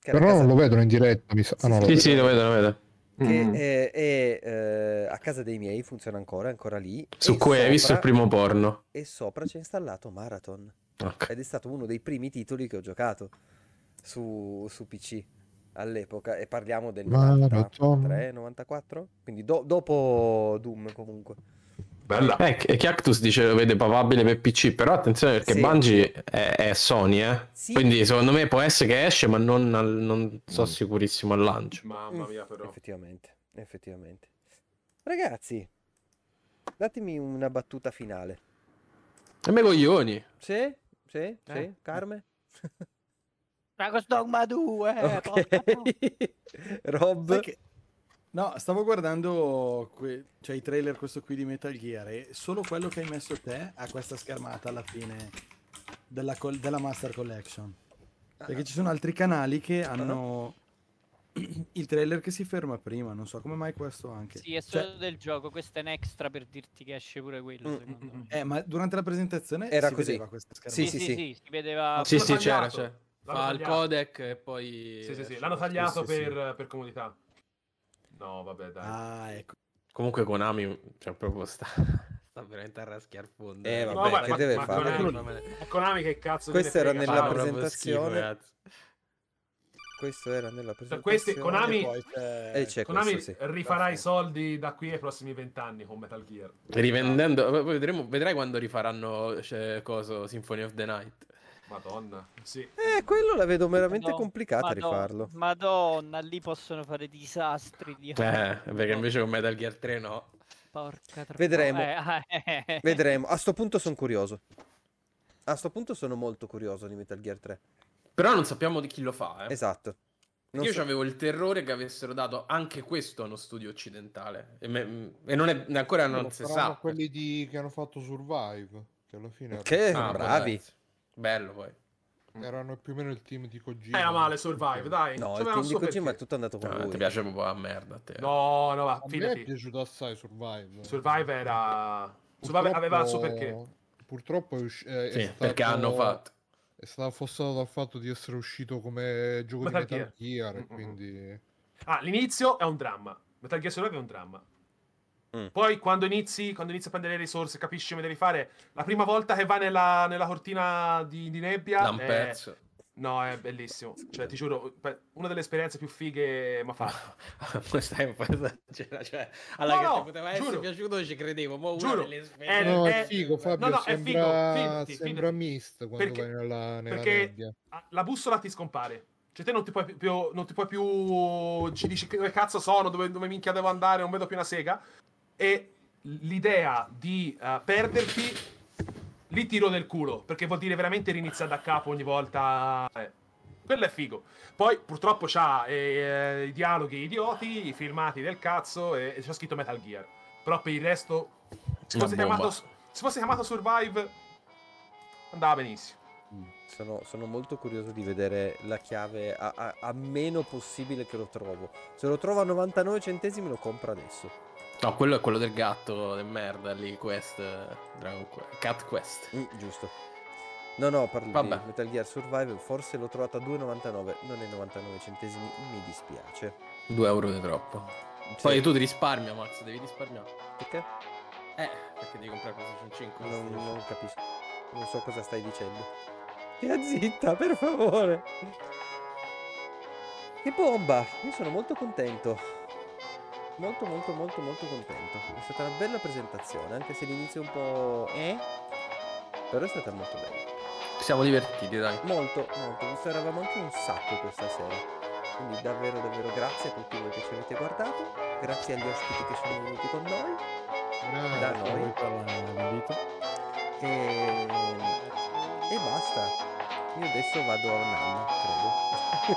[SPEAKER 1] che era a
[SPEAKER 3] Però
[SPEAKER 1] casa-
[SPEAKER 3] non lo vedono in diretta, mi sa. ah, no, lo
[SPEAKER 2] Sì,
[SPEAKER 3] vedo.
[SPEAKER 2] sì, lo vedo, lo vedo.
[SPEAKER 1] che
[SPEAKER 2] Mm.
[SPEAKER 1] eh, è, eh, a casa dei miei, funziona ancora, è ancora lì.
[SPEAKER 2] Su
[SPEAKER 1] e
[SPEAKER 2] cui hai visto il
[SPEAKER 1] sopra-
[SPEAKER 2] primo porno.
[SPEAKER 1] E sopra c'è installato Marathon.
[SPEAKER 2] Ok.
[SPEAKER 1] Ed è stato uno dei primi titoli che ho giocato su, su PC all'epoca. E parliamo del
[SPEAKER 3] Marathon.
[SPEAKER 1] 93, 94? Quindi do- dopo Doom comunque.
[SPEAKER 5] Bella.
[SPEAKER 2] Eh, e Cactus dice lo vede papabile per PC, però attenzione perché
[SPEAKER 1] Sì.
[SPEAKER 2] Bungie è, è Sony, eh.
[SPEAKER 1] Sì.
[SPEAKER 2] Quindi secondo me può essere che esce, ma non, al- non so
[SPEAKER 5] Mm.
[SPEAKER 2] sicurissimo al lancio.
[SPEAKER 5] Mamma mia, però.
[SPEAKER 1] mm, Effettivamente, effettivamente. Ragazzi, datemi una battuta finale.
[SPEAKER 2] E me coglioni.
[SPEAKER 1] Sì? Sì? Sì?
[SPEAKER 2] Eh.
[SPEAKER 1] Carme?
[SPEAKER 4] Dragon's Dogma 2.
[SPEAKER 7] Eh,
[SPEAKER 4] porca troia.
[SPEAKER 1] Ok. Rob?
[SPEAKER 6] Sai che- No, stavo guardando que- cioè, i trailer questo qui di Metal Gear e solo quello che hai messo te ha questa schermata alla fine della, col- della Master Collection. Perché ci sono altri canali che
[SPEAKER 1] Ah,
[SPEAKER 6] hanno il trailer che si ferma prima, non so come mai questo anche.
[SPEAKER 4] Sì, è
[SPEAKER 6] Cioè,
[SPEAKER 4] solo del gioco, questo è un extra per dirti che esce pure quello,
[SPEAKER 1] Mm,
[SPEAKER 4] secondo me.
[SPEAKER 6] eh, ma durante la presentazione
[SPEAKER 1] Era
[SPEAKER 6] si
[SPEAKER 1] così.
[SPEAKER 6] vedeva questa schermata.
[SPEAKER 1] Sì, sì,
[SPEAKER 4] si vedeva
[SPEAKER 2] Sì, sì,
[SPEAKER 5] L'hanno
[SPEAKER 2] c'era,
[SPEAKER 5] tagliato.
[SPEAKER 2] c'era.
[SPEAKER 5] L'hanno
[SPEAKER 2] Fa il
[SPEAKER 5] tagliato.
[SPEAKER 2] codec e poi...
[SPEAKER 5] Sì, sì, sì,
[SPEAKER 2] esce.
[SPEAKER 5] l'hanno tagliato
[SPEAKER 6] sì, sì.
[SPEAKER 5] per, per comodità. No, vabbè, dai.
[SPEAKER 6] Ah, ecco.
[SPEAKER 2] Comunque Konami, cioè, proprio sta, sta veramente a raschiare il fondo.
[SPEAKER 1] Eh,
[SPEAKER 5] No,
[SPEAKER 1] vabbè,
[SPEAKER 5] ma-
[SPEAKER 1] che
[SPEAKER 5] ma-
[SPEAKER 1] deve
[SPEAKER 5] ma
[SPEAKER 1] fare?
[SPEAKER 5] Konami- Konami che cazzo
[SPEAKER 1] Questo era
[SPEAKER 5] gliene frega,
[SPEAKER 1] nella
[SPEAKER 5] ciao.
[SPEAKER 2] Fa proprio
[SPEAKER 1] presentazione.
[SPEAKER 2] schifo, ragazzi.
[SPEAKER 1] Questo era nella presentazione.
[SPEAKER 5] questi- Konami-
[SPEAKER 1] E poi c'è- E Eh, c'è
[SPEAKER 5] Konami
[SPEAKER 1] questo, sì.
[SPEAKER 5] rifarà i soldi da qui ai prossimi vent'anni con Metal Gear.
[SPEAKER 2] Rivendendo, poi vedremo- vedrai quando rifaranno cioè, coso, Symphony of the Night.
[SPEAKER 5] Madonna, sì.
[SPEAKER 1] Eh, quello la vedo veramente
[SPEAKER 4] No,
[SPEAKER 2] Ah,
[SPEAKER 1] complicata a
[SPEAKER 4] madonna-
[SPEAKER 1] rifarlo.
[SPEAKER 4] Madonna, lì possono fare disastri. Di...
[SPEAKER 2] Eh, perché invece con Metal Gear 3 no.
[SPEAKER 4] Porca tro-
[SPEAKER 1] Vedremo.
[SPEAKER 4] Eh, eh, eh.
[SPEAKER 1] Vedremo. A sto punto sono curioso. A sto punto sono molto curioso di Metal Gear 3.
[SPEAKER 2] Però non sappiamo di chi lo fa, eh.
[SPEAKER 1] Esatto. Non
[SPEAKER 2] Io
[SPEAKER 1] so-
[SPEAKER 2] avevo il terrore che avessero dato anche questo a uno studio occidentale. E, me- mm, e non è, ancora non
[SPEAKER 3] Lo
[SPEAKER 2] si
[SPEAKER 3] faranno
[SPEAKER 2] sa.
[SPEAKER 3] quelli di- che hanno fatto Survive, che alla fine
[SPEAKER 1] Che
[SPEAKER 2] Ah, può
[SPEAKER 1] bravi.
[SPEAKER 2] darsi. Bello poi.
[SPEAKER 3] erano più o meno il team di Kojima.
[SPEAKER 5] Era male Survive, dai.
[SPEAKER 1] No,
[SPEAKER 5] Cioè,
[SPEAKER 1] il
[SPEAKER 5] ma
[SPEAKER 1] team
[SPEAKER 5] non
[SPEAKER 1] di
[SPEAKER 5] so
[SPEAKER 1] Kojima è
[SPEAKER 5] perché.
[SPEAKER 1] tutto andato con
[SPEAKER 2] No,
[SPEAKER 1] lui.
[SPEAKER 2] Ah, ti piace proprio a merda a te.
[SPEAKER 5] No, no, va,
[SPEAKER 3] A me è
[SPEAKER 5] fidati.
[SPEAKER 3] piaciuto assai Survive.
[SPEAKER 5] Survive era... Survive aveva il suo perché.
[SPEAKER 3] Purtroppo è, usci- eh, è
[SPEAKER 2] Sì,
[SPEAKER 3] stato-
[SPEAKER 2] perché hanno fatto.
[SPEAKER 3] È stato affossato dal fatto di essere uscito come gioco
[SPEAKER 5] Metal Mm,
[SPEAKER 3] di Metal Gear, e quindi...
[SPEAKER 5] Ah, l'inizio è un dramma. Metal Gear Survive è un dramma.
[SPEAKER 1] Mm.
[SPEAKER 5] Poi quando inizi, quando inizi a prendere le risorse, capisci come devi fare. La prima volta che va nella, nella cortina di, di nebbia.
[SPEAKER 2] Da un
[SPEAKER 5] è-
[SPEAKER 2] pezzo.
[SPEAKER 5] No, è bellissimo. Cioè, ti giuro, per- una delle esperienze più fighe mi ha fatto.
[SPEAKER 2] Questa è un po' esagera- cioè, alla
[SPEAKER 5] No,
[SPEAKER 2] che
[SPEAKER 5] no,
[SPEAKER 2] ti poteva essere
[SPEAKER 5] giuro.
[SPEAKER 2] piaciuto ci credevo. Mo una
[SPEAKER 5] Giuro.
[SPEAKER 2] delle esperienze-
[SPEAKER 5] Eh,
[SPEAKER 3] no,
[SPEAKER 5] eh,
[SPEAKER 3] è figo Fabio,
[SPEAKER 5] no, no, è figo,
[SPEAKER 3] sembra,
[SPEAKER 5] fidati,
[SPEAKER 3] sembra
[SPEAKER 5] fidati.
[SPEAKER 3] mist quando
[SPEAKER 5] Perché-
[SPEAKER 3] vai nella, nella
[SPEAKER 5] perché-
[SPEAKER 3] nebbia.
[SPEAKER 5] Ah, La bussola ti scompare. Cioè, te non ti puoi più. più- non ti puoi più. Ci dici che- dove cazzo sono, dove, dove minchia devo andare, non vedo più una sega. E l'idea di eh, perderti. Li tiro nel culo. Perché vuol dire veramente riniziare da capo ogni volta. Eh, quello è figo. Poi purtroppo c'ha eh, i dialoghi idioti, i filmati del cazzo e, e c'è scritto Metal Gear. Però per il resto. Se
[SPEAKER 2] Una
[SPEAKER 5] fosse,
[SPEAKER 2] bomba.
[SPEAKER 5] chiamato, se fosse chiamato Survive. Andava benissimo.
[SPEAKER 1] Mm. Sono, sono molto curioso di vedere la chiave a, a- a meno possibile che lo trovo. Se lo trovo a 99 centesimi lo compro adesso.
[SPEAKER 2] No, quello è quello del gatto del merda lì, Quest, eh, Dragon Quest, Cat Quest.
[SPEAKER 1] Mm, giusto. No, no, parlo
[SPEAKER 2] Vabbè.
[SPEAKER 1] di Metal Gear Survive. Forse l'ho trovata a 2,99. Non è 99 centesimi, mi dispiace.
[SPEAKER 2] 2 euro di troppo.
[SPEAKER 1] Sì,
[SPEAKER 2] Poi tu ti risparmia, Max, devi risparmiare.
[SPEAKER 1] perché?
[SPEAKER 2] Eh, perché devi comprare PlayStation 5.
[SPEAKER 1] Non,
[SPEAKER 2] PlayStation
[SPEAKER 1] non capisco. Non so cosa stai dicendo. Stia zitta, per favore. Che bomba! Io sono molto contento. Molto, molto, molto, molto contento. È stata una bella presentazione, anche se l'inizio è un po'... Eh? Però è stata molto bella.
[SPEAKER 2] cinque. Siamo divertiti, dai.
[SPEAKER 1] Molto, molto. Visto eravamo anche un sacco questa sera. Quindi davvero, davvero grazie a tutti voi che ci avete guardato. Grazie agli ospiti che sono venuti con noi.
[SPEAKER 3] Grazie.
[SPEAKER 1] Da noi.
[SPEAKER 6] Voi per l'invito.
[SPEAKER 1] E, e basta. Io adesso vado a un anno, credo.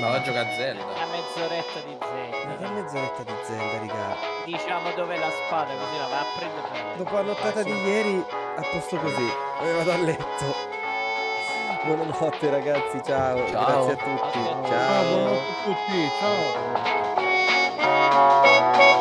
[SPEAKER 2] Ma va a giocare a Zelda.
[SPEAKER 4] Una mezz'oretta di
[SPEAKER 1] Ma che
[SPEAKER 4] Zelda.
[SPEAKER 1] mezz'oretta di Zelda, raga.
[SPEAKER 4] Diciamo dove la spada, così la va a prendere. per-
[SPEAKER 1] Dopo la nottata di ieri, a posto così, me ne vado a letto. Buonanotte ragazzi, ciao.
[SPEAKER 2] Ciao.
[SPEAKER 1] Grazie a tutti.
[SPEAKER 4] Ciao.
[SPEAKER 1] Ciao.
[SPEAKER 3] Ciao a tutti, ciao!